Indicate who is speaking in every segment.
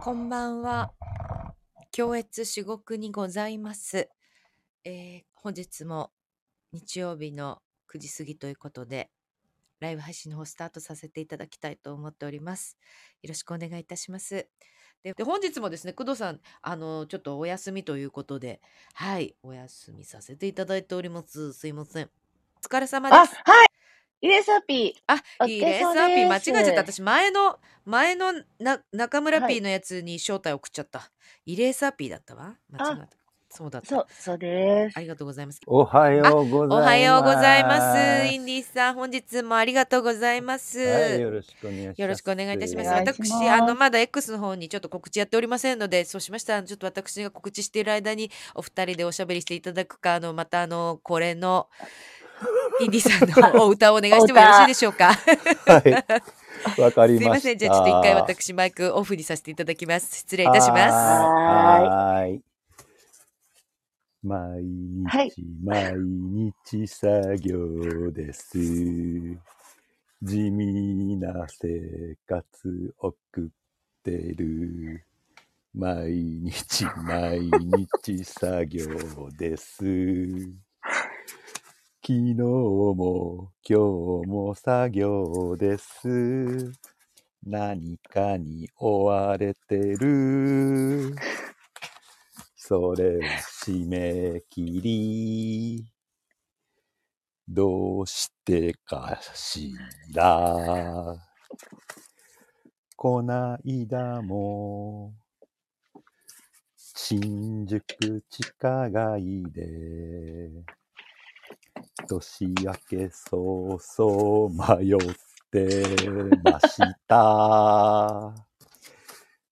Speaker 1: こんばんは。京越至極にございます。えー、本日も日曜日の9時過ぎということで、ライブ配信の方スタートさせていただきたいと思っております。よろしくお願いいたします。で、で本日もですね、工藤さん、あの、ちょっとお休みということで、はい、お休みさせていただいております。すいません。お疲れ様で
Speaker 2: あ、
Speaker 1: す。
Speaker 2: はい。イレサピ
Speaker 1: あ、
Speaker 2: ー、お
Speaker 1: い
Speaker 2: 疲
Speaker 1: い
Speaker 2: れ
Speaker 1: レー
Speaker 2: 様
Speaker 1: サーピー間
Speaker 2: で
Speaker 1: 違えちゃった。私、
Speaker 2: す。
Speaker 1: 前の、前のな中村
Speaker 2: は
Speaker 1: ピー
Speaker 2: い。
Speaker 1: のやつに招待送っちゃった。イレーサーピーだったわ。間違
Speaker 2: あ、
Speaker 1: った。そうだっ
Speaker 2: そ
Speaker 1: た。
Speaker 2: う、そうで
Speaker 1: あり
Speaker 2: す。
Speaker 1: がとうございます。
Speaker 3: おは
Speaker 1: あ、
Speaker 3: ようご
Speaker 1: おは
Speaker 3: ざい
Speaker 1: ようございます。
Speaker 3: ま
Speaker 1: インディー
Speaker 3: す。
Speaker 1: スさん、本日もありがとうございま
Speaker 3: はい、
Speaker 1: す。
Speaker 3: よろしくお願い
Speaker 1: よ
Speaker 3: し
Speaker 1: ろ
Speaker 3: ま
Speaker 1: しくお願いいたし
Speaker 2: お
Speaker 1: ます。
Speaker 2: 願いし
Speaker 1: 私、あの、
Speaker 2: ます。
Speaker 1: まだ X の方にちょっと告知やっておりませんので、そうしましたら、ちょっと私が告知している間に、お二人でおしゃべりしていただくか、あの、また、あの、これの、インディさん
Speaker 2: は
Speaker 1: のお歌をお願い
Speaker 2: お
Speaker 1: してもよろしい
Speaker 2: 歌。
Speaker 1: でしょうか。
Speaker 3: はい、わかり
Speaker 1: すい
Speaker 3: ま
Speaker 1: ま
Speaker 3: し
Speaker 1: せん。じゃあちょっと一回
Speaker 3: た。
Speaker 1: 私マイクオフにさせていただきます。失礼いたします。
Speaker 3: はーい、
Speaker 2: はーい。
Speaker 3: はーい。毎
Speaker 2: はい。
Speaker 3: 日、毎日作業です。地味な生活送ってる。毎日、毎日作業です。昨日も今日も作業です。何かに追われてる。それは締め切り。どうしてかしら。こないだも新宿地下街で年明け早々迷ってました。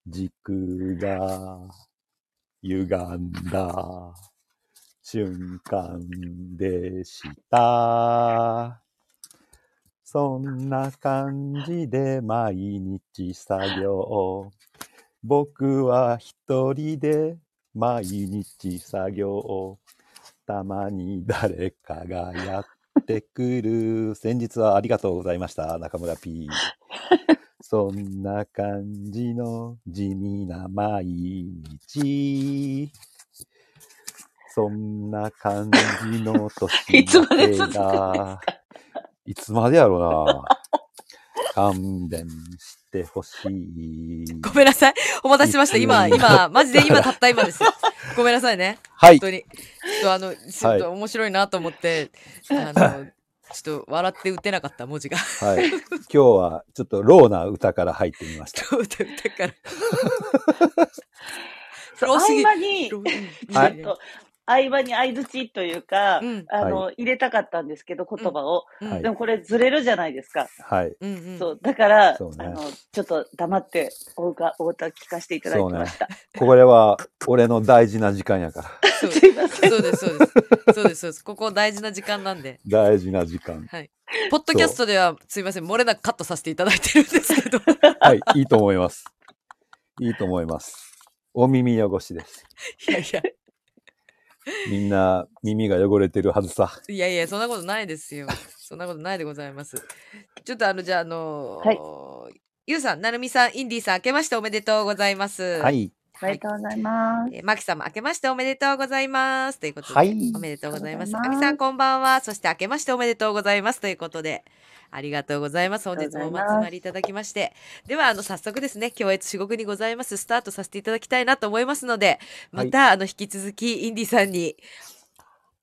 Speaker 3: 軸が歪んだ瞬間でした。そんな感じで毎日作業。僕は一人で毎日作業。たまに誰かがやってくる。先日はありがとうございました、中村 P。そんな感じの地味な毎日。そんな感じの
Speaker 2: い
Speaker 3: 年
Speaker 2: つ
Speaker 3: 明
Speaker 2: まで
Speaker 3: け
Speaker 2: 続くんです
Speaker 3: が、
Speaker 2: か
Speaker 3: いつまでやろうな。勘弁してほしい。
Speaker 1: ごめんなさい。お待たせし
Speaker 3: い
Speaker 1: ました。
Speaker 3: つ
Speaker 1: 今、
Speaker 3: にな
Speaker 1: 今、
Speaker 3: っ
Speaker 1: マジで
Speaker 3: た
Speaker 1: 今、た
Speaker 3: ら。
Speaker 1: った今です。ごめんなさいね。
Speaker 3: は
Speaker 1: 本
Speaker 3: い。
Speaker 1: 当に。ちょっとあの、ちょっ
Speaker 3: はい。
Speaker 1: と面白いなと思って、あの、ちょっと笑って打てなかった文字が。
Speaker 3: はい。今日はちょっとローな歌から入ってみました。
Speaker 1: どう歌ったから。
Speaker 2: そう、
Speaker 1: ロー
Speaker 2: 合
Speaker 1: すぎ、
Speaker 2: 間に、
Speaker 1: ロー、うん、
Speaker 2: ち
Speaker 3: は
Speaker 2: ょ
Speaker 1: 何
Speaker 2: っ
Speaker 3: い。
Speaker 1: 何
Speaker 2: と、合間に相槌というか、
Speaker 1: うん、
Speaker 2: あ
Speaker 3: はい。
Speaker 2: の、入れたかったんですけど、
Speaker 1: う
Speaker 2: 言
Speaker 1: ん、
Speaker 2: 葉を。
Speaker 1: う
Speaker 3: は
Speaker 1: ん、
Speaker 2: で
Speaker 3: い。
Speaker 2: もこれずれるじゃないですか。
Speaker 3: はい。
Speaker 1: うん、うん。
Speaker 2: そう、だから、
Speaker 3: そう
Speaker 2: あ
Speaker 3: ね。
Speaker 2: の、ちょっと黙ってお歌、お歌聞かせていただ
Speaker 3: そう
Speaker 2: きま
Speaker 3: ね。
Speaker 2: した。
Speaker 3: これは俺の大事な時間やから。
Speaker 1: そう、
Speaker 2: すいません。
Speaker 1: そうです、そうです。そうです、そうです。ここ大事な時間なんで。
Speaker 3: 大事な時間。
Speaker 1: はい。ポッドキャス
Speaker 3: そ
Speaker 1: トでは、すいません、漏れなくカットさせていただいてるんですけど。
Speaker 3: う。はい。いいと思います。いいと思います。お耳汚しです。
Speaker 1: いやいや、
Speaker 3: みんな耳が汚れてるはずさ。
Speaker 1: いやいや、そんなことないですよ。そんなことないでございます。ちょっとあの、じゃあ、あ
Speaker 2: はい。
Speaker 1: のーゆうさん、なるみさん、インディーさん、明けましておめでとうございま
Speaker 3: は
Speaker 1: す。
Speaker 3: い。
Speaker 2: おめ
Speaker 1: は
Speaker 2: で
Speaker 1: い。
Speaker 2: とうございます。
Speaker 1: えー、マキさんも明けましておめでとうございます。ということ
Speaker 3: は
Speaker 1: で、
Speaker 3: い。
Speaker 1: おめでとうご
Speaker 2: ありがとうご
Speaker 1: ざい
Speaker 2: ざい
Speaker 1: ます。あき
Speaker 2: ま
Speaker 1: さん
Speaker 2: す。
Speaker 1: こんばんは。そして明けましておめでとうございます。ということで、ありがとうございます。
Speaker 2: あ
Speaker 1: 本
Speaker 2: り
Speaker 1: 日
Speaker 2: がと
Speaker 1: も
Speaker 2: うご
Speaker 1: お
Speaker 2: ざい
Speaker 1: 集
Speaker 2: ま
Speaker 1: まりい
Speaker 2: す。
Speaker 1: ただきまして。では、あの、早速ですね、今日越至極にございます。スタートさせていただきたいなと思いますので、
Speaker 3: は
Speaker 1: ま
Speaker 3: い。
Speaker 1: た、あの、引き続き、インディさんに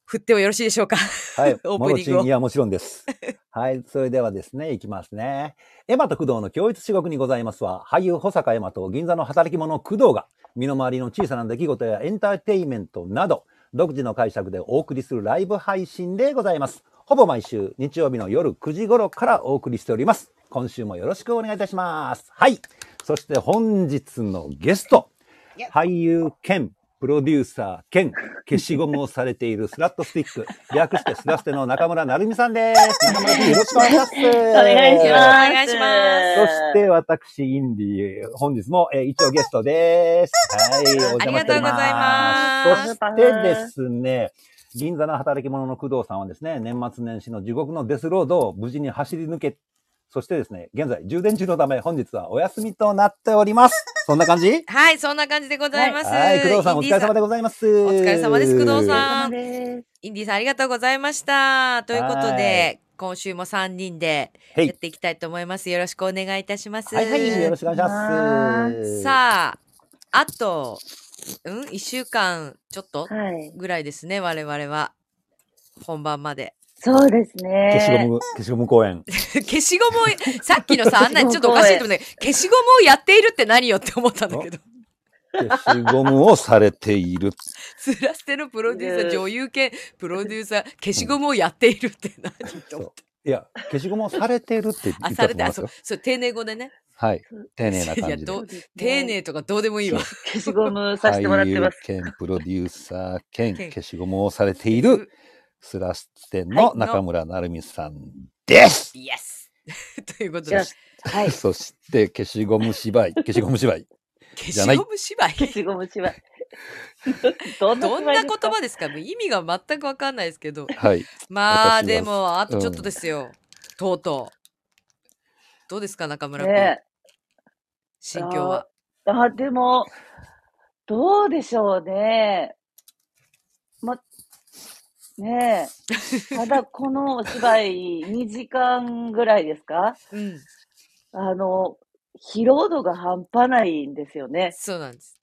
Speaker 1: 振ってもよろしいでしょうか。
Speaker 3: はい。
Speaker 1: オー
Speaker 3: も
Speaker 1: プ
Speaker 3: ろ
Speaker 1: ニン
Speaker 3: ち
Speaker 1: グ
Speaker 3: ん
Speaker 1: を。
Speaker 3: にはもちろんです。 はい。それではですね、いきますね。エマと工藤の教育至極にございますは、俳優保坂エマと銀座の働き者工藤が、身の回りの小さな出来事やエンターテインメントなど、独自の解釈でお送りするライブ配信でございます。ほぼ毎週日曜日の夜9時頃からお送りしております。今週もよろしくお願いいたします。はい。そして本日のゲスト、
Speaker 1: いや
Speaker 3: 俳優兼プロデューサー兼消しゴムをされているスラットスティック、略してスラステの中村成美さんです。中村 P よろしくお願いします。
Speaker 2: お願
Speaker 1: よ
Speaker 2: いし
Speaker 1: ろしくお
Speaker 2: ま
Speaker 1: 願い
Speaker 2: す。
Speaker 1: します。
Speaker 3: そして私、インディ、本日も、えー一応ゲストです。はい、お
Speaker 1: あ
Speaker 3: 邪
Speaker 1: り
Speaker 3: 魔
Speaker 1: が
Speaker 3: してお
Speaker 1: と
Speaker 3: り
Speaker 1: うござい
Speaker 3: ます。そ
Speaker 1: ま
Speaker 2: パフ
Speaker 1: す。
Speaker 3: し
Speaker 2: パ
Speaker 3: てで
Speaker 2: フ。
Speaker 3: すね、銀座の働き者の工藤さんはですね、年末年始の地獄のデスロードを無事に走り抜け、そしてですね、現在充電中のため本日はお休みとなっております。そんな感じ
Speaker 1: はい、そんな感じでございます。
Speaker 3: はい、工藤さんお疲れ様
Speaker 1: で
Speaker 3: でございます。
Speaker 1: お疲れ様です工藤
Speaker 2: お
Speaker 1: さん
Speaker 2: 疲れ様です。
Speaker 1: インディーさんありがとうございました。ということ
Speaker 3: は
Speaker 1: で、今週も3人で
Speaker 3: へ
Speaker 1: やっ
Speaker 3: い。
Speaker 1: ていきたいと思います。よろしくお願いいたします。
Speaker 3: はいはい、よろしくお願いします。
Speaker 1: さあ、あと、うん、1週間ちょっと
Speaker 2: はい。
Speaker 1: ぐらいですね、我々は。本番まで。
Speaker 2: そうです
Speaker 3: 消しゴ
Speaker 2: ね。
Speaker 3: ム、消しゴム公演。
Speaker 1: 消しゴムを、さっきのさ、あんなちょっとおかしいと思うんだ けど、消しゴムをやっているって何よって思ったんだけど。
Speaker 3: 消しゴムをされている。
Speaker 1: スラステのプロデューサー、
Speaker 2: ね
Speaker 1: 女優兼プロデューサー、消しゴムをやっているって何と思っ
Speaker 3: そ
Speaker 1: て。
Speaker 3: ういや、消しゴムをされてるって言
Speaker 1: あ、
Speaker 3: った
Speaker 1: され
Speaker 3: と思
Speaker 1: て、
Speaker 3: い
Speaker 1: あ、
Speaker 3: ます
Speaker 1: そう
Speaker 3: よ。、
Speaker 1: そう、丁寧語でね。
Speaker 3: はい。丁寧な感じで。
Speaker 1: どう
Speaker 2: そうですね
Speaker 1: 丁寧とかどうでもいいわ。
Speaker 2: 消しゴムさせてもらってます。
Speaker 3: 俳優兼プロデューサー兼
Speaker 1: 兼
Speaker 3: 消しゴムをされている。スラステの
Speaker 1: はい
Speaker 3: 中村成美さんです、
Speaker 1: イエス ということ
Speaker 2: じゃ
Speaker 1: で
Speaker 2: あ、はい。
Speaker 3: そして消しゴム芝 居消しゴム芝居
Speaker 1: 消
Speaker 3: じゃない
Speaker 1: しゴム芝居
Speaker 2: 消しゴム芝居。 どんな
Speaker 1: どんな
Speaker 2: 芝居
Speaker 1: 言
Speaker 2: ですか
Speaker 1: 葉ですかもう意味が全くわかんないですけど。
Speaker 3: はい
Speaker 1: まあ、
Speaker 3: 私は
Speaker 1: でも、あとちょっとですよ。とうとう。どうですか、中村君。
Speaker 2: ね
Speaker 1: 心境は。
Speaker 2: え。あ、でも、どうでしょうね。ま、ね え。ただ、このお芝居、2時間ぐらいですか
Speaker 1: うん。
Speaker 2: あの、疲労度が半端ないんですよね。
Speaker 1: そうなんです。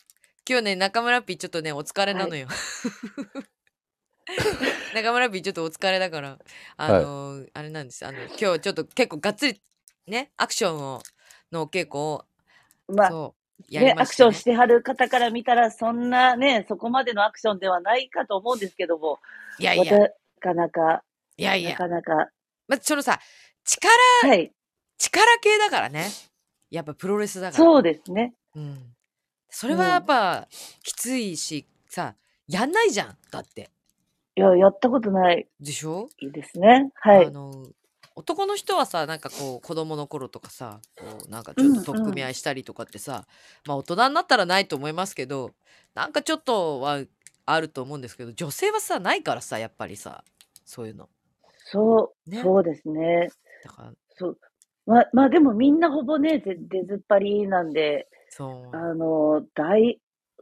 Speaker 1: 今日ね、中村ピーちょっとね、お疲れなのよ。 中村ピーちょっとお疲れだから、あのーあれなんです。あの、今日ちょっと結構がっつり、ね、アクションを、のお稽古を、
Speaker 2: まあ、
Speaker 1: そう、やり
Speaker 2: ね、
Speaker 1: ま
Speaker 2: アク
Speaker 1: し
Speaker 2: シ
Speaker 1: た、
Speaker 2: ョ
Speaker 1: ね。
Speaker 2: ンしてはる方から見たら、そんなね、そこまでのアクションではないかと思うんですけども、
Speaker 1: いやい
Speaker 2: ま
Speaker 1: や、
Speaker 2: た
Speaker 1: い
Speaker 2: なかなか、
Speaker 1: やい
Speaker 2: な
Speaker 1: や。
Speaker 2: かなか、
Speaker 1: まずそのさ、力、
Speaker 2: はい、
Speaker 1: 力系だからね。やっぱプロレスだから。
Speaker 2: そうですね。
Speaker 1: うん。それはやっぱ、きついし、さ、やんないじゃん。だって。
Speaker 2: いや、やったことない
Speaker 1: でしょ
Speaker 2: ですね。は
Speaker 1: あ
Speaker 2: い。
Speaker 1: の男の人はさなんかこう子供の頃とかさこうなんかちょっと取っ組み合いしたりとかってさ、まあ大人になったらないと思いますけどなんかちょっとはあると思うんですけど女性はさないからさやっぱりさそういうの
Speaker 2: そう、
Speaker 1: ね
Speaker 2: そうですね。
Speaker 1: だから
Speaker 2: そう。ま、まあでもみんなほぼね、出出ずっぱりなんで、
Speaker 1: そ
Speaker 2: あ
Speaker 1: う
Speaker 2: の、大、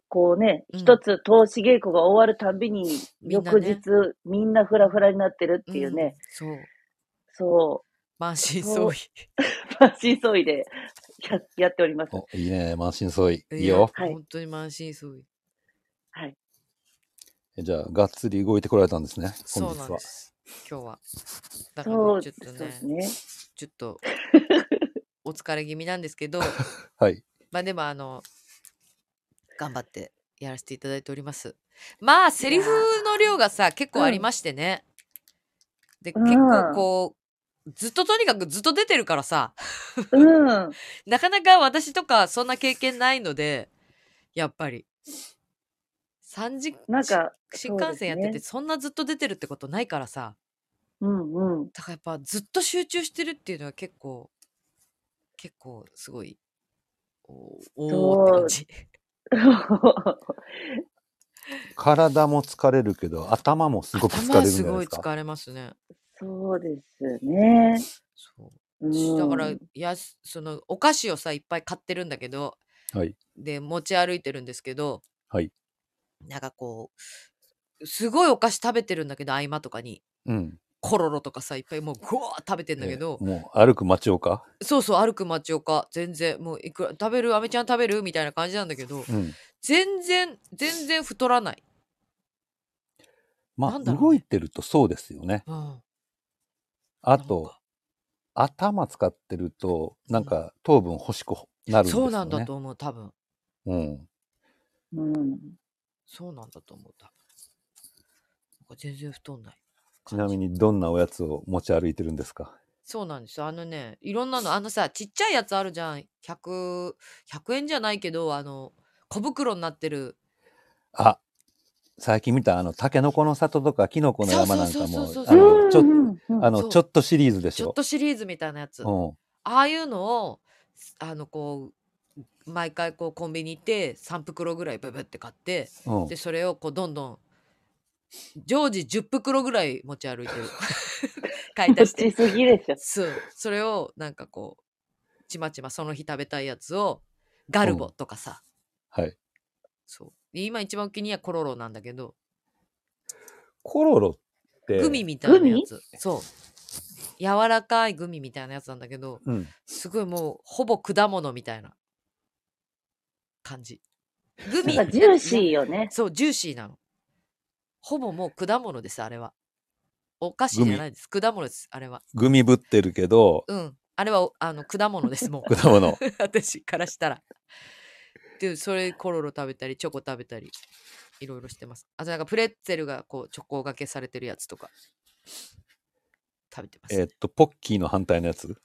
Speaker 2: こうね、
Speaker 1: うん
Speaker 2: 一つ通し稽古が終わるたんびに、
Speaker 1: みんな
Speaker 2: 翌
Speaker 1: ね
Speaker 2: 日、みんなフラフラになってるっていう
Speaker 1: うん
Speaker 2: ね、
Speaker 1: そう
Speaker 2: そ
Speaker 1: 満身創痍
Speaker 2: う、満身創痍でややっております。
Speaker 3: おいいね満身創痍いい
Speaker 1: や
Speaker 3: よ
Speaker 2: はい
Speaker 1: 本当に満身創痍
Speaker 2: はい。
Speaker 3: じゃあがっつり動いてこられたんですね
Speaker 1: そ
Speaker 3: 本
Speaker 1: うなん
Speaker 3: 日は
Speaker 1: です今日はだから
Speaker 2: そう、
Speaker 1: ちょっ
Speaker 2: そ
Speaker 1: と
Speaker 2: う
Speaker 1: ね
Speaker 2: ですね。
Speaker 1: ちょっ とお疲れ気味なんですけど
Speaker 3: はい
Speaker 1: まあでもあの頑張ってやらせていただいております。まあセリフの量がさ結構ありましてね。で
Speaker 2: うん
Speaker 1: 結構こうずっととにかくずっと出てるからさ
Speaker 2: うん。
Speaker 1: なかなか私とかそんな経験ないのでやっぱり3時
Speaker 2: なんか、
Speaker 1: 新幹線やってて
Speaker 2: そうですね
Speaker 1: そんなずっと出てるってことないからさ
Speaker 2: うん うん。
Speaker 1: だからやっぱずっと集中してるっていうのは結構結構すごいおおーって感じ。
Speaker 3: 体も疲れるけど頭もすごく
Speaker 1: 頭
Speaker 3: 疲れ
Speaker 1: は
Speaker 3: るんじ
Speaker 1: す
Speaker 3: ゃない
Speaker 1: ごい
Speaker 3: ですか
Speaker 1: 疲れますね。
Speaker 2: そうですね。
Speaker 1: そうう。
Speaker 2: ん、
Speaker 1: だから、やす、その、お菓子をさ、いっぱい買ってるんだけど、
Speaker 3: はい
Speaker 1: で、持ち歩いてるんですけど、
Speaker 3: はい
Speaker 1: なんかこう、すごいお菓子食べてるんだけど、合間とかに、
Speaker 3: うん
Speaker 1: コロロとかさ、いっぱいもう、ぐわー食べてんだけど、
Speaker 3: えもう歩く街をか
Speaker 1: そうそう、歩く街をか、全然、もう、いくら、食べる、アメちゃん食べるみたいな感じなんだけど、
Speaker 3: うん
Speaker 1: 全然、全然太らない。
Speaker 3: ま
Speaker 1: な
Speaker 3: あ
Speaker 1: んだろうね
Speaker 3: 動いてるとそうですよね
Speaker 1: うん。な
Speaker 3: あ
Speaker 1: ん
Speaker 3: と
Speaker 1: か
Speaker 3: 頭使ってるとなんか糖分欲しくなるんですよね
Speaker 1: そうなんだと思う、多分。
Speaker 3: うん
Speaker 2: うん、
Speaker 1: そうなんだと思う、多分。なんか全然太んない。
Speaker 3: ちなみにどんなおやつを持ち歩いてるんですか
Speaker 1: そうなんですよあのねいろんなのあのさちっちゃいやつあるじゃん 100, 100円じゃないけどあの小袋になってる
Speaker 3: あ最近見たあのたけのこの里とかきのこの山なんかも
Speaker 1: そうそう
Speaker 3: あ
Speaker 1: そう
Speaker 2: う
Speaker 3: の
Speaker 2: ん
Speaker 3: ちょ
Speaker 2: うんうん
Speaker 3: あ
Speaker 1: そう
Speaker 3: のちょっとシリーズでし
Speaker 1: ちょっ
Speaker 3: ょ
Speaker 1: とシリーズみたいなやつ、あ
Speaker 3: う
Speaker 1: あいうのをあのこう毎回こうコンビニ行って3袋ぐらいブブって買って
Speaker 3: んうん
Speaker 1: でそれをこうどんどん常時10袋ぐらい持ち歩いてる 買い
Speaker 2: 落
Speaker 1: 足して
Speaker 2: ちすぎでしょ。
Speaker 1: そうそれをなんかこうちまちまその日食べたいやつをガルボとかさ、
Speaker 3: はい。
Speaker 1: そうで今一番お気に入りはコロロなんだけど、
Speaker 3: コロロって、
Speaker 1: グミみたいな
Speaker 2: グミ
Speaker 1: やつそう柔らかいグミみたいなやつなんだけど
Speaker 3: うん。
Speaker 1: すごいもうほぼ果物みたいな感じグミ
Speaker 2: なんかジューシーよね。
Speaker 1: そうジューシーなのほぼもう果物ですあれはお菓子じゃないです果物ですあれは
Speaker 3: グミぶってるけど、
Speaker 1: うんあれはおあの果物ですもう
Speaker 3: 果物。
Speaker 1: 私からしたら。でそれコロロ食べたりチョコ食べたりいろいろしてます。あとなんかプレッツェルがこうチョコがけされてるやつとか食べてます、
Speaker 3: えーっと、ポッキーの反対のやつ。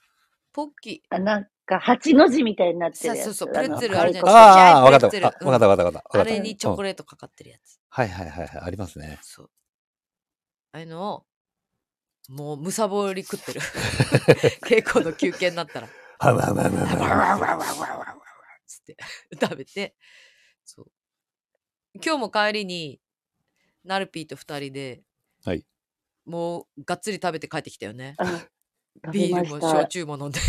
Speaker 1: ポッキ
Speaker 2: あなんか、八の字みたいになってるやつ。
Speaker 1: そうそうそう
Speaker 2: あの
Speaker 1: プレッツェル
Speaker 2: 外
Speaker 1: あるじゃん
Speaker 2: 国
Speaker 3: ああ、わか
Speaker 1: ち
Speaker 3: っ
Speaker 1: っちゃい
Speaker 3: た。わわかったわかったわか
Speaker 1: ーあ
Speaker 3: った。わかった
Speaker 1: れにチョコ
Speaker 3: うん
Speaker 1: レートかかってるやつ。
Speaker 3: はいはいはいはい。ありますね。
Speaker 1: そう。ああいうのをもうむさぼり食ってる。 稽古の休憩になったら。
Speaker 3: はまはまはま
Speaker 1: わわわ
Speaker 3: は
Speaker 1: わわわわわつって 食べてそう今日も帰りにナルピーと2人で、
Speaker 3: はい、
Speaker 1: もうがっつり食べて帰ってきたよね
Speaker 2: あ
Speaker 1: ビールも
Speaker 2: 食べました
Speaker 1: 焼酎も飲んで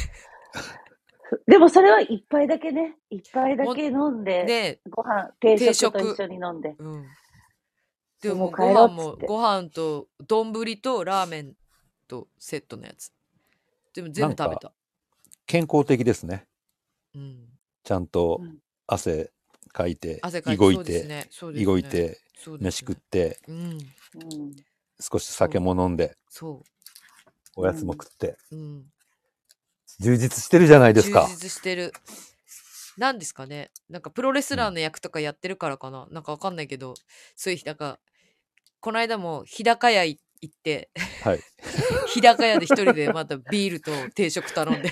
Speaker 2: でもそれは一杯だけね。一杯だけ飲んで、
Speaker 1: で、
Speaker 2: ご飯、定
Speaker 1: 定
Speaker 2: 食と
Speaker 1: 食
Speaker 2: 一緒に飲んで。
Speaker 1: うん、でも
Speaker 2: もう帰
Speaker 1: ご
Speaker 2: ろ
Speaker 1: 飯
Speaker 2: うっつって
Speaker 1: もご飯と丼とラーメンとセットのやつでも全部
Speaker 3: なん
Speaker 1: 食べ
Speaker 3: か
Speaker 1: た、
Speaker 3: 健康的ですね。
Speaker 1: うん、
Speaker 3: ちゃんと
Speaker 2: うん
Speaker 3: 汗かいて、
Speaker 1: 汗かいて
Speaker 3: 動
Speaker 1: そ
Speaker 3: いう
Speaker 1: です
Speaker 3: て、
Speaker 1: ねそうですね
Speaker 3: いごいて、
Speaker 1: そうですね
Speaker 3: 飯食って、
Speaker 1: うん
Speaker 2: うん
Speaker 3: 少し酒も飲んで、
Speaker 1: そ
Speaker 3: おやつも食って、
Speaker 1: ううん
Speaker 3: 充実してるじゃないですか
Speaker 1: 充。実してる。なんですかねなんかプロレスラーの役とかやってるからかな、なんかわかんないけど、そういう、なんか、この間も日高屋い行って、
Speaker 3: はい。
Speaker 1: 日高屋で一人でまたビールと定食頼んで。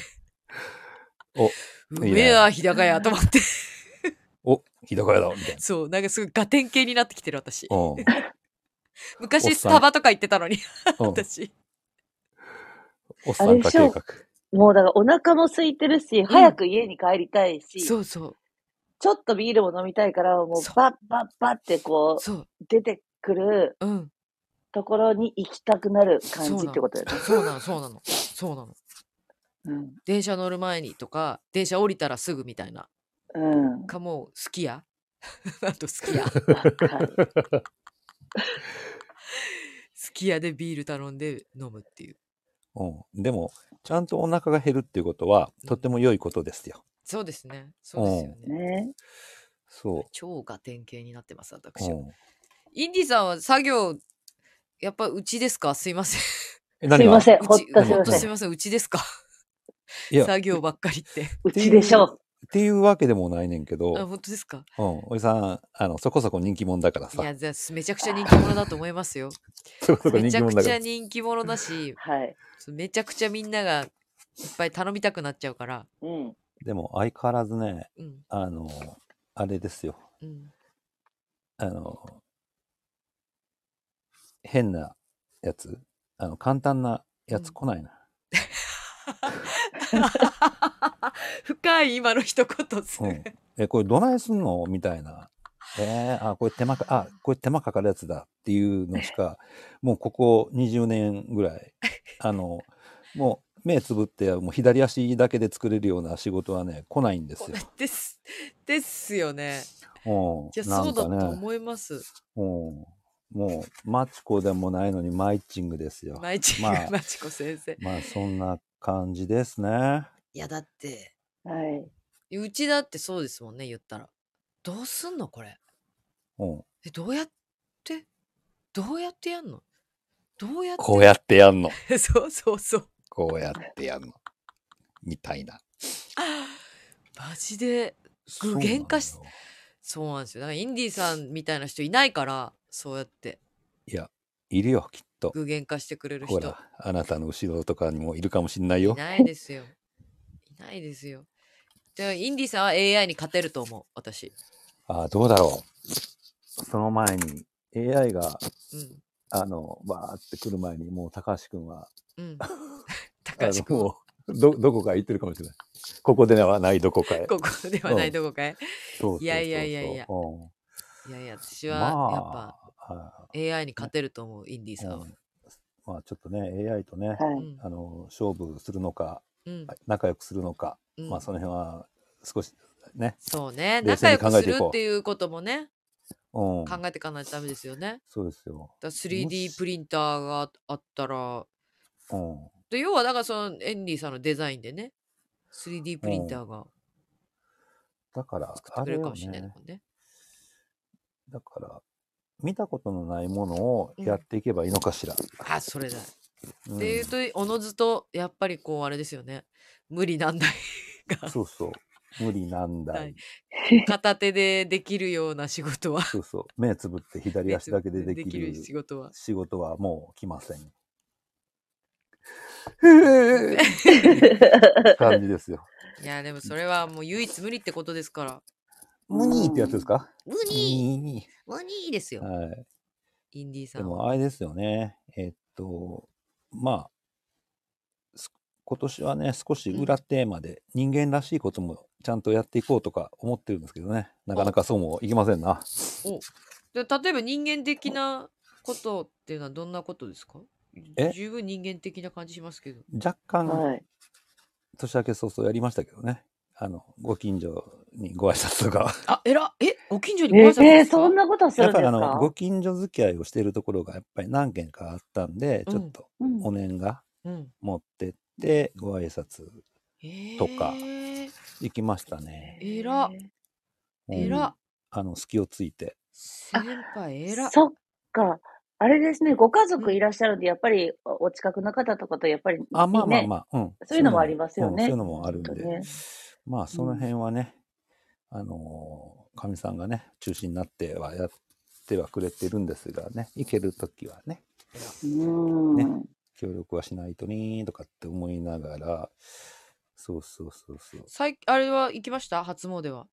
Speaker 3: お
Speaker 1: う
Speaker 3: いいね
Speaker 1: めえな、日高屋と思って。
Speaker 3: お、日高屋だ、みたいな。
Speaker 1: そう、なんかすごいガテン系になってきてる私。
Speaker 3: うん。おっ
Speaker 1: 昔ス
Speaker 3: さん
Speaker 1: タバとか行ってたのに、
Speaker 3: うん、
Speaker 1: 私。
Speaker 3: おっさん化計画。
Speaker 2: もうだからお腹も空いてるし、早く家に帰りたいし、
Speaker 1: そうそう、
Speaker 2: ちょっとビールも飲みたいから、も
Speaker 1: そう
Speaker 2: うバッバッバッってこ
Speaker 1: そう、
Speaker 2: う、出てくる
Speaker 1: うん。
Speaker 2: ところに行きたくなる
Speaker 1: そう
Speaker 2: 感
Speaker 1: な
Speaker 2: じ
Speaker 1: の
Speaker 2: ってことだよね。
Speaker 1: そうなの、そうなの、そうなの。
Speaker 2: うん。
Speaker 1: 電車乗る前にとか、電車降りたらすぐみたいな。
Speaker 2: うん。
Speaker 1: かもう好きや あと好きや好
Speaker 2: わかる。
Speaker 1: きやでビール頼んで飲むっていう
Speaker 3: うん。でも、ちゃんとお腹が減るっていうことは、とっても良いことですよ。
Speaker 1: そうですねそうですよね
Speaker 2: ね。
Speaker 3: そ
Speaker 1: 超が典型になってます
Speaker 3: う。
Speaker 1: 私
Speaker 3: う
Speaker 1: は、
Speaker 3: ん、
Speaker 1: インディさんは作業やっぱうちですかすいません
Speaker 3: え
Speaker 2: すいませ
Speaker 3: ん。
Speaker 2: ん。ほっ
Speaker 1: う
Speaker 2: と
Speaker 1: ち
Speaker 2: すい
Speaker 1: ほ
Speaker 2: ま
Speaker 1: んと
Speaker 2: せ
Speaker 1: すい
Speaker 2: ん。
Speaker 1: ませんうちですか
Speaker 3: いや、
Speaker 1: 作業ばっかりって
Speaker 2: うちでしょう。
Speaker 3: っていうわけでもないねんけど、う
Speaker 1: あ
Speaker 3: ん、
Speaker 1: 本当ですか
Speaker 3: おじさん、あの、そこそこ人気者だから
Speaker 1: い
Speaker 3: さ。
Speaker 1: やじゃあめちゃくちゃ人気者だと思いますよ
Speaker 3: そこそこ
Speaker 1: め
Speaker 3: 人
Speaker 1: ち
Speaker 3: 気
Speaker 1: ゃ
Speaker 3: 者
Speaker 1: く
Speaker 3: だ
Speaker 1: ち
Speaker 3: か
Speaker 1: ゃ
Speaker 3: ら。
Speaker 1: 人気者だし
Speaker 2: はい。
Speaker 1: めちゃくちゃみんながいっぱい頼みたくなっちゃうから
Speaker 2: うん。
Speaker 3: でも、相変わらずね、
Speaker 1: うん
Speaker 3: あの、あれですよ。
Speaker 1: うん
Speaker 3: あの、変なやつ、あの、簡単なや
Speaker 1: う
Speaker 3: つ
Speaker 1: ん
Speaker 3: 来な いな。
Speaker 1: 深い今の一言っす
Speaker 3: うん。え、これどないすんのみたいな。えー、あ、これ手間か、あ、これ手間かかるやつだっていうのし か、もうここ20年ぐらい、あの、もう目つぶって、もう左足だけで作れるような仕事はね、来ないんですよ。
Speaker 1: ですですよね。
Speaker 3: うん。
Speaker 1: いや、
Speaker 3: な
Speaker 1: そ
Speaker 3: ん
Speaker 1: うだと
Speaker 3: かね、
Speaker 1: 思います。
Speaker 3: うん。もう、マチコでもないのにマイチングですよ。
Speaker 1: マイチング、
Speaker 3: まあ
Speaker 1: マチコ先生。
Speaker 3: まあ、そんな感じですね。
Speaker 1: いや、だって、
Speaker 2: はい。
Speaker 1: うちだってそうですもんね、言ったら。どうすんのこれ。
Speaker 3: うん。
Speaker 1: え、どうやって、どうやってやんのどうやって。
Speaker 3: こうやってやんの。
Speaker 1: て。 そうそうそう。
Speaker 3: こうやってやんの。みたいな。
Speaker 1: マジで、具現化し
Speaker 3: そうなのよ
Speaker 1: そうなんですよ。だから、インディさんみたいな人いないから、そうやって
Speaker 3: いや、いるよ、きっと。
Speaker 1: 具現化してくれる
Speaker 3: ほ
Speaker 1: 人
Speaker 3: ら。、あなたの後ろとかにもいるかもしんない
Speaker 1: い
Speaker 3: よ。
Speaker 1: ないですよ。いないですよ。じゃあ、インディさんは AI に勝てると思う、私。
Speaker 3: ああ、どうだろう。その前に、AI が、
Speaker 1: うん。
Speaker 3: あの、わーって来る前に、もう高橋くんは、
Speaker 1: うん。
Speaker 3: あ
Speaker 1: 高橋
Speaker 3: の、
Speaker 1: 君。
Speaker 3: もう、ど、どこかへ行ってるかもしれない。ここではない、どこかへ。
Speaker 1: ここではな
Speaker 3: う
Speaker 1: い
Speaker 3: ん
Speaker 1: どこかへ。
Speaker 3: そうそうそうそう
Speaker 1: いやいやいやいや
Speaker 3: うん
Speaker 1: いやいや、私
Speaker 3: ま
Speaker 1: は
Speaker 3: あ、
Speaker 1: やっぱ
Speaker 3: あ
Speaker 1: AI に勝てると思う、インディーさん
Speaker 3: う
Speaker 1: は。
Speaker 3: んまあ、ちょっとね、AI とね、
Speaker 1: う
Speaker 2: はい。
Speaker 1: ん。
Speaker 3: あの、勝負するのか、
Speaker 1: うん。
Speaker 3: 仲良くするのか、
Speaker 1: うん
Speaker 3: まあその辺は少しね。
Speaker 1: そうね。仲
Speaker 3: 冷静に
Speaker 1: 良
Speaker 3: 考
Speaker 1: く
Speaker 3: え
Speaker 1: す
Speaker 3: てい
Speaker 1: る
Speaker 3: こう
Speaker 1: っていうこともね、
Speaker 3: うん。
Speaker 1: 考えていかないとダメですよね。
Speaker 3: そうですよ。
Speaker 1: だから
Speaker 3: も
Speaker 1: 3D
Speaker 3: し
Speaker 1: プリンターがあったら、
Speaker 3: うん。
Speaker 1: で要はだからそのエンディさんのデザインでね、3D プリンターが
Speaker 3: だから
Speaker 1: 作っ、て
Speaker 3: あ
Speaker 1: くれ
Speaker 3: れ
Speaker 1: るか
Speaker 3: よ
Speaker 1: もしれない
Speaker 3: ね。
Speaker 1: もんね。
Speaker 3: だから、見たことのないものをやっていけばいいのかしら。
Speaker 1: あ、それだ。
Speaker 3: うん
Speaker 1: っていうと、おのずと、やっぱりこう、あれですよね。無理難題が、
Speaker 3: そうそう。無理なんだい。
Speaker 1: はい片手でできるような仕事は、
Speaker 3: そうそう。目つぶって左足だけでできる
Speaker 1: 仕事は。
Speaker 3: 仕事はもう来ま せん。へえ感じですよ。
Speaker 1: いや、でもそれはもう唯一無理ってことですから。
Speaker 3: ムニーってやつですか
Speaker 1: 無
Speaker 3: ム
Speaker 1: 理
Speaker 3: ニ
Speaker 1: 無理です
Speaker 3: ー。
Speaker 1: よ、
Speaker 3: はい。
Speaker 1: インディーさ
Speaker 3: で
Speaker 1: んは。
Speaker 3: もあれですよね。えっと、まあ、す今年はね、少し裏テーマで人間らしいこともちゃんとやっていこうとか思ってるんですけどね。なかなかそうもいきませんな。
Speaker 1: で例えば人間的なことっていうのはどんなことですか
Speaker 3: え
Speaker 1: 十分人間的な感じしますけど。
Speaker 3: 若干、
Speaker 2: はい。
Speaker 3: 年明け早々やりましたけどね。あの、ご近所にご挨拶とか。
Speaker 1: あ、えらえご近所に
Speaker 2: え
Speaker 1: ご挨拶
Speaker 2: え
Speaker 1: ですか
Speaker 2: そんなことす
Speaker 3: や
Speaker 2: る
Speaker 3: っ
Speaker 2: んで
Speaker 3: ぱりあ
Speaker 2: す
Speaker 3: の、
Speaker 2: か
Speaker 3: ご近所付き合いをしているところがやっぱり何軒かあったんで、ちょっと
Speaker 2: うん
Speaker 3: お念が
Speaker 1: うん。
Speaker 3: 持ってって、ご挨拶
Speaker 1: え
Speaker 3: とか
Speaker 1: ー
Speaker 3: 行きましたね。
Speaker 1: えら
Speaker 3: うん
Speaker 1: えら
Speaker 3: あの、隙をついて。
Speaker 1: 先輩えら
Speaker 2: そっか。あれですね、ご家族いらっしゃるんで、やっぱりおお近くの方とかと、やっぱり、
Speaker 3: あ、まあまあ
Speaker 2: ね
Speaker 3: まあ、うん。
Speaker 2: そういうのもありますよ
Speaker 3: うん
Speaker 2: ね
Speaker 3: そういうのもあるん
Speaker 2: きっ
Speaker 3: で。
Speaker 2: とね
Speaker 3: まあ、その辺はね、あのー、かみさんがね、中心になってはやってはくれてるんですがね、行けるときはね、
Speaker 2: うーん。
Speaker 3: 協力はしないとねーとかって思いながら、そうそうそうそう。
Speaker 1: 最あれは行きました初詣は。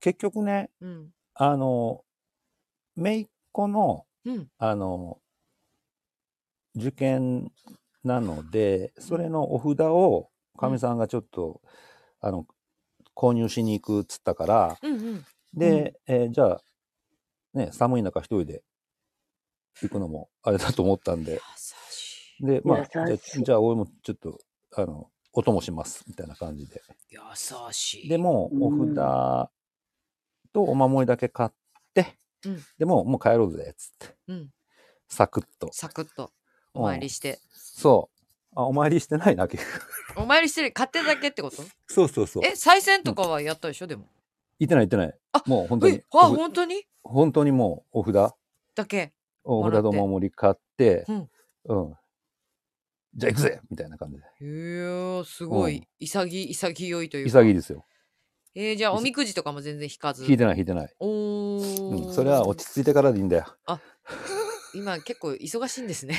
Speaker 3: 結局ね、
Speaker 1: うん。
Speaker 3: あのー、めいっ子の、
Speaker 1: うん。
Speaker 3: あのー、受験なので、それのお札を、かみさんがちょっと、あの、購入しに行くっつったから、
Speaker 1: うんうん。
Speaker 3: で、えーじゃあ、ね、寒い中一人で行くのもあれだと思ったんで
Speaker 1: 優、しい。
Speaker 3: で、まあ、じゃあ
Speaker 2: 優しい
Speaker 3: じゃあ俺もちょっと、あの、お供します、みたいな感じで。
Speaker 1: 優しい。
Speaker 3: で、もう、お
Speaker 2: うん
Speaker 3: 札とお守りだけ買って、
Speaker 1: うん
Speaker 3: でもう、もう帰ろうぜ、つって。
Speaker 1: うん。
Speaker 3: サクッと。
Speaker 1: サクッとお参り
Speaker 3: うん
Speaker 1: して。
Speaker 3: そう。あ、お参りしてないな、結局。
Speaker 1: お参りしてる買ってるだけってこと
Speaker 3: そうそうそう。
Speaker 1: え、再選とかはやったでしょでも。
Speaker 3: 行ってない行ってない
Speaker 1: あ。
Speaker 3: もう本当に
Speaker 1: え、あ、
Speaker 3: おふ
Speaker 1: 本当に
Speaker 3: 本当にもう、お札、
Speaker 1: だけ。
Speaker 3: お
Speaker 1: もらっ
Speaker 3: 札
Speaker 1: て
Speaker 3: とお守り買って、
Speaker 1: うん
Speaker 3: うん。じゃあ行くぜみたいな感じで。
Speaker 1: へえ、すご
Speaker 3: う
Speaker 1: い
Speaker 3: ん。
Speaker 1: 潔い、潔いというか。
Speaker 3: 潔いですよ。
Speaker 1: えーじゃあ、おみくじとかも全然引かず。
Speaker 3: 引いてない引いてない、
Speaker 1: おー、
Speaker 3: うん、それは落ち着いてからでいいんだよ
Speaker 1: 今結構忙しいんです ね。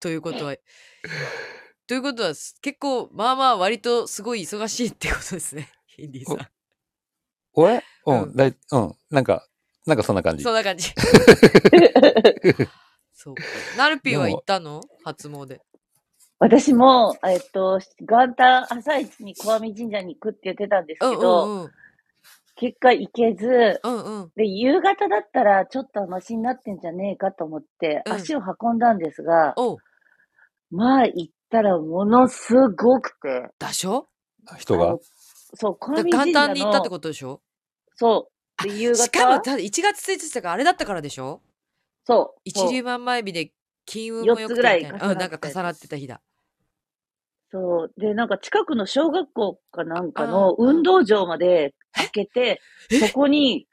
Speaker 1: ということは。ということは、す結構、まあまあ、割とすごい忙しいってことですね。ヒンディーさん。
Speaker 3: 俺うん、
Speaker 1: うん
Speaker 3: だいうんなんかなんかそんな感じ
Speaker 1: そんな感じ。そうか。ナルピーは
Speaker 3: で
Speaker 1: 行
Speaker 3: も
Speaker 1: ったの初詣。
Speaker 2: 私も、えっと、元旦朝一に小網神社に行くって言ってたんですけ
Speaker 1: う
Speaker 2: ど、
Speaker 1: んうんうん。
Speaker 2: 結果行けず、
Speaker 1: うんうん。
Speaker 2: で、夕方だったらちょっとはマシになってんじゃねえかと思って、
Speaker 1: うん
Speaker 2: 足を運んだんですが、
Speaker 1: おう、
Speaker 2: まあ行ったらものすごくて、
Speaker 1: だしょ
Speaker 3: 人
Speaker 2: あ
Speaker 3: が
Speaker 2: のそう、小
Speaker 1: だ
Speaker 2: 網
Speaker 1: 簡
Speaker 2: 神社
Speaker 1: 単
Speaker 2: の、
Speaker 1: に行ったってことでしょ
Speaker 2: そう、で夕方
Speaker 1: しかも、ただ1月1日だからあれだったからでしょ
Speaker 2: そう、
Speaker 1: 一
Speaker 2: もう
Speaker 1: 粒万枚日で金運も良くてみたい
Speaker 2: 四つぐ
Speaker 1: な。
Speaker 2: らい
Speaker 1: うん、な
Speaker 2: 重なってたやつ
Speaker 1: んか重なってた日だ。
Speaker 2: そう。で、なんか近くの小学校かなんか
Speaker 1: あ
Speaker 2: の
Speaker 1: うん
Speaker 2: 運動場まで開けて、そ こに、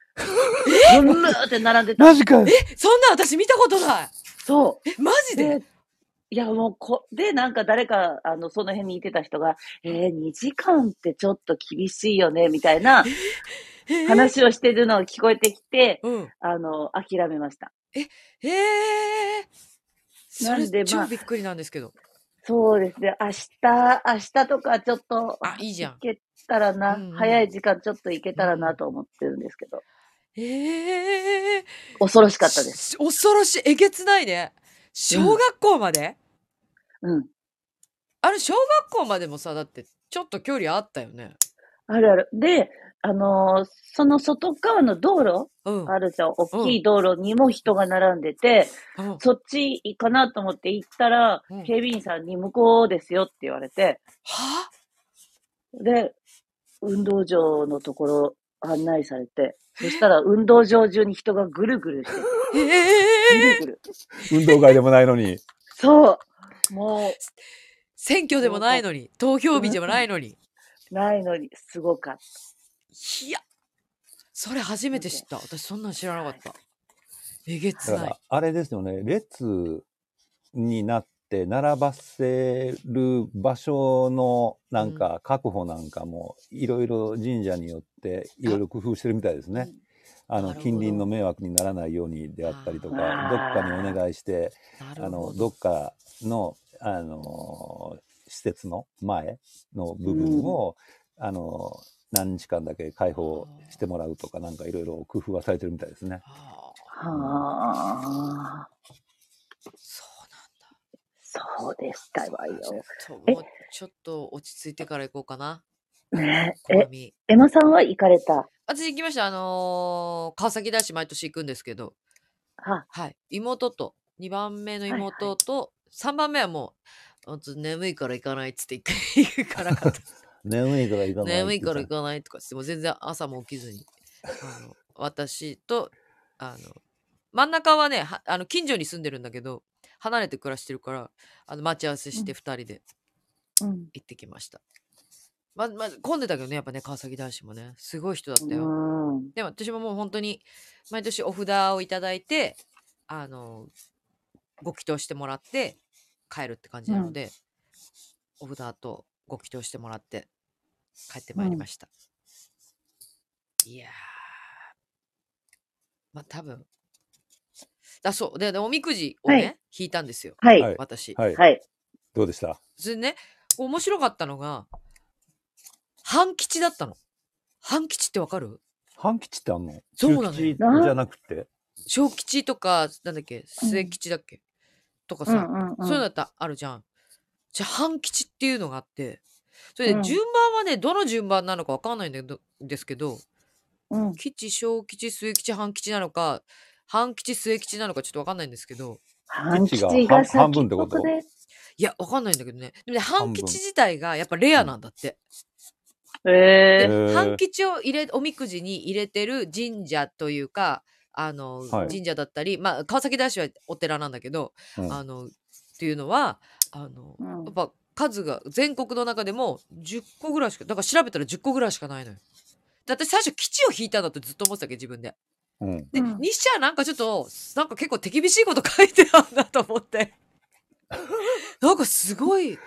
Speaker 2: ブルーって並んでた。
Speaker 3: マジかよ
Speaker 1: そんな私見たことない
Speaker 2: そ
Speaker 1: え、マジ
Speaker 2: う。
Speaker 1: で
Speaker 2: で、いやもうこ、で、なんか誰か、あの、その辺にいてた人が、えー、2時間ってちょっと厳しいよね、みたいな
Speaker 1: えー
Speaker 2: 話をしてるのを聞こえてきて、
Speaker 1: うん。
Speaker 2: あの、諦めました。
Speaker 1: へえー。そ
Speaker 2: なんで
Speaker 1: れ
Speaker 2: ま
Speaker 1: 超
Speaker 2: あ
Speaker 1: びっくりなんですけど。
Speaker 2: そうですね。明日、明日とかちょっと、
Speaker 1: あいいじゃん
Speaker 2: 行けたらな、
Speaker 1: うんうん
Speaker 2: 早い時間ちょっと行けたらなと思ってるんですけど、
Speaker 1: ええー。
Speaker 2: 恐ろしかったです。
Speaker 1: す。恐ろしい。えげつないね。小学校まで、
Speaker 2: うん。
Speaker 1: あれ、小学校までもさ、だって、ちょっと距離あったよね。
Speaker 2: あるある。で、あのーその外側の道路
Speaker 1: うん。
Speaker 2: あるじゃん。大きい道路にも人が並んでて、
Speaker 1: うん
Speaker 2: そっち行かなと思って行ったら、
Speaker 1: うん
Speaker 2: 警備員さんに向こうですよって言われて、
Speaker 1: は
Speaker 2: で、運動場のところ案内されて、そしたら運動場中に人がぐるぐるし
Speaker 1: え
Speaker 2: て、ぐる
Speaker 1: え
Speaker 2: ぐる。
Speaker 3: 運動会でもないのに。
Speaker 2: そう。も
Speaker 1: 選挙でもないのに、投票日でもないのに。
Speaker 2: う、ないのに、すごかっ
Speaker 1: いや、それ初めて知った。私そんなん知らなかった。えげつ
Speaker 3: だか
Speaker 1: ない
Speaker 3: ら。、あれですよね、列になって並ばせる場所のなんか確保なんかも、いろいろ神社によっていろいろ工夫してるみたいですね。あ
Speaker 1: な
Speaker 3: の
Speaker 1: るほど
Speaker 3: 近隣の迷惑にならないようにであったりとか、ど
Speaker 2: あ
Speaker 3: っ
Speaker 2: ー
Speaker 3: かにお願いして、
Speaker 1: な
Speaker 3: あ
Speaker 1: るほ
Speaker 3: の
Speaker 1: ど。
Speaker 3: どっかの、あの施設の前の部分を、あの何日間だけ開放してもらうとか、なんかいろいろ工夫はされてるみたいですね。
Speaker 1: ああ、
Speaker 2: た。はあ、
Speaker 1: そうなんだ。
Speaker 2: そうでしたわよ。
Speaker 1: ちょっと、もうちょっと落ち着いてから行こうかな。
Speaker 2: ね
Speaker 1: 好
Speaker 2: え、
Speaker 1: み。
Speaker 2: エマさんは行かれた。
Speaker 1: 私行きました。あのー川崎大師毎年行くんですけど、
Speaker 2: は
Speaker 1: はい。妹と、2番目の
Speaker 2: はいはい
Speaker 1: 妹と、三3番目はもう、あちょっと眠いから行かないっつって一回行くから かった。
Speaker 3: 眠いから行かない。
Speaker 1: 眠いから行かないとかして、もう全然朝も起きずに。あの私と、あの、真ん中はね、はあの近所に住んでるんだけど、離れて暮らしてるから、あの待ち合わせして2人で
Speaker 2: うん。
Speaker 1: 行ってきました。ま、ま、混んでたけどね、やっぱね、川崎大師もね、すごい人だったよ。
Speaker 2: うん。
Speaker 1: でも私ももう本当に毎年お札をいただいてあのご祈祷してもらって帰るって感じなので、お札とご祈祷してもらって帰ってまいりました、いやーまあ多分だそうででおみくじをね、
Speaker 2: はい
Speaker 1: 引いたんですよ
Speaker 2: はい。
Speaker 3: はい
Speaker 1: 私、
Speaker 3: はい。
Speaker 2: はい。
Speaker 3: どうでした
Speaker 1: それでね面白かったのが半吉だったの半吉ってわかる
Speaker 3: 半吉ってあんの
Speaker 1: そうなのよ
Speaker 3: 中吉じゃなくて。
Speaker 1: 小吉とかなんだっけ末吉だっけ、とか
Speaker 2: う
Speaker 1: さ、
Speaker 2: んうんうん。
Speaker 1: そういうのだったらあるじゃん。じゃあ半吉っていうのがあってそれ
Speaker 2: う
Speaker 1: で
Speaker 2: ん
Speaker 1: 順番はね、どの順番なのかわかんないんだけどですけど
Speaker 2: うん。
Speaker 1: 吉小吉末吉半吉なのか半吉末吉なのかちょっとわかんないんですけど
Speaker 2: 半
Speaker 3: 基地が
Speaker 2: 吉が先
Speaker 3: 半分ってこと
Speaker 2: ほどで
Speaker 1: いやわかんないんだけどねでもね
Speaker 3: 半
Speaker 1: 半
Speaker 3: 分
Speaker 1: 吉自体がやっぱレアなんだって。
Speaker 2: ええ
Speaker 3: ー
Speaker 1: で半吉を入れおみくじに入れてる神社というかあの、
Speaker 3: はい
Speaker 1: 神社だったり、まあ、川崎大師はお寺なんだけど、
Speaker 3: うん
Speaker 1: あのっていうのはあの、
Speaker 2: うん
Speaker 1: やっぱ数が全国の中でも10個ぐらいしかだから調べたら10個ぐらいしかないのよ。で私最初基地を引いたんだとずっと思ってたっけ自分で。
Speaker 3: うん。
Speaker 1: で、
Speaker 2: うん
Speaker 1: にしちゃなんかちょっとなんか結構手厳しいこと書いてあるなと思って なんかすごい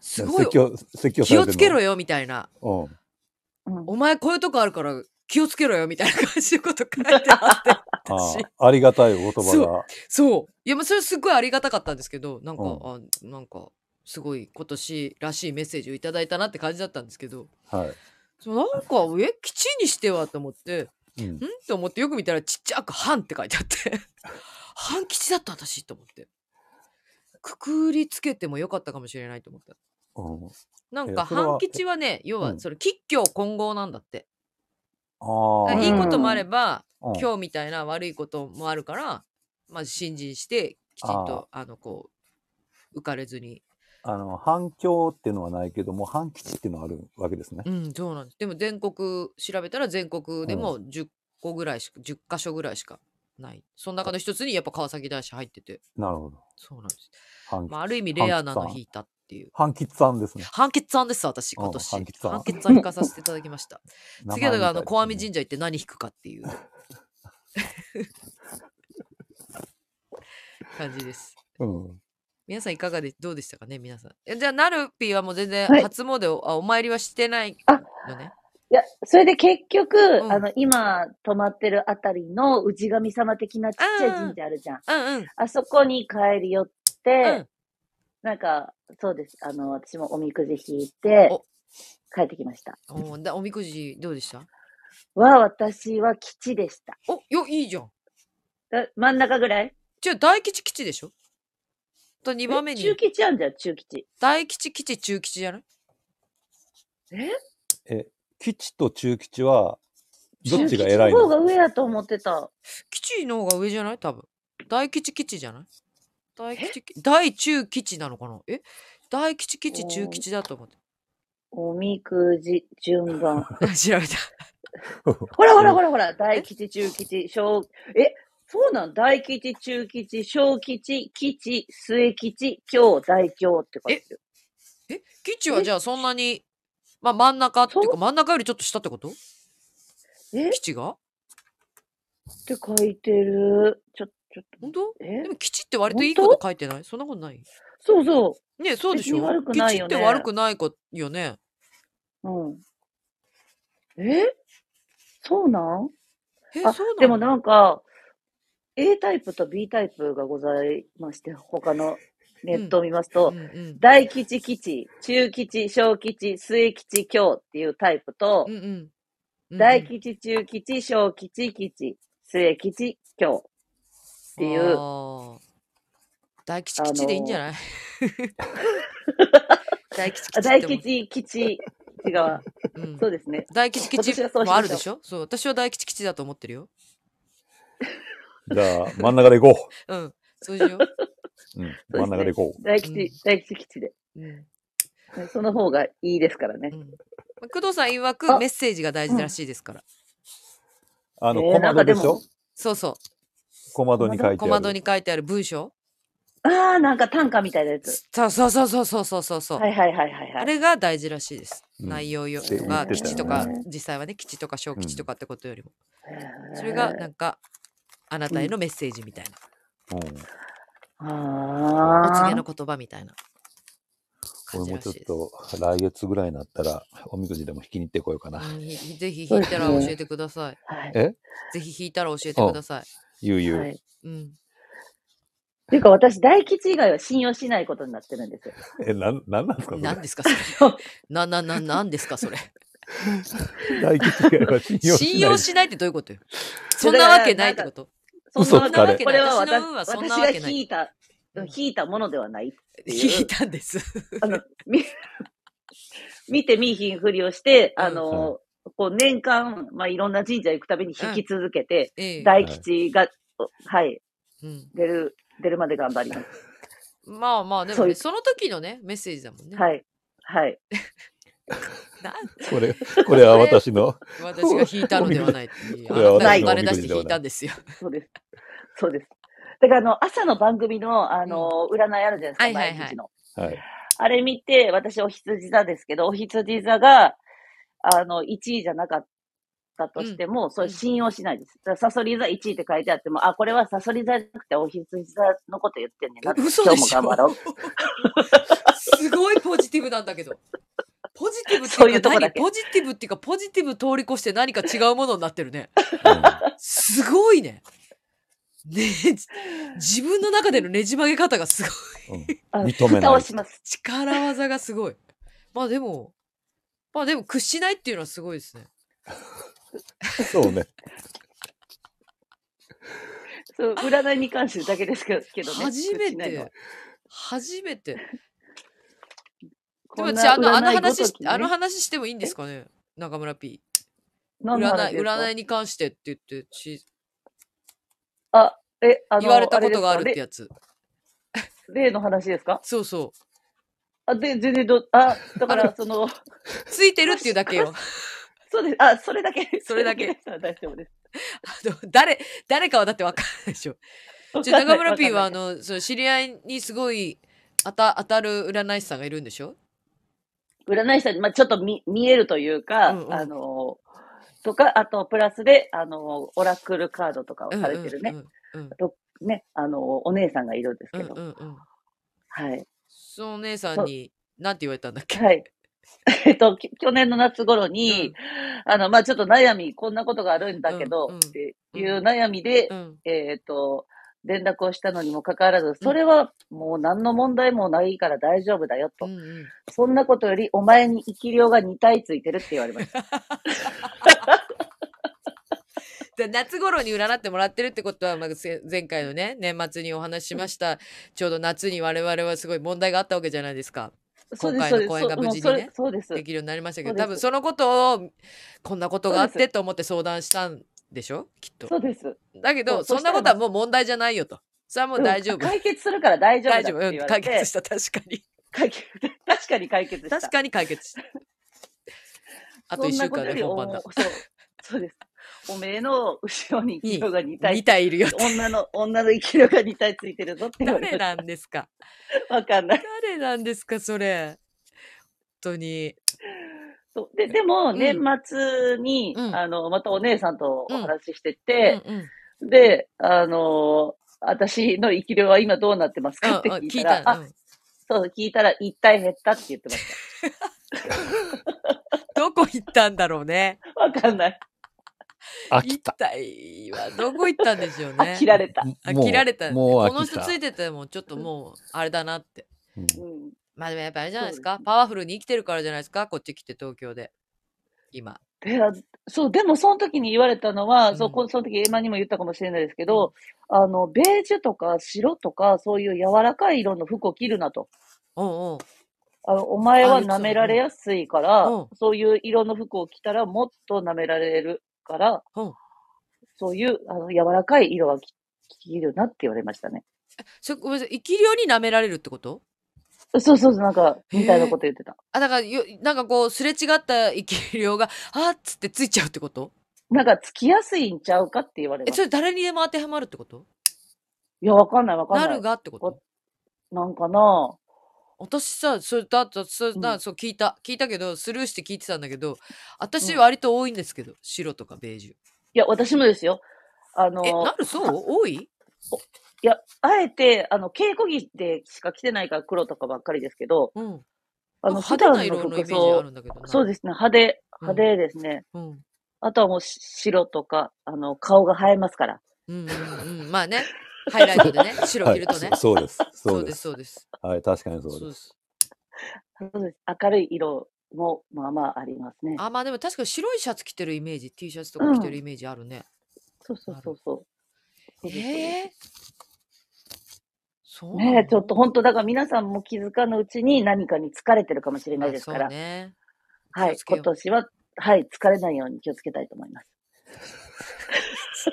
Speaker 1: すごい
Speaker 3: 説教、説教さ
Speaker 1: 気
Speaker 3: れてる
Speaker 1: を
Speaker 3: の
Speaker 1: つけろよみたいな。
Speaker 3: うん。
Speaker 2: うん
Speaker 1: お前こういうとこあるから気をつけろよみたいな感じのこと書いてあって
Speaker 3: あ
Speaker 1: 私
Speaker 3: あありがたいお言葉
Speaker 1: そういやまあそれすごいありがたかったんですけどなんか、
Speaker 3: うん
Speaker 1: あなんかすごい今年らしいメッセージをいただいたなって感じだったんですけど
Speaker 3: が。はい。
Speaker 1: そうなんかえ基地にしてはと思って
Speaker 3: うん
Speaker 1: んと思ってよく見たらちっちゃく「半」って書いてあって 半吉だった私と思ってくくりつけてもよかったかもしれないと思った
Speaker 3: うん
Speaker 1: なん
Speaker 3: え
Speaker 1: か
Speaker 3: それは
Speaker 1: 半吉はね要
Speaker 3: う
Speaker 1: は
Speaker 3: ん
Speaker 1: それ吉凶混合なんだって、
Speaker 3: あ
Speaker 1: だ
Speaker 3: あ。
Speaker 1: からいいこ
Speaker 2: う
Speaker 1: と
Speaker 2: ん
Speaker 1: もあれば、
Speaker 3: うん
Speaker 1: 今日みたいな悪いこともあるから、まあ、信心してきちんとあのこう浮かれずに
Speaker 3: あの、反響っていうのはないけども、反吉っていうのはあるわけですね。
Speaker 1: うんそうなんですでも全国調べたら全国でも10個ぐらいしか10箇所ぐらいしかないその中の一つにやっぱ川崎大師入ってて
Speaker 3: なるほど。
Speaker 1: そうなんです、
Speaker 3: 反吉。
Speaker 1: まあ、ある意味レアな
Speaker 3: 半
Speaker 1: の
Speaker 3: 吉さん
Speaker 1: 引いたっていう
Speaker 3: 半吉さんですね。
Speaker 1: 判決さんです私
Speaker 3: うん
Speaker 1: 今年
Speaker 3: 半
Speaker 1: 判
Speaker 3: 吉さん
Speaker 1: 決さん引かさせていただきました 次はだからあの小
Speaker 3: 小
Speaker 1: 網神社行って何引くか っていう感じです
Speaker 3: うん。
Speaker 1: 皆さんいかがでどうでしたかね皆さんえじゃあなるぴーはもう全然
Speaker 2: はい
Speaker 1: 初詣を、あお参りはしてない
Speaker 2: あ
Speaker 1: のね
Speaker 2: いや、それで結局、
Speaker 1: ん
Speaker 2: あの、今、泊まってるあたりの内神様的なちっちゃい神社あるじゃん。
Speaker 1: うんうん
Speaker 2: あそこに帰り寄って、
Speaker 1: うん
Speaker 2: なんか、そうです。あの、私もおみくじ引いて
Speaker 1: お、
Speaker 2: 帰ってきました。
Speaker 1: おだおみくじどうでした
Speaker 2: は、私は吉でした。
Speaker 1: およいいじゃん
Speaker 2: だ真ん中ぐらい
Speaker 1: じゃあ大吉吉でしょと2番目
Speaker 2: え
Speaker 1: に
Speaker 2: 中吉あんじゃん、中吉。
Speaker 1: 大吉吉中吉じゃない
Speaker 3: え、吉と中吉は、どっち
Speaker 2: 中
Speaker 3: が偉
Speaker 2: 吉
Speaker 3: い
Speaker 2: の方
Speaker 3: の
Speaker 2: が上やと思ってた。
Speaker 1: 吉の方が上じゃない多分大吉吉じゃない大吉吉大中吉なのかなえ大吉吉中吉だと思って
Speaker 2: おみくじ、順番。
Speaker 1: 調べた。
Speaker 2: ほらほらほらほら、大吉、中吉、小、え、そうなん大吉、中吉、小吉、吉、末吉、京、大京って感じ。
Speaker 1: え、基地はじゃあそんなに、まあ真ん中っていう
Speaker 2: そ
Speaker 1: か真ん中よりちょっと下ってこと
Speaker 2: えっ
Speaker 1: 基地が
Speaker 2: て書いてる。ちょ、ちょっ
Speaker 1: 本当
Speaker 2: と、
Speaker 1: で
Speaker 2: え
Speaker 1: も基地って割といい
Speaker 2: 本
Speaker 1: こ
Speaker 2: 当
Speaker 1: と書いてないそんなことない
Speaker 2: そうそ
Speaker 1: ねそうでしょ
Speaker 2: 別に悪く
Speaker 1: 基
Speaker 2: な
Speaker 1: 地
Speaker 2: いよ
Speaker 1: っ
Speaker 2: ね
Speaker 1: て悪くないこよね。
Speaker 2: う。うん。えそうなん
Speaker 1: え、
Speaker 2: あ
Speaker 1: そうなの
Speaker 2: でもなんか、A タイプと B タイプがございまして、他のネットを見ますと、
Speaker 1: うんうん
Speaker 2: 大吉吉、中吉、小吉、末吉、京っていうタイプと、
Speaker 1: うんうんうん。
Speaker 2: 大吉、中吉、小吉、吉、末吉、京。ていう
Speaker 1: あー。大吉基地でいいんじゃない 大吉基地
Speaker 2: あ大
Speaker 1: っても
Speaker 2: 吉、吉、違う。
Speaker 1: うん
Speaker 2: そう ですね。
Speaker 1: 大吉基
Speaker 2: 私は
Speaker 1: 地
Speaker 2: そうしましょう
Speaker 1: もあるでしょそう、私は大吉基地だと思ってるよ。
Speaker 3: じゃあ、真ん中で行こ
Speaker 1: うん、そうしよう。
Speaker 3: う。うん、真ん中で行こう。
Speaker 2: 大
Speaker 1: うん
Speaker 2: 吉、大吉、吉で。
Speaker 1: うん
Speaker 2: その方がいいですからね
Speaker 1: う。んまあ工藤さん曰く
Speaker 2: あ
Speaker 1: メッセージが大事らしいですから。
Speaker 3: あの、
Speaker 2: えー
Speaker 3: 小窓でし
Speaker 2: なん
Speaker 3: ょ
Speaker 2: か
Speaker 1: そうそ
Speaker 3: 小窓に書
Speaker 1: う。
Speaker 3: いて
Speaker 1: 小
Speaker 3: あ
Speaker 1: 窓
Speaker 3: る。
Speaker 1: に書いてある文章。
Speaker 2: ああ、なんか短歌みたいなやつ。
Speaker 1: そうそうそうそうそうそうそう。
Speaker 2: はいはいはいはいは
Speaker 1: あ
Speaker 2: い。
Speaker 1: れが大事らしいです。
Speaker 3: うん
Speaker 1: 内容よ
Speaker 3: って
Speaker 1: と
Speaker 3: 言
Speaker 1: か、
Speaker 3: ってたよね
Speaker 1: 基地とか、実際はね、基地とか小基地とかってことよりも。それがなんか、あなたへのメッセージみたいな。
Speaker 3: うん。
Speaker 2: あ
Speaker 1: お
Speaker 2: あ。
Speaker 1: 告げの言葉みたいな。感
Speaker 3: 俺
Speaker 1: じ
Speaker 3: も
Speaker 1: ら
Speaker 3: ち
Speaker 1: し
Speaker 3: ょ
Speaker 1: い
Speaker 3: っ
Speaker 1: です。
Speaker 3: と、来月ぐらいになったら、おみくじでも引きに行ってこようか な。
Speaker 1: うんひぜひ弾いたら教えてください。
Speaker 2: はい
Speaker 3: え
Speaker 1: ぜひ弾いたら教えてください。
Speaker 3: ゆうゆ
Speaker 2: は
Speaker 3: う
Speaker 2: い。
Speaker 1: うん。
Speaker 2: っていうか私、大吉以外は信用しないことになってるんですよ。
Speaker 3: え、なん、なんなんですか
Speaker 1: 何
Speaker 3: そ
Speaker 1: ですかそれ。な、な、な、なんですかそれ。
Speaker 3: れ。大吉以外は信 用しない。
Speaker 1: 信用しないってどういうことよ。そんなわけないってこと
Speaker 2: そんな
Speaker 3: 嘘つか
Speaker 2: わ
Speaker 3: れ
Speaker 2: けこれは
Speaker 1: 私の
Speaker 2: 私
Speaker 1: 運はそん
Speaker 2: 私
Speaker 1: な
Speaker 2: が
Speaker 1: わけない
Speaker 2: 引いた、
Speaker 1: うん
Speaker 2: 引いたものではない。
Speaker 1: 聞いたんです。
Speaker 2: あの、み、見て見いひんふりをして、
Speaker 1: うん
Speaker 2: あの、こう年間、まあ、いろんな神社行くたびに引き続けて、
Speaker 1: ええ。
Speaker 2: 大吉が、はい、
Speaker 1: うん
Speaker 2: 出る、出るまで頑張ります。
Speaker 1: まあまあ、で
Speaker 2: そ
Speaker 1: も
Speaker 2: うい
Speaker 1: ね、
Speaker 2: う
Speaker 1: その時のね、メッセージだもんね。
Speaker 2: はい。はい。
Speaker 1: なん
Speaker 3: これ、これは私の。
Speaker 1: 私が弾いたのではないっていう。
Speaker 3: これは
Speaker 1: あなたが
Speaker 2: 私
Speaker 1: お
Speaker 2: の
Speaker 1: 金出して弾いたんですよ。
Speaker 2: そうです。そうです。だから、あの、朝の番組の、あの、占いあるじゃないですか、
Speaker 1: はいはいはい
Speaker 2: 毎日の。
Speaker 3: はい。
Speaker 2: あれ見て、私、お羊座ですけど、お羊座が、あの、1位じゃなかったとしても、それ信用しないです。だからサソリ座1位って書いてあっても、あ、これはサソリ座じゃなくて、お羊座のこと言ってんねんな。
Speaker 1: 嘘
Speaker 2: 今
Speaker 1: で
Speaker 2: 日も
Speaker 1: しょ
Speaker 2: 頑張ろう。
Speaker 1: すごいポジティブなんだけど。ポジティブって
Speaker 2: そうい
Speaker 1: いううか
Speaker 2: とこ
Speaker 1: 何
Speaker 2: だけ
Speaker 1: ポジティブっていうか、ポジティブ通り越して何か違うものになってるね。すごいね。ねえじ自分の中でのねじ曲げ方がすごい。
Speaker 3: うんうん
Speaker 2: あ
Speaker 3: 認め
Speaker 2: 蓋
Speaker 3: な
Speaker 2: を
Speaker 3: い。
Speaker 2: します。
Speaker 1: 力技がすごい。まあでも、まあでも屈しないっていうのはすごいですね。
Speaker 3: そうね。
Speaker 2: そう、占いに関してだけですけどね。
Speaker 1: 初め
Speaker 2: うちないのは
Speaker 1: て。初めて。で
Speaker 2: こ
Speaker 1: も
Speaker 2: んな
Speaker 1: 私あのあの
Speaker 2: 占いごとき
Speaker 1: 話し、
Speaker 2: ね
Speaker 1: あの話してもいいんですかね中村 P。
Speaker 2: 何の
Speaker 1: 占
Speaker 2: 話
Speaker 1: い、
Speaker 2: ですか
Speaker 1: 占いに関してって言って、し
Speaker 2: あ、え、あの、
Speaker 1: 言われたことがあるって
Speaker 2: れですか
Speaker 1: やつ。
Speaker 2: 例例の話ですか
Speaker 1: そうそ
Speaker 2: あ、で、全然ど、あ、だか
Speaker 1: あ
Speaker 2: ら、その、
Speaker 1: う。ついてるっていうだけ よ。
Speaker 2: そうです。あ、それだ け。
Speaker 1: それだけ
Speaker 2: でしたら大丈夫です。
Speaker 1: あの誰、誰かはだってわかんないで しょ。ちょ
Speaker 2: わかん
Speaker 1: 中
Speaker 2: ない
Speaker 1: 村 P はあ
Speaker 2: わかんない
Speaker 1: の、その知り合いにすごい当た当たる占い師さんがいるんでしょ
Speaker 2: 占い師さんに、まあ、ちょっと見見えるというか、
Speaker 1: うんうん
Speaker 2: あのとか、あと、プラスで、あのオラクルカードとかをされてるね、
Speaker 1: うんうん
Speaker 2: ね、あのお姉さんがいるんです
Speaker 1: うん
Speaker 2: け
Speaker 1: うん
Speaker 2: ど、
Speaker 1: うんうん。
Speaker 2: はい。
Speaker 1: そのお姉さんに、なんて言われたんだっ け
Speaker 2: はい。えっと、き去年の夏頃に、あの、まあ、ちょっと悩み、こんなことがあるんだけど、
Speaker 1: うんうん
Speaker 2: っていう悩みで、
Speaker 1: うん。
Speaker 2: えっと、連絡をしたのにもかかわらず、それはもう何の問題もないから大丈夫だよと。
Speaker 1: うんうん
Speaker 2: そんなことより、お前に生き量が2体ついてるって言われました。
Speaker 1: で夏頃に占ってもらってるってことは、まあ、せ前回のね年末にお話ししましたちょうど夏に我々はすごい問題があったわけじゃないですか
Speaker 2: そうです、
Speaker 1: 今
Speaker 2: そ
Speaker 1: 回
Speaker 2: うで
Speaker 1: の
Speaker 2: す。
Speaker 1: 公演が無事にね
Speaker 2: そうもうそれそうです。
Speaker 1: できるようになりましたけど
Speaker 2: そうです
Speaker 1: 多分そのことをこんなことがあっ
Speaker 2: そうで
Speaker 1: てと思って相談したんでしょきっと
Speaker 2: そうです。
Speaker 1: だけど
Speaker 2: そ
Speaker 1: そう
Speaker 2: そ
Speaker 1: ん
Speaker 2: した
Speaker 1: な
Speaker 2: ら
Speaker 1: ことはもう問題じゃないよとそれはもう大丈夫、
Speaker 2: うん 解決するから大丈夫だ
Speaker 1: 大
Speaker 2: って
Speaker 1: 丈夫、
Speaker 2: 言わ
Speaker 1: うん
Speaker 2: れて。
Speaker 1: 解決した確かに
Speaker 2: 解決確かに解決した。
Speaker 1: 確かに解決したあと
Speaker 2: そ
Speaker 1: 1
Speaker 2: んな
Speaker 1: 週
Speaker 2: こと
Speaker 1: 間で
Speaker 2: より
Speaker 1: 本番だ
Speaker 2: お。そう、そうです。 おめえの後ろに生きるが2体
Speaker 1: 2体いる よ。
Speaker 2: 女の、女の生きるが2体ついてるぞって言われ
Speaker 1: 誰
Speaker 2: ま
Speaker 1: なんですか
Speaker 2: した。わかんない。
Speaker 1: 誰なんですかそれ。本当に。
Speaker 2: そうで、でも、
Speaker 1: ん
Speaker 2: 年末に、
Speaker 1: うん
Speaker 2: あの、またお姉さんとお話しして
Speaker 1: うん
Speaker 2: て、
Speaker 1: うんうん
Speaker 2: で、あの私の生きるは今どうなってますかって
Speaker 1: うん
Speaker 2: 聞
Speaker 1: 聞
Speaker 2: い
Speaker 1: い
Speaker 2: たら、
Speaker 1: た。う
Speaker 2: あ、
Speaker 1: ん
Speaker 2: そう、聞いたら1体減ったって言ってまし
Speaker 1: どこ行ったんだろうね。
Speaker 2: た。わかんない。
Speaker 3: 飽き
Speaker 1: 一
Speaker 3: た。
Speaker 1: 体はどこ行ったんでしょう
Speaker 2: あ、
Speaker 1: ね
Speaker 2: 切。られた。
Speaker 1: あ
Speaker 3: もう
Speaker 1: 切られた。
Speaker 3: もう飽
Speaker 1: この
Speaker 3: き
Speaker 1: 人
Speaker 3: た。
Speaker 1: ついててもちょっともうあれだなって。
Speaker 3: う
Speaker 2: う
Speaker 3: ん
Speaker 2: ん。
Speaker 1: まあでもやっぱあれじゃないです
Speaker 2: そう
Speaker 1: か
Speaker 2: ですね
Speaker 1: パワフルに生きてるからじゃないですかこっち来て東京で。今。
Speaker 2: で、あそう、でもその時に言われたのは、そう
Speaker 1: うん
Speaker 2: こ、その時エマにも言ったかもしれないですけど、あの、ベージュとか白とか、そういう柔らかい色の服を着るなと。
Speaker 1: おう
Speaker 2: あの、お前は
Speaker 1: あいつ
Speaker 2: 舐められやすいから、
Speaker 1: うんうん
Speaker 2: そういう色の服を着たらもっと舐められるから、
Speaker 1: おう。うん。
Speaker 2: そういう、あの、柔らかい色は着着るなって言われましたね。
Speaker 1: それごめんなさい。生き量に舐められるってこと
Speaker 2: そうそうそう、なんか、
Speaker 1: へー
Speaker 2: みたいなこと言ってた。
Speaker 1: あ、だからよ、なんかこう、すれ違った生き量が、あーっつってついちゃうってこと
Speaker 2: なんか、つきやすいんちゃうかって言われ
Speaker 1: え、
Speaker 2: まし
Speaker 1: そ
Speaker 2: た。
Speaker 1: れ誰にでも当てはまるってこと
Speaker 2: いや、わかんないわかんな。
Speaker 1: ないるがってこと
Speaker 2: なんかな
Speaker 1: 私さ、それだと、そ
Speaker 2: うん
Speaker 1: うそう聞いた。聞いたけど、スルーして聞いてたんだけど、私
Speaker 2: うん
Speaker 1: 割と多いんですけど、白とかベージ
Speaker 2: いや、私もですよ。あ
Speaker 1: ュ。
Speaker 2: の
Speaker 1: え、なるそう多い
Speaker 2: いや、あえて、あの、稽古着でしか着てないから黒とかばっかりですけど、
Speaker 1: うん。
Speaker 2: あ
Speaker 1: なん
Speaker 2: の、
Speaker 1: か
Speaker 2: 普
Speaker 1: 派手な
Speaker 2: 段の
Speaker 1: 色のイメ
Speaker 2: 服
Speaker 1: ージあ
Speaker 2: 装
Speaker 1: る、んだけどな。
Speaker 2: そうですね、派手、
Speaker 1: うん
Speaker 2: 派手ですね。
Speaker 1: うん。
Speaker 2: あとはもうし白とか、あの、顔が映えますから。
Speaker 1: うんうんうん。まあね、ハイライトで ね、白着るとね
Speaker 3: はい。そそうです。
Speaker 1: そ
Speaker 3: そうう
Speaker 1: で、
Speaker 3: ですす。
Speaker 1: そうです。
Speaker 3: はい、確かにそう
Speaker 1: そ
Speaker 3: で
Speaker 1: うで
Speaker 3: す。
Speaker 1: す。
Speaker 2: そうです。明るい色も、まあまあありますね。
Speaker 1: あ、まあでも確かに白いシャツ着てるイメージ、T シャツとか着てるイメージあるね。
Speaker 2: そうそうそうそう。そうです
Speaker 1: ええそうなの
Speaker 2: ねえ、ちょっと本当、だから皆さんも気づかぬうちに何かに疲れてるかもしれないですか
Speaker 1: あそう
Speaker 2: ら、
Speaker 1: ね。
Speaker 2: は
Speaker 1: 気を
Speaker 2: い、
Speaker 1: つけよ
Speaker 2: 今
Speaker 1: う
Speaker 2: 年は、はい、疲れないように気をつけたいと思います。
Speaker 3: ち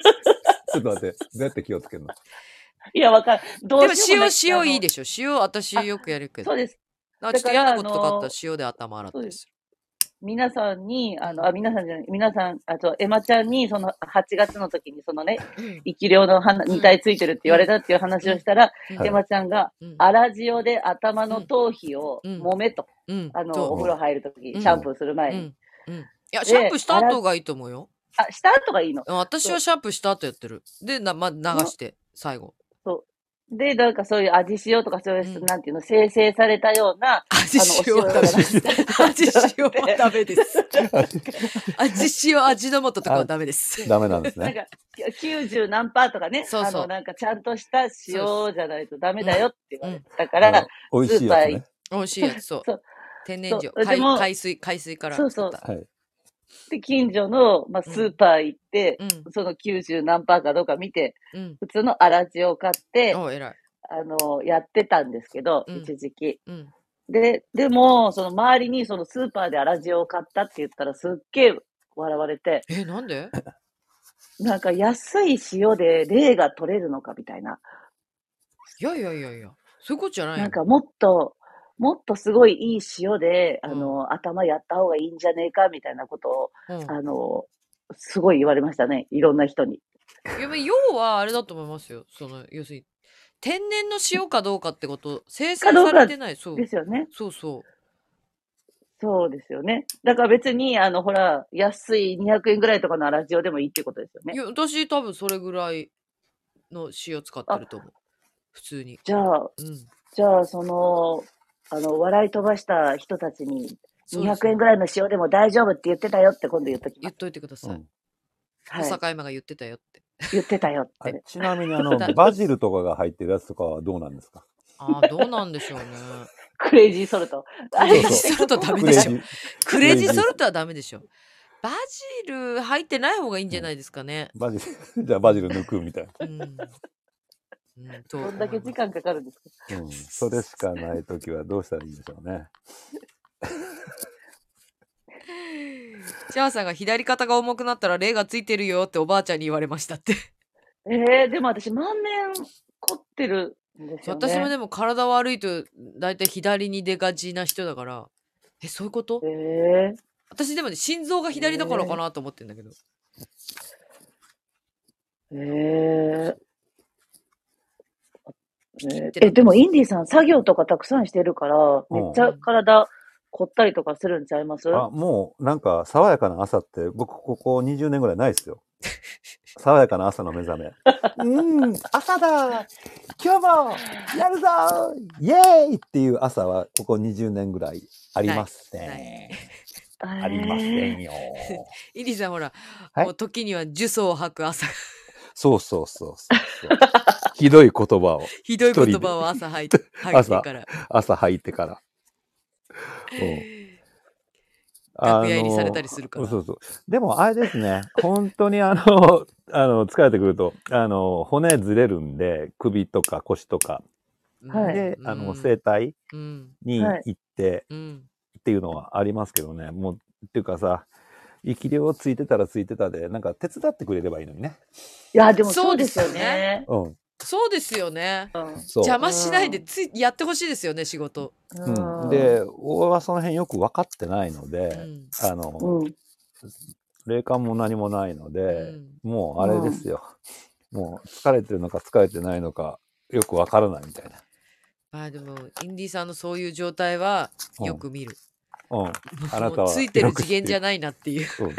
Speaker 3: ょっと待って、どうやって気をつけ るの
Speaker 2: いや、わかる。ど
Speaker 1: でも
Speaker 2: うしよう
Speaker 1: 塩
Speaker 2: ない、
Speaker 1: 塩いい
Speaker 2: で
Speaker 1: でしょ。塩、私よくやるけ
Speaker 2: そ
Speaker 1: ど
Speaker 2: う。です。
Speaker 1: なんかちょっと嫌
Speaker 2: だから
Speaker 1: なこととかあったら
Speaker 2: あ
Speaker 1: 塩で頭洗ったりする。
Speaker 2: 皆さんに、あ
Speaker 1: うん
Speaker 2: の、あ、皆さんじゃない、皆さん、あと、エマちゃんに、その、8月の時に、そのね、
Speaker 1: うん
Speaker 2: 生き量の花、2体ついてるって言われたっていう話をしたら、
Speaker 1: うん
Speaker 3: はい
Speaker 2: エマちゃんが、
Speaker 1: うん
Speaker 2: アラジオで頭の頭皮を
Speaker 1: うん
Speaker 2: 揉めと、
Speaker 1: うん。
Speaker 2: あの、
Speaker 1: そう
Speaker 2: お風呂入る時
Speaker 1: うん
Speaker 2: シャンプーする前
Speaker 1: う
Speaker 2: に。
Speaker 1: ん。うん。いや、
Speaker 2: で
Speaker 1: シャンプーした後がいいと思うよ。
Speaker 2: あ、した後がいいの。
Speaker 1: うん私はシャンプーした後やってる。で、な、ま、流して、最後。
Speaker 2: で、なんかそういう味塩とかそういう、
Speaker 1: うん
Speaker 2: なんていうの、生成されたような、
Speaker 1: 味塩
Speaker 2: 塩
Speaker 1: はダメです。味塩はダメ です。味塩、味の素とかはダメです。
Speaker 3: ダメなんです
Speaker 2: なん
Speaker 3: ね。
Speaker 2: か、90何パーとかね、
Speaker 1: そうそう
Speaker 2: あの、なんかちゃんとした塩じゃないとダメだよって言われたか
Speaker 3: あ
Speaker 2: ら
Speaker 3: の、美味しいやつね。
Speaker 1: 美味しいやつ、そう
Speaker 2: そう。
Speaker 1: 天然
Speaker 2: そ
Speaker 1: 塩
Speaker 2: う。で
Speaker 1: 海
Speaker 2: も
Speaker 1: 海水、海水から
Speaker 2: そ
Speaker 1: 作
Speaker 2: う
Speaker 1: った。
Speaker 2: そう
Speaker 3: はい。
Speaker 2: で、近所の、まあ、
Speaker 1: うん
Speaker 2: スーパー行って、
Speaker 1: うん
Speaker 2: その90何パーかどうか見て、
Speaker 1: うん。
Speaker 2: 普通の粗塩を買って、
Speaker 1: お偉い。
Speaker 2: あの、やってたんですけど、
Speaker 1: うん
Speaker 2: 一時期。
Speaker 1: うん。
Speaker 2: で、でも、その周りにそのスーパーで粗塩を買ったって言ったらすっげえ笑われて、
Speaker 1: え、なんで
Speaker 2: なんか安い塩で霊が取れるのかみたいな。
Speaker 1: いやいやいやいや。そういうことじゃないよ
Speaker 2: なんかもっと、もっとすごいいい塩で、
Speaker 1: うん
Speaker 2: あの、頭やった方がいいんじゃねえかみたいなことを、
Speaker 1: うん
Speaker 2: あの、すごい言われましたね。いろんな人に。
Speaker 1: いやまあ要はあれだと思いますよ。その、要するに、天然の塩かどうかってこと、生産
Speaker 2: かどう
Speaker 1: さ
Speaker 2: か
Speaker 1: れてない。そう
Speaker 2: で。すよね。
Speaker 1: そうそう。
Speaker 2: そうですよね。だから別に、あの、ほら、安い200円ぐらいとかのラジオでもいいってことですよ
Speaker 1: い
Speaker 2: ね。
Speaker 1: や、私多分それぐらいの塩使ってると思う。普通に。
Speaker 2: じゃあ、
Speaker 1: うん。
Speaker 2: じゃあ、その、あの、笑い飛ばした人たちに、
Speaker 1: そうです
Speaker 2: 200円ぐらいの塩でも大丈夫って言ってたよって今度言っときま
Speaker 1: 言っ
Speaker 2: す。
Speaker 1: といてくださ
Speaker 3: う
Speaker 1: い
Speaker 3: ん。
Speaker 1: 小
Speaker 2: はい。
Speaker 1: 坂今が言ってたよって。
Speaker 2: 言ってたよってね。
Speaker 3: あちなみに、あの、バジルとかが入ってるやつとかはどうなんですか
Speaker 1: ああ、どうなんでしょうね。
Speaker 2: クレイジーソルト。 あ
Speaker 1: クレ
Speaker 2: れ
Speaker 1: イジーソルトダメでしょ。クレイジーソルトはダメでしょ。バジル入ってない方がいいんじゃないですかね。
Speaker 3: バジル、じ ゃあバジル抜くみたい
Speaker 1: うん。うん、と
Speaker 2: どんだけ時
Speaker 1: 思いま
Speaker 2: 間かかるんですか
Speaker 3: な。うん。それしかないときはどうしたらいいんでしょうね。
Speaker 1: すチャーさんが左肩が重くなったら霊がついてるよっておばあちゃんに言われましたって。
Speaker 2: えー、でも私、万年凝ってるんですよね。
Speaker 1: 私も
Speaker 2: ね。
Speaker 1: でも体悪いと大体左に出がちな人だから、え、そういうこと
Speaker 2: えー、
Speaker 1: 私でもね、心臓が左だからかなと思ってんだけど。
Speaker 2: ええ
Speaker 1: ピキッてな
Speaker 2: え、でもインディさん作業とかたくさんしてるから、めっちゃ体凝ったりとかするんちゃいます
Speaker 3: あ、もうなんか爽やかな朝って、僕ここ20年ぐらいないですよ。爽やかな朝の目覚め。うん、朝だ今日もやるぞイエーイっていう朝はここ20年ぐらいありませ
Speaker 1: ない
Speaker 3: ん。あ
Speaker 2: あ
Speaker 3: りませんよ。
Speaker 1: イリさんほら、
Speaker 3: はい
Speaker 1: もう時には呪詛を吐く朝、
Speaker 3: そうそうそうそうそう。ひどい言葉を
Speaker 1: ひどい
Speaker 3: 一人
Speaker 1: 言
Speaker 3: で
Speaker 1: 葉を朝吐いて、吐いてから、
Speaker 3: 朝吐いて から。うん
Speaker 1: 楽屋入りされたりするから
Speaker 3: あのそうそう。でも、あれですね。 本当にあの、あの、疲れてくると、あの、骨ずれるんで、首とか腰とか。
Speaker 2: はい
Speaker 3: で、あ
Speaker 1: う
Speaker 3: の、
Speaker 1: ん
Speaker 3: 整体
Speaker 1: うん。
Speaker 3: に
Speaker 2: はい
Speaker 3: 行って
Speaker 1: うん。
Speaker 3: っていうのはありますけどね。もう、っていうかさ、生きをついてたらついてたで、なんか手伝ってくれればいいのにね。
Speaker 2: いや、でもそうですよね。
Speaker 3: うん。
Speaker 1: そうですよね。
Speaker 2: うん
Speaker 3: そう。
Speaker 1: 邪魔しないでついやってほしいですよね、仕事。
Speaker 3: うん、、で、俺はその辺よく分かってないので、
Speaker 1: うん
Speaker 3: あの、
Speaker 2: うん、
Speaker 3: 霊感も何もないので、
Speaker 1: うん
Speaker 3: もうあれですよ。もう疲れてるのか疲れてないのかよくわからないみたいな。
Speaker 1: まあでも、インディさんのそういう状態は
Speaker 3: うん
Speaker 1: よく見る。
Speaker 3: うん。あなたは
Speaker 1: もうついてる
Speaker 3: よく知
Speaker 1: 次
Speaker 3: ってる
Speaker 1: 元じゃないなっていう。
Speaker 3: そう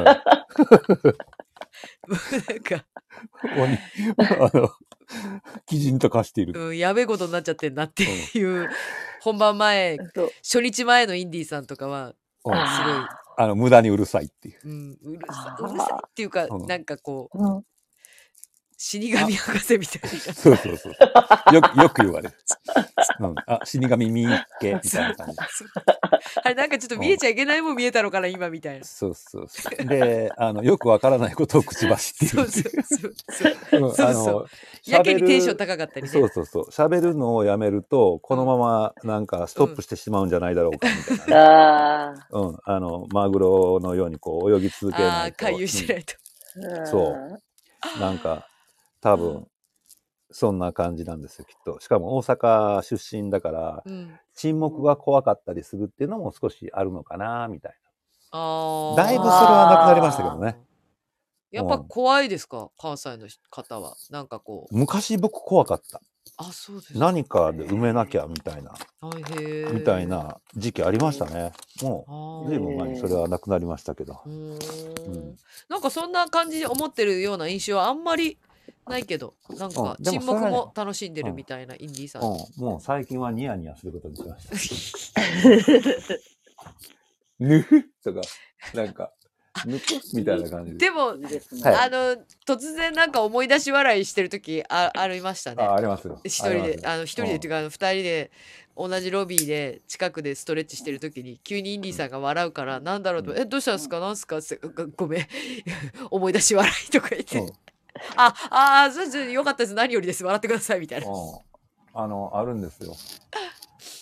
Speaker 3: うん
Speaker 1: なんか、
Speaker 3: 鬼あの、基人と化している。
Speaker 1: うん、やべえことになっちゃってんなっていう、本番前、
Speaker 2: そう
Speaker 1: 初日前のインディさんとかは、
Speaker 3: うん
Speaker 2: あ
Speaker 1: すごい、
Speaker 3: あの、無駄にうるさいっていう。
Speaker 1: うん、うるさ
Speaker 2: あー
Speaker 1: うるさいっていうか、
Speaker 3: うん
Speaker 1: なんかこう、
Speaker 2: うん、
Speaker 1: 死神博士みたい な。
Speaker 3: そうそうそう。よく、よく言われる。うん、あ、死神見っけみたいな感じ。
Speaker 1: あれなんかちょっと見えちゃいけないもん見えたのかな、今みたいな。
Speaker 3: そうそうそう。で、あの、よくわからないことを口走ってい
Speaker 1: そ
Speaker 3: る
Speaker 1: う
Speaker 3: ってい。
Speaker 1: そううそうそう。
Speaker 3: うん
Speaker 1: そうそうやけにテンション高かったりね。
Speaker 3: そうそうそう。喋るのをやめると、このままなんかストップしてしまうんじゃないだろ うか、みたいなね、
Speaker 2: ああ、
Speaker 3: うん。あの、マグロのようにこう泳ぎ続け
Speaker 1: あ
Speaker 3: な
Speaker 1: あ、
Speaker 3: いと。
Speaker 1: 回遊しないと。
Speaker 2: うん
Speaker 3: そう。うんなんか、多
Speaker 1: う
Speaker 3: 分
Speaker 1: ん、
Speaker 3: そんな感じなんですよ、きっと。しかも大阪出身だから、
Speaker 1: うん。
Speaker 3: 沈黙が怖かったりするっていうのも少しあるのかな、みたい
Speaker 1: ああ。
Speaker 3: な。だいぶそれはなくなりましたけどね。
Speaker 1: やっぱ怖いですか関西の方は。なんかこう。
Speaker 3: 昔僕怖かった。
Speaker 1: あ、そうですか。
Speaker 3: 何かで埋めなきゃ、みたいな、
Speaker 1: はいへえ
Speaker 3: みたい。な時期ありましたね。も
Speaker 1: あー
Speaker 3: う、随分前にそれはなくなりましたけど
Speaker 1: う。
Speaker 3: う
Speaker 1: ーん
Speaker 3: ん
Speaker 1: なんかそんな感じで思ってるような印象はあんまりないけど、なんか
Speaker 3: うんでも
Speaker 1: 沈
Speaker 3: それは
Speaker 1: 黙
Speaker 3: ね
Speaker 1: も楽しんでるみたいなインディーさん。
Speaker 3: うん、もう最近はニヤニヤすることにしました。 ぬふっとか、なんか、ぬくっみたいな感じで。
Speaker 1: でも
Speaker 2: い、いですね。
Speaker 3: はい
Speaker 1: あの、突然なんか思い出し笑いしてる時あありましたね
Speaker 3: あ、。ありますよ。
Speaker 1: 一人
Speaker 3: あり
Speaker 1: で
Speaker 3: ます、よ
Speaker 1: あの一人でっていうか、あの二人で同じロビーで近くでストレッチしてる時に急にインディーさんが笑うから、なんだろうと、
Speaker 3: うん
Speaker 1: え、どうしたんですかなんすかって言ってごごめん、 思い出し笑いとか言って、
Speaker 3: うん
Speaker 1: あ、ああ、そうです、よかったです、何よりです、笑ってくださいみたいな。
Speaker 3: うん、あのあるんですよ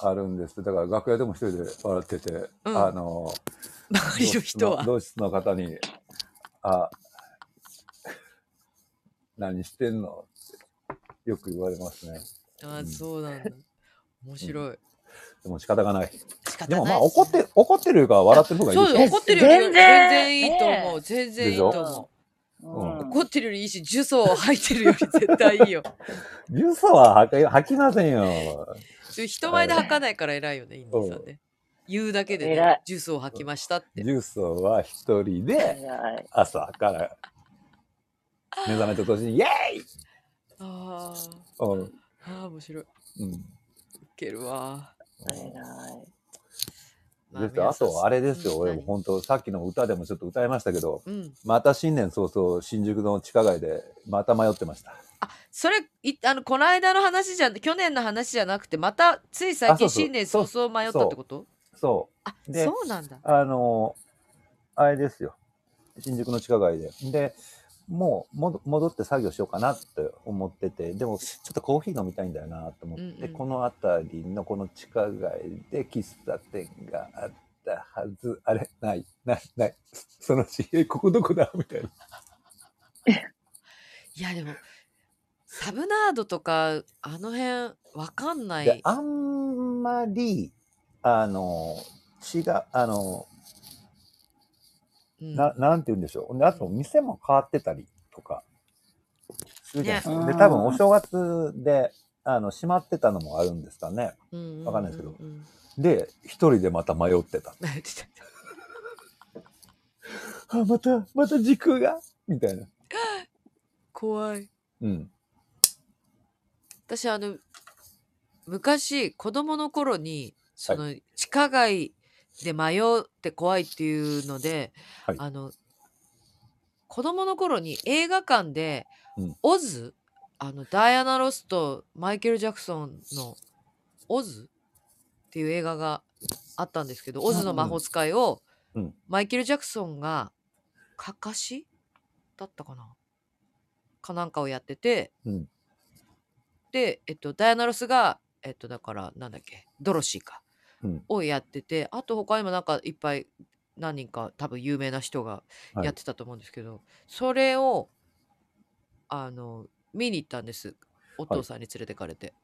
Speaker 3: あるんですだから楽屋でも一人で笑ってて、
Speaker 1: ん
Speaker 3: あの
Speaker 1: 周りの人は。
Speaker 3: 同室の同室の方に「あ何してんの?」ってよく言われますね
Speaker 1: あ
Speaker 3: う
Speaker 1: ー
Speaker 3: ん
Speaker 1: そうなんだ。面白い。
Speaker 3: でも仕方がない
Speaker 1: 仕方
Speaker 3: で
Speaker 1: ない
Speaker 3: もまあ怒ってる怒ってるよりかは笑ってる方がいい
Speaker 1: そう
Speaker 3: で
Speaker 1: よ
Speaker 3: し
Speaker 1: 怒ってるより
Speaker 2: 全
Speaker 1: 全
Speaker 2: 然
Speaker 1: 然いいと思う。全然いいと
Speaker 2: でし
Speaker 1: 思
Speaker 2: ょ
Speaker 1: う。
Speaker 2: うん
Speaker 1: 怒ってるよりいいし、呪詛を吐いてるより絶対いいよ。
Speaker 3: ょジュースは吐き吐きませんよ
Speaker 1: ちょ人前で吐かないから偉いよね、インディさんね。言うだけで、
Speaker 2: 偉
Speaker 1: ね
Speaker 2: い、
Speaker 1: 呪詛を吐きましたって
Speaker 3: ジ。ュースは一人で
Speaker 2: はい
Speaker 3: 朝から目覚めた年に「イエーイ
Speaker 1: あー
Speaker 3: うん
Speaker 1: あー、面白い。ウ
Speaker 3: うん
Speaker 1: ケるわ。
Speaker 2: 偉い
Speaker 1: ま
Speaker 3: ですよあとあれですよ、俺も。
Speaker 1: 皆
Speaker 3: 本当、さっきの歌でもちょっと歌いましたけど、
Speaker 1: さんうん。
Speaker 3: また新年早々、新宿の地下街で、また迷ってました。
Speaker 1: それ、いあの、この間の話じゃ、去年の話じゃなくて、また、つい最
Speaker 3: あ
Speaker 1: 近
Speaker 3: そうそう
Speaker 1: 新年早々迷ったってこと
Speaker 3: そ
Speaker 1: あ、
Speaker 3: で
Speaker 1: そうなんだ
Speaker 3: う、。あのあれですよ、新宿の地下街で。で、もう戻戻って作業しようかなって思ってて、でも、ちょっとコーヒー飲みたいんだよなと思って、
Speaker 1: うんうん
Speaker 3: この辺りのこの地下街で喫茶店があったはず、あれ、ない、ない、ない、そのうち、え、ここどこだみたいな。
Speaker 1: いやでもサブナードとかあの辺わかんな
Speaker 3: で
Speaker 1: い。
Speaker 3: あんまりあの違うあの
Speaker 1: うん
Speaker 3: な、なんて言うんでしょう。で、あと、店も変わってたりとか、するじゃないですか。
Speaker 2: ね
Speaker 3: で、多分、お正月で、あの、閉まってたのもあるんですかね。
Speaker 1: うん
Speaker 3: わかんないですけど
Speaker 1: うんうん
Speaker 3: で、一人でまた迷ってた。
Speaker 1: 慣れてた
Speaker 3: あ、また、また時空がみたいな。
Speaker 1: 怖い。
Speaker 3: うん。
Speaker 1: 私、あの、昔、子供の頃に、その、地下街で迷って怖いっていうので、
Speaker 3: はい
Speaker 1: あの、子供の頃に映画館で、
Speaker 3: うん
Speaker 1: オズあの、ダイアナ・ロスとマイケル・ジャクソンのオズっていう映画があったんですけど、オズの魔法使いを、
Speaker 3: うん
Speaker 1: マイケル・ジャクソンが、かかしだったかなかなんかをやってて、
Speaker 3: うん
Speaker 1: で、えっと、ダイアナ・ロスが、えっと、だから、なんだっけ、ドロシーか、
Speaker 3: うん
Speaker 1: をやってて、あと他にもなんかいっぱい何人か多分有名な人が
Speaker 3: はい
Speaker 1: やってたと思うんですけど、それを、あの、見に行ったんです。お父さんに連れてかれて。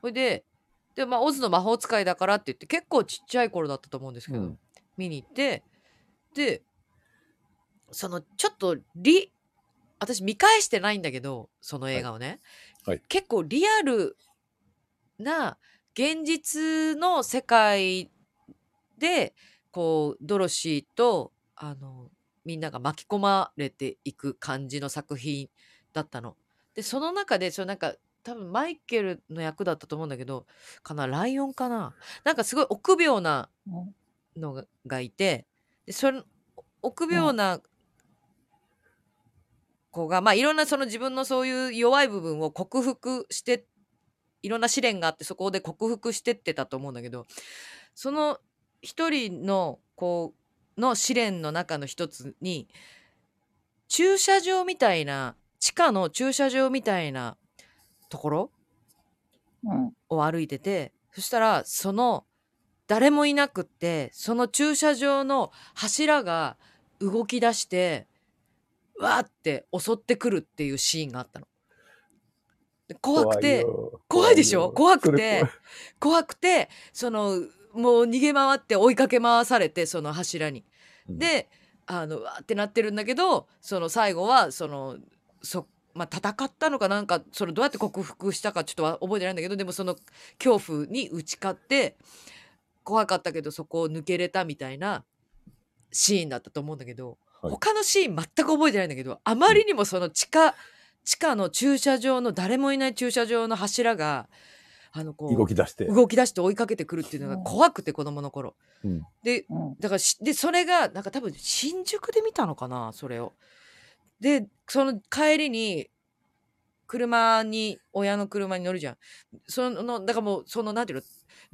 Speaker 1: ほ、いで、で、まあ、オズの魔法使いだからって言って、結構ちっちゃい頃だったと思うんですけ
Speaker 3: う
Speaker 1: ど、
Speaker 3: ん。
Speaker 1: 見に行ってでそのちょっとリ私見返してないんだけどその映画をね、
Speaker 3: はいはい
Speaker 1: 結構リアルな現実の世界でこうドロシーとあのみんなが巻き込まれていく感じの作品だったの。でその中でそのなんか多分マイケルの役だったと思うんだけどかなライオンかななんかすごい臆病なのががいてでその臆病な子が、まあいろんなその自分のそういう弱い部分を克服していろんな試練があってそこで克服してってたと思うんだけどその一人の子の試練の中の一つに駐車場みたいな地下の駐車場みたいなところ
Speaker 2: うん。
Speaker 1: を歩いててそしたらその誰もいなくってその駐車場の柱が動き出してわーって襲ってくるっていうシーンがあったの。で怖くて怖い
Speaker 3: よ
Speaker 1: でしょ怖くて怖くてそのもう逃げ回って追いかけ回されてその柱に。
Speaker 3: うん
Speaker 1: であのうわーってなってるんだけどその最後はそのそ、まあ、戦ったのかなんかそれどうやって克服したかちょっとは覚えてないんだけどでもその恐怖に打ち勝って怖かったけどそこを抜けれたみたいなシーンだったと思うんだけど、
Speaker 3: はい
Speaker 1: 他のシーン全く覚えてないんだけどあまりにもその地下地下の駐車場の誰もいない駐車場の柱があのこ
Speaker 3: 動
Speaker 1: う
Speaker 3: き出して。
Speaker 1: 動き出して追いかけてくるっていうのが怖くて子供の頃。
Speaker 3: うん
Speaker 1: で
Speaker 2: うん。
Speaker 1: だからしでそれがなんか多分新宿で見たのかなそれを。でその帰りに車に親の車に乗るじゃん。そのだからもうそのなんていうの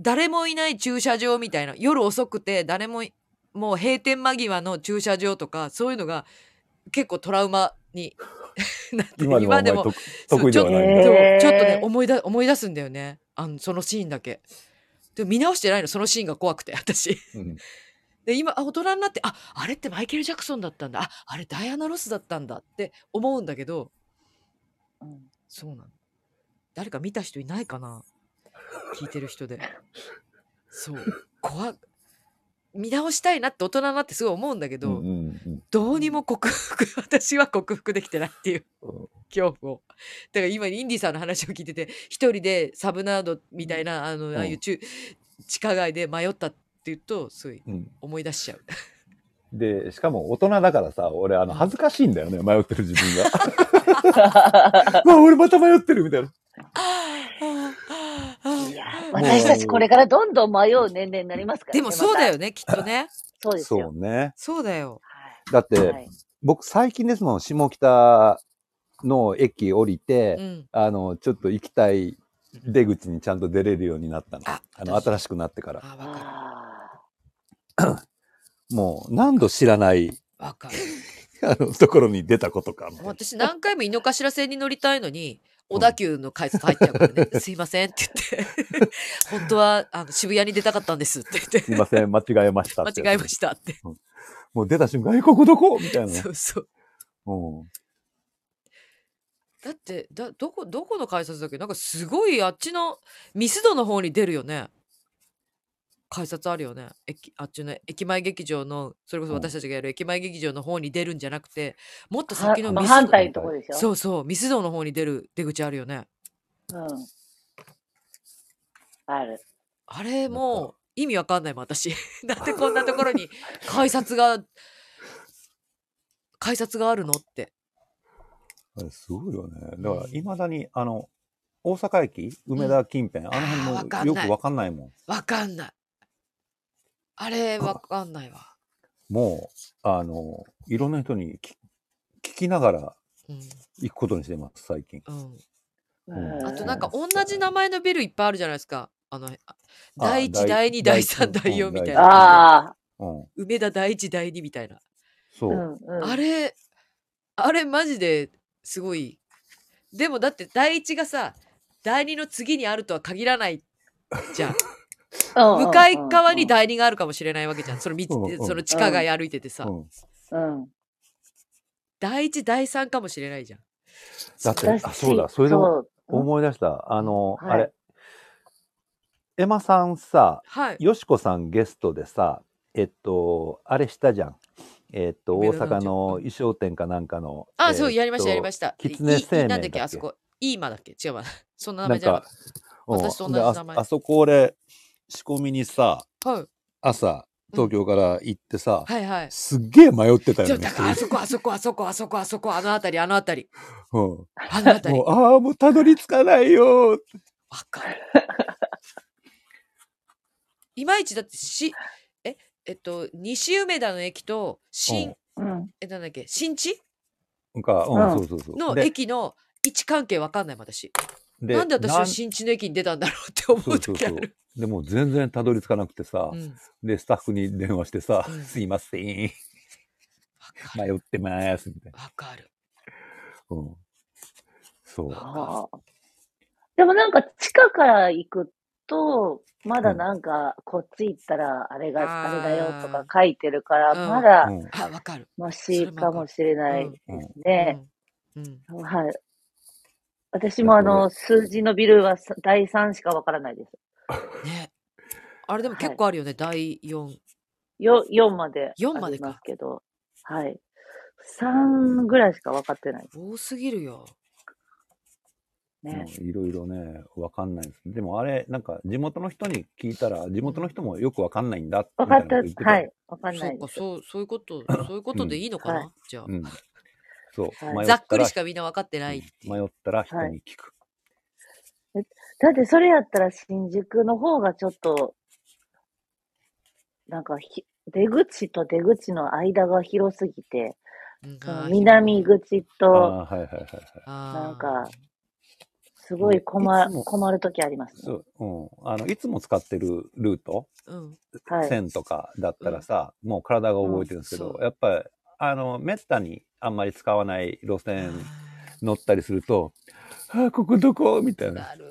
Speaker 1: 誰もいない駐車場みたいな夜遅くて誰もいもう閉店間際の駐車場とかそういうのが結構トラウマに なって
Speaker 3: 今でもあんまり得得意ではないん
Speaker 2: へ
Speaker 3: だ。
Speaker 1: そう
Speaker 2: ー
Speaker 1: ちょっとね思いだ思い出すんだよねあのそのシーンだけ。でも見直してないのそのシーンが怖くて私。
Speaker 3: うん
Speaker 1: で今あ大人になってああれってマイケル・ジャクソンだったんだああれダイアナ・ロスだったんだって思うんだけど
Speaker 2: うん
Speaker 1: そうなの誰か見た人いないかな聞いてる人でそう怖っ見直したいなって大人になってすごい思うんだけ
Speaker 3: う
Speaker 1: ど、
Speaker 3: んうん
Speaker 1: どうにも克服私は克服できてないっていう
Speaker 3: うん
Speaker 1: 恐怖をだから今インディさんの話を聞いてて一人でサブナードみたいなあのああいう中地下街で迷ったって言うとすごい
Speaker 3: うん。
Speaker 1: 思い出しちゃう。
Speaker 3: で、しかも大人だからさ、俺、あの、恥ずかしいんだよね、迷ってる自分が。う わ、俺また迷ってるみたいな。
Speaker 2: いや、私たちこれからどんどん迷う年齢になりますからね。
Speaker 1: でもそうだ
Speaker 2: よ。
Speaker 1: よね、きっとね。
Speaker 2: そうです
Speaker 3: そ
Speaker 2: よ
Speaker 3: う。ね。
Speaker 1: そうだよ。
Speaker 3: だって、
Speaker 2: はいはい
Speaker 3: 僕、最近ですもん、下北の駅降りて、
Speaker 1: うん。
Speaker 3: あの、ちょっと行きたい出口にちゃんと出れるようになったの。
Speaker 1: あ
Speaker 3: あの、
Speaker 1: 私
Speaker 3: 新しくなってから。
Speaker 1: あ、わか
Speaker 2: あ
Speaker 3: もう、何度知らない、
Speaker 1: る。わか る。
Speaker 3: あの、ところに出たことかみたいな。
Speaker 1: 私何回も井の頭線に乗りたいのに、小田急の改札入っちゃうからね、す いませんって言って、 本当はあの渋谷に出たかったんですって
Speaker 3: す
Speaker 1: 言
Speaker 3: い
Speaker 1: って、
Speaker 3: ません、間違えましたっ て。
Speaker 1: 間違えましたって。
Speaker 3: もう出た瞬間、え、ここどこみたいなね。
Speaker 1: そうそう。
Speaker 3: うん。
Speaker 1: だって、だどこ、どこの改札だっけなんかすごいあっちのミスドの方に出るよね。改札あるよね駅あっちの駅前劇場のそれこそ
Speaker 3: うん
Speaker 1: 私たちがやる駅前劇場の方に出るんじゃなくてもっと
Speaker 2: は
Speaker 1: 先の
Speaker 2: まあ
Speaker 1: ミス
Speaker 2: 反対のとこでしょ。
Speaker 1: そうそうミスドの方に出る出口あるよね
Speaker 2: うん。ある。
Speaker 1: あれもう意味わかんないもん私 なんでこんなところに改札が改札があるのって
Speaker 3: あれすごいよね。だから、いまだに、あの、大阪駅、梅田近辺、あの
Speaker 1: あーわかん
Speaker 3: 辺も
Speaker 1: な
Speaker 3: よ
Speaker 1: い
Speaker 3: くわかんないもん。
Speaker 1: わかんないあれわかんないわ、
Speaker 3: もう、あの、いろんな人にき聞きながら
Speaker 1: うん
Speaker 3: 行くことにしてます、最近。
Speaker 1: うん、
Speaker 3: うん
Speaker 1: あとなんか
Speaker 3: う
Speaker 1: 同
Speaker 3: ん
Speaker 1: じ名前のビルいっぱいあるじゃないですかあのあ
Speaker 3: あ
Speaker 1: 第一
Speaker 3: 第
Speaker 1: 第二第
Speaker 3: 第
Speaker 1: 三
Speaker 3: 第
Speaker 1: 第四
Speaker 3: うん
Speaker 1: みたい
Speaker 3: 第
Speaker 1: な
Speaker 2: ああ、
Speaker 3: うん。
Speaker 1: 梅田第一第二みたいな
Speaker 3: そうう。
Speaker 2: んうん。
Speaker 1: あれあれマジですごいでもだって第一がさ第二の次にあるとは限らないじ ゃん
Speaker 2: うんうんうん
Speaker 1: 向かい側に第二があるかもしれないわけじゃんその道
Speaker 3: うんうん
Speaker 1: その地下街歩いててさ、
Speaker 3: うん、
Speaker 2: うん。
Speaker 1: 第一第三かもしれないじゃん
Speaker 3: だって
Speaker 2: 私
Speaker 3: あそうだそれでも
Speaker 2: そう
Speaker 3: 思い出した。あの、
Speaker 2: はい
Speaker 3: あれ。エマさんさ、
Speaker 1: はい
Speaker 3: よしこさんゲストでさ、えっと、あれしたじゃん。えっと、
Speaker 1: 梅
Speaker 3: 大
Speaker 1: 田
Speaker 3: 阪
Speaker 1: なんちゃ
Speaker 3: の
Speaker 1: うん
Speaker 3: 衣装店かなんかの。
Speaker 1: あそうやりましたやりま
Speaker 3: し
Speaker 1: した
Speaker 3: 狐
Speaker 1: い
Speaker 3: 生命
Speaker 1: なんだっけ
Speaker 3: だっけ
Speaker 1: あそこイーマだっけ違うわそんな名前
Speaker 3: なん
Speaker 1: じゃな
Speaker 3: か
Speaker 1: かっ、
Speaker 3: うん
Speaker 1: 私と同じ
Speaker 3: であ
Speaker 1: 名前
Speaker 3: あそこ俺、仕込みにさ、
Speaker 1: たはい
Speaker 3: 朝、東京から行ってさ、
Speaker 1: はいはい
Speaker 3: すっげえ迷ってた
Speaker 1: そ
Speaker 3: よ
Speaker 1: う
Speaker 3: ね
Speaker 1: だ。からあそこあそこあそこあそこあそこあの辺りあの辺り
Speaker 3: うん、も
Speaker 1: あの辺り
Speaker 3: う、ああ、もうたどり着かないよーって。
Speaker 1: わかる。 いまいちだってし、え、えっと、西梅田の駅と
Speaker 3: う
Speaker 1: 新
Speaker 3: ん、
Speaker 2: うん。
Speaker 1: え、なんだっけ、新地
Speaker 3: なんか、う
Speaker 2: うん
Speaker 3: ん、そうそうそう。
Speaker 1: の
Speaker 3: で
Speaker 1: 駅の位置関係わかんないもん私。
Speaker 3: で
Speaker 1: なんで私は
Speaker 3: なん
Speaker 1: 新地の駅に出たんだろうって思
Speaker 3: そううそう
Speaker 1: 時
Speaker 3: そ
Speaker 1: あ
Speaker 3: う
Speaker 1: る。。
Speaker 3: でもう全然たどり着かなくてさ、
Speaker 1: うんわ
Speaker 3: で、スタッフに電話してさ、
Speaker 1: うん
Speaker 3: すいません、迷
Speaker 1: かる。
Speaker 3: ってます、みたい
Speaker 1: わかる。
Speaker 3: な。うん。そう。
Speaker 2: ああ。でもなんか地下から行くと、まだなんか、こっち行ったら、あれが、
Speaker 1: あー
Speaker 2: あれだよとか書いてるか
Speaker 1: う
Speaker 2: ら、
Speaker 1: ん
Speaker 2: まだ、
Speaker 3: うん
Speaker 1: あ、わかる。
Speaker 2: マシかもしれないですね。
Speaker 1: うん。うん
Speaker 2: はい。私もあの、数字のビルはさ第3しかわからないです。
Speaker 1: ね。あれでも結構あるよね、第4。
Speaker 2: よ4まであ
Speaker 1: 4まで
Speaker 2: り
Speaker 1: か
Speaker 2: ますけど、はい。3ぐらいしか分かってない
Speaker 1: 多すぎるよ。
Speaker 2: ね。
Speaker 3: うんいろいろね、わかんないです。でもあれ、なんか地元の人に聞いたら、地元の人もよくわかんないんだ
Speaker 2: 分かった
Speaker 3: みいなこと言て、
Speaker 2: はい。分かん
Speaker 1: そ
Speaker 2: な
Speaker 1: う
Speaker 2: いで
Speaker 1: か、
Speaker 2: す。
Speaker 1: そう、そういうこと、そういうことでいいのか
Speaker 2: は
Speaker 1: なじゃあ。
Speaker 3: うん。そう。
Speaker 2: はい
Speaker 3: 迷
Speaker 1: ざっくり
Speaker 3: ら
Speaker 1: しかみんな分かってないっていう。
Speaker 3: 迷ったら人に聞く。
Speaker 2: だってそれやったら新宿の方がちょっと、なんかひ、出口と出口の間が広すぎて、
Speaker 1: うん
Speaker 2: その
Speaker 1: あー
Speaker 2: 南口と、
Speaker 3: ああー、はいはいはいはい。
Speaker 1: なん
Speaker 2: か、すごい困
Speaker 3: いつも
Speaker 2: 困る時あります
Speaker 3: そ
Speaker 2: ね。
Speaker 3: う。うん。あの、いつも使ってるルート、
Speaker 1: うん、
Speaker 2: はい。
Speaker 3: 線とかだったらさ、もう体が覚えてるんですけ
Speaker 1: うん
Speaker 3: ど
Speaker 1: そ、う
Speaker 3: やっぱり、あの、めったにあんまり使わない路線乗ったりすると、ああ、ここどこみたいな。
Speaker 1: なる。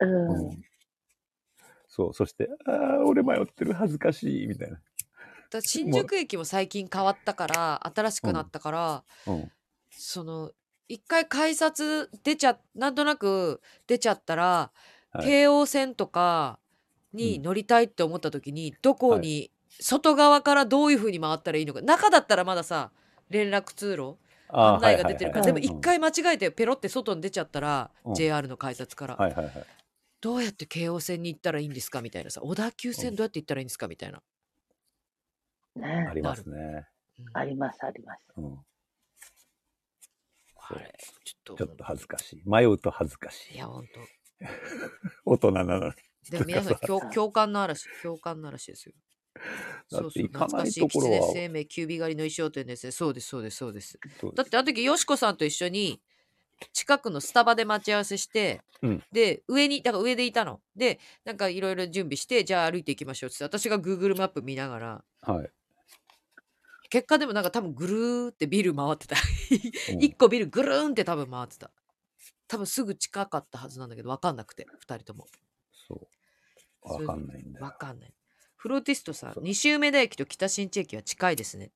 Speaker 2: う
Speaker 3: うん
Speaker 2: ん。
Speaker 3: そう、そして、ああ、俺迷ってる、恥ずかしい、みたいな。
Speaker 1: だ新宿駅も最近変わったから、新しくなったから、
Speaker 3: うん。
Speaker 1: その、一回改札出ちゃ、なんとなく出ちゃったら、
Speaker 3: はい
Speaker 1: 京王線とかに乗りたいって思った時に、どこに、外側からどういう風に回ったらいいのか。中だったらまださ、連絡通路
Speaker 3: あ
Speaker 1: 案
Speaker 3: ーはい
Speaker 1: 内
Speaker 3: はい
Speaker 1: が
Speaker 3: はい
Speaker 1: 出てるから、
Speaker 2: はい
Speaker 1: でも一回間違えてペロって外に出ちゃったら、
Speaker 3: うん
Speaker 1: JR の改札から、
Speaker 3: はいはいはい。
Speaker 1: どうやって京王線に行ったらいいんですかみたいなさ小田急
Speaker 3: う
Speaker 1: 線
Speaker 3: ん
Speaker 1: どうやって行ったらいいんですかみたいな、
Speaker 2: ね
Speaker 3: あ。りますね。
Speaker 1: うん
Speaker 2: あります、あります。
Speaker 3: うん。
Speaker 1: あれちょっ
Speaker 3: ち
Speaker 1: と
Speaker 3: ょっと恥ずかしい。迷うと恥ずかし
Speaker 1: い
Speaker 3: い
Speaker 1: や。本当
Speaker 3: 大人なのに。
Speaker 1: でも皆さん共共感の嵐共感の嵐ですよ
Speaker 3: だ
Speaker 1: そ
Speaker 3: っ
Speaker 1: う
Speaker 3: て
Speaker 1: そう
Speaker 3: 行か
Speaker 1: 懐
Speaker 3: な
Speaker 1: か
Speaker 3: い
Speaker 1: しい
Speaker 3: と
Speaker 1: キ
Speaker 3: こ
Speaker 1: ツ
Speaker 3: ろ
Speaker 1: ネ
Speaker 3: は。
Speaker 1: 生命キュービ狩りの衣装店ですねそうですそうですそうです
Speaker 3: そう
Speaker 1: だってあの時よしこさんと一緒に近くのスタバで待ち合わせして、
Speaker 3: うん
Speaker 1: で上にだから上でいたのでなんかいろいろ準備してじゃあ歩いていきましょうっつって私が Google マップ見ながら
Speaker 3: はい。
Speaker 1: 結果でもなんか多分ぐるーってビル回ってた
Speaker 3: うん
Speaker 1: 一個ビルぐるーんって多分回ってた多分すぐ近かったはずなんだけど分かんなくて二人とも
Speaker 3: そう。わかんないんだ
Speaker 1: 分
Speaker 3: よ。
Speaker 1: かんないフローティストさん
Speaker 3: そう
Speaker 1: 西梅田駅と北新地駅は近いですね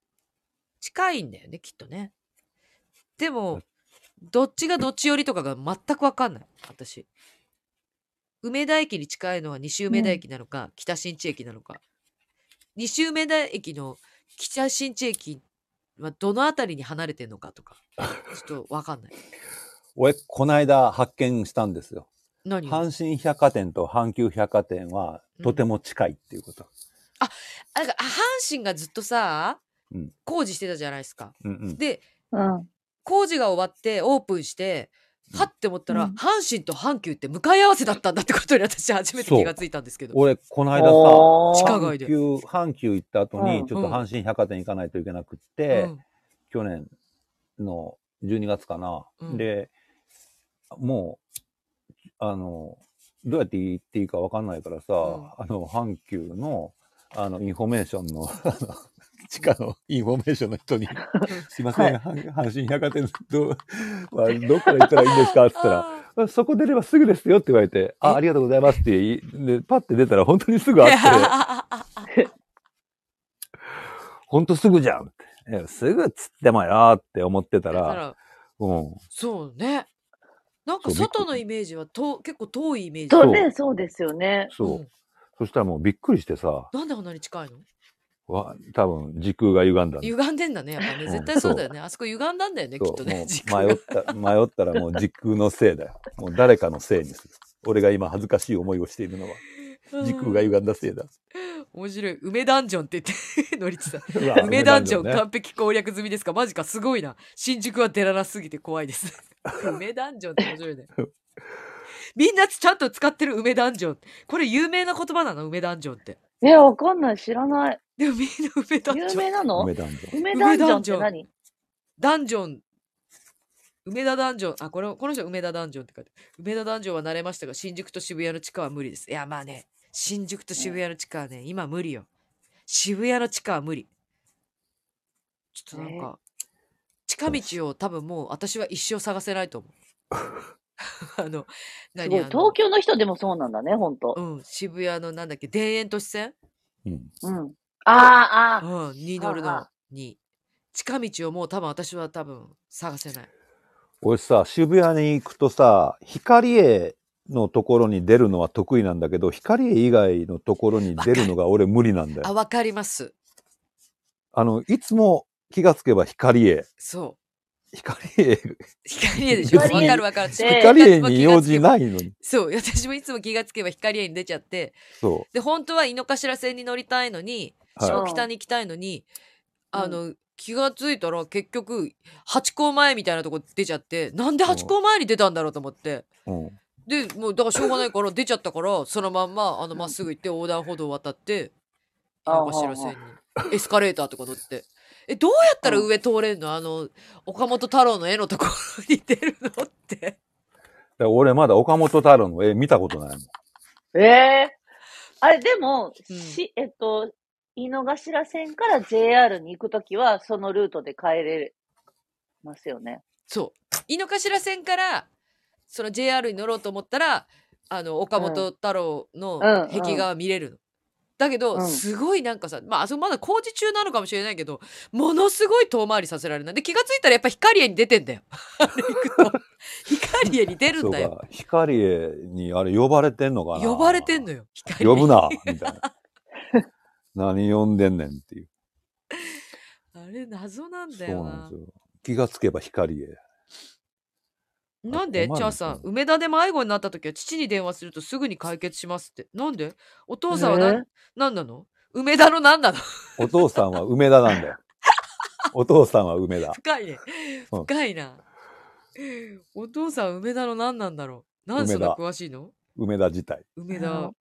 Speaker 1: 近いんだよねきっとねでもどっちがどっち寄りとかが全く分かんない私梅田駅に近いのは西梅田駅なのか、北新地駅なのか西梅田駅の北新地駅はどの辺りに離れてんのかとかちょっとわかんない
Speaker 3: 俺、この間発見したんですよ。
Speaker 1: 何を
Speaker 3: 阪神百貨店と阪急百貨店は
Speaker 1: うん
Speaker 3: とても近いっていうこと。
Speaker 1: あなんかあ阪神がずっとさ、
Speaker 3: うん
Speaker 1: 工事してたじゃないですか
Speaker 3: うんうん。
Speaker 1: で
Speaker 2: うん。
Speaker 1: 工事が終わってオープンして
Speaker 3: うん
Speaker 1: はって思ったら、
Speaker 2: うん
Speaker 1: 阪神と阪急って向かい合わせだったんだってことに私初めて
Speaker 3: そう
Speaker 1: 気がついたんですけど
Speaker 3: 俺、この
Speaker 2: おー
Speaker 1: 地
Speaker 3: 間さ、
Speaker 1: 下街
Speaker 3: 阪
Speaker 1: で
Speaker 3: 急、阪急行った後
Speaker 2: う
Speaker 3: に、
Speaker 2: ん
Speaker 3: ちょっと阪神百貨店行かないといけなくって、去年の12月かな。
Speaker 1: うん
Speaker 3: で、もう、あの、どうやって行っていいかわかんないからさ、
Speaker 1: ん
Speaker 3: あの、阪急の、あの、インフォメーションの、 あの地下のインフォメーションの 人に、すいません、阪阪神百貨店ど、 はどっから行ったらいいんですかって言ったら、
Speaker 1: ら
Speaker 3: そこ出ればすぐですよって言われて、
Speaker 1: え
Speaker 3: あ、ありがとうございますって言い、で、パッて出たら本当にすぐあ って、本当すぐじゃんって。いやすぐっつってもよーって思ってた、
Speaker 1: だからら
Speaker 3: うん。
Speaker 1: そうねなんか
Speaker 3: そうびっくり
Speaker 1: 外のイメージはと結構遠いイメージ
Speaker 2: そううね、そうですよね。
Speaker 3: そう。
Speaker 1: ん
Speaker 3: そしたらもうびっくりしてさ、
Speaker 1: なんでこんなに近いの
Speaker 3: わ多分時空が歪んだんだ
Speaker 1: 歪んでんだねやっぱね
Speaker 3: うん
Speaker 1: 絶対そうだよねあそこ歪んだんだよねきっ
Speaker 3: そ
Speaker 1: と
Speaker 3: う、も
Speaker 1: ね
Speaker 3: う
Speaker 1: 時間が
Speaker 3: 迷った、迷ったら もう時空のせいだよ。もう誰かのせいにする。俺が今恥ずかしい思いをしているのは、時空が
Speaker 1: うん
Speaker 3: 歪んだせいだ。
Speaker 1: 面白い梅ダンジョンって言って 乗りつさん
Speaker 3: うわ
Speaker 1: 梅ダンジョン
Speaker 3: 梅ね
Speaker 1: 完璧攻略済みですかマジかすごいな新宿は出らなすぎて怖いです梅ダンジョンって面白いねみんなちゃんと使ってる梅ダンジョンこれ有名な言葉なの梅ダンジョンって
Speaker 2: え、わかんない。知らない。
Speaker 1: でもみんな梅ダンジョン
Speaker 2: 有名なの
Speaker 3: 梅ダンジョン。
Speaker 2: 梅ダンジョンって
Speaker 1: 梅ダン
Speaker 2: 何
Speaker 1: ダンジョン、梅田ダンジョン、あ、これ、この人、梅田ダンジョンって書いてある。梅田ダンジョンは慣れましたが、新宿と渋谷の地下は無理です。いや、まあね、新宿と渋谷の地下はね、今無理よ。渋谷の地下は無理。ちょっとなんか、近道を多分もう、私は一生探せないと思 う。あの、
Speaker 2: すごい。
Speaker 1: あの
Speaker 2: 東京の人でもそうなんだね、ほんと。
Speaker 1: うん、渋谷のなんだっけ、田園都市線
Speaker 3: うん。
Speaker 2: うん。あー、あ
Speaker 1: うん、に乗る
Speaker 2: はあ
Speaker 1: の
Speaker 2: は
Speaker 1: に。近道をもう多分私は多分探せない。
Speaker 3: 俺さ、渋谷に行くとさ、光栄のところに出るのは得意なんだけど、光栄以外のところに出るのが俺無理なんだ
Speaker 1: あ、
Speaker 3: よ。
Speaker 1: わかります。
Speaker 3: あの、いつも気がつけば光栄。
Speaker 1: そう。
Speaker 3: 光栄、
Speaker 1: 光栄でしょわ
Speaker 2: 光栄
Speaker 1: かるわかる。
Speaker 2: でええ
Speaker 3: 光栄に用事
Speaker 1: い。
Speaker 3: ないのに。
Speaker 1: そう、 私もいつも気がつけば光栄に出ちゃって、
Speaker 3: そ
Speaker 1: で、本当は井の頭線に乗りたいのに、
Speaker 3: う。はい
Speaker 2: そう
Speaker 1: 下北に行きたいのに、
Speaker 2: うん
Speaker 1: あの、気がついたら結局、八甲前みたいなとこ出ちゃって、なんで八甲前に出たんだろうと思って。
Speaker 3: うん。
Speaker 1: で、もう、だからしょうがないから出ちゃったから、そのまんま、あの、まっすぐ行って横断歩道を渡って、井の頭線に、エスカレーターとか乗って。え、どうやったら上通れんのあの、岡本太郎の絵のところに出るのって。
Speaker 3: だから俺まだ岡本太郎の絵見たことないもん。
Speaker 2: ー。えー。あれ、でも、
Speaker 1: うん
Speaker 2: し、えっと、井の頭線から JR に行くときは、そのルートで帰れますよね。
Speaker 1: そう井の頭線からその JR に乗ろうと思ったらあの岡本太郎の
Speaker 2: うん
Speaker 1: 壁画は見れるの。だけど、
Speaker 2: うん
Speaker 1: すごいなんかさ、まあ、あそこまだ工事中なのかもしれないけど、ものすごい遠回りさせられない。で、気がついたらやっぱ光栄に出てんだよ。あれ行く と。光栄に出る
Speaker 3: そ
Speaker 1: ん
Speaker 3: う
Speaker 1: だよ。
Speaker 3: か。光栄にあれ呼ばれてんのかな
Speaker 1: 呼ばれてんのよ。光栄
Speaker 3: 呼
Speaker 1: に
Speaker 3: ぶ。 なみたいな。何呼んでんねんっていう。
Speaker 1: あれ、謎なん
Speaker 3: そ
Speaker 1: だ
Speaker 3: う
Speaker 1: よ
Speaker 3: な
Speaker 1: なん
Speaker 3: で。すよ。気がつけば光栄。
Speaker 1: なん
Speaker 3: あ
Speaker 1: で
Speaker 3: 困る
Speaker 1: チャーさん、梅田で迷子になった時は父に電話するとすぐに解決しますって。なんでお父さんは何、
Speaker 2: えー
Speaker 1: 何なの梅田の何なの
Speaker 3: お父さんは梅田 なんだよ。お父さんは梅田。
Speaker 1: 深いね。
Speaker 3: うん
Speaker 1: 深いな。お父さん、梅田の何なんだろう何
Speaker 3: 梅田
Speaker 1: そんな詳しいの
Speaker 3: 梅田自体。
Speaker 1: 梅
Speaker 2: う
Speaker 1: 田
Speaker 2: ん。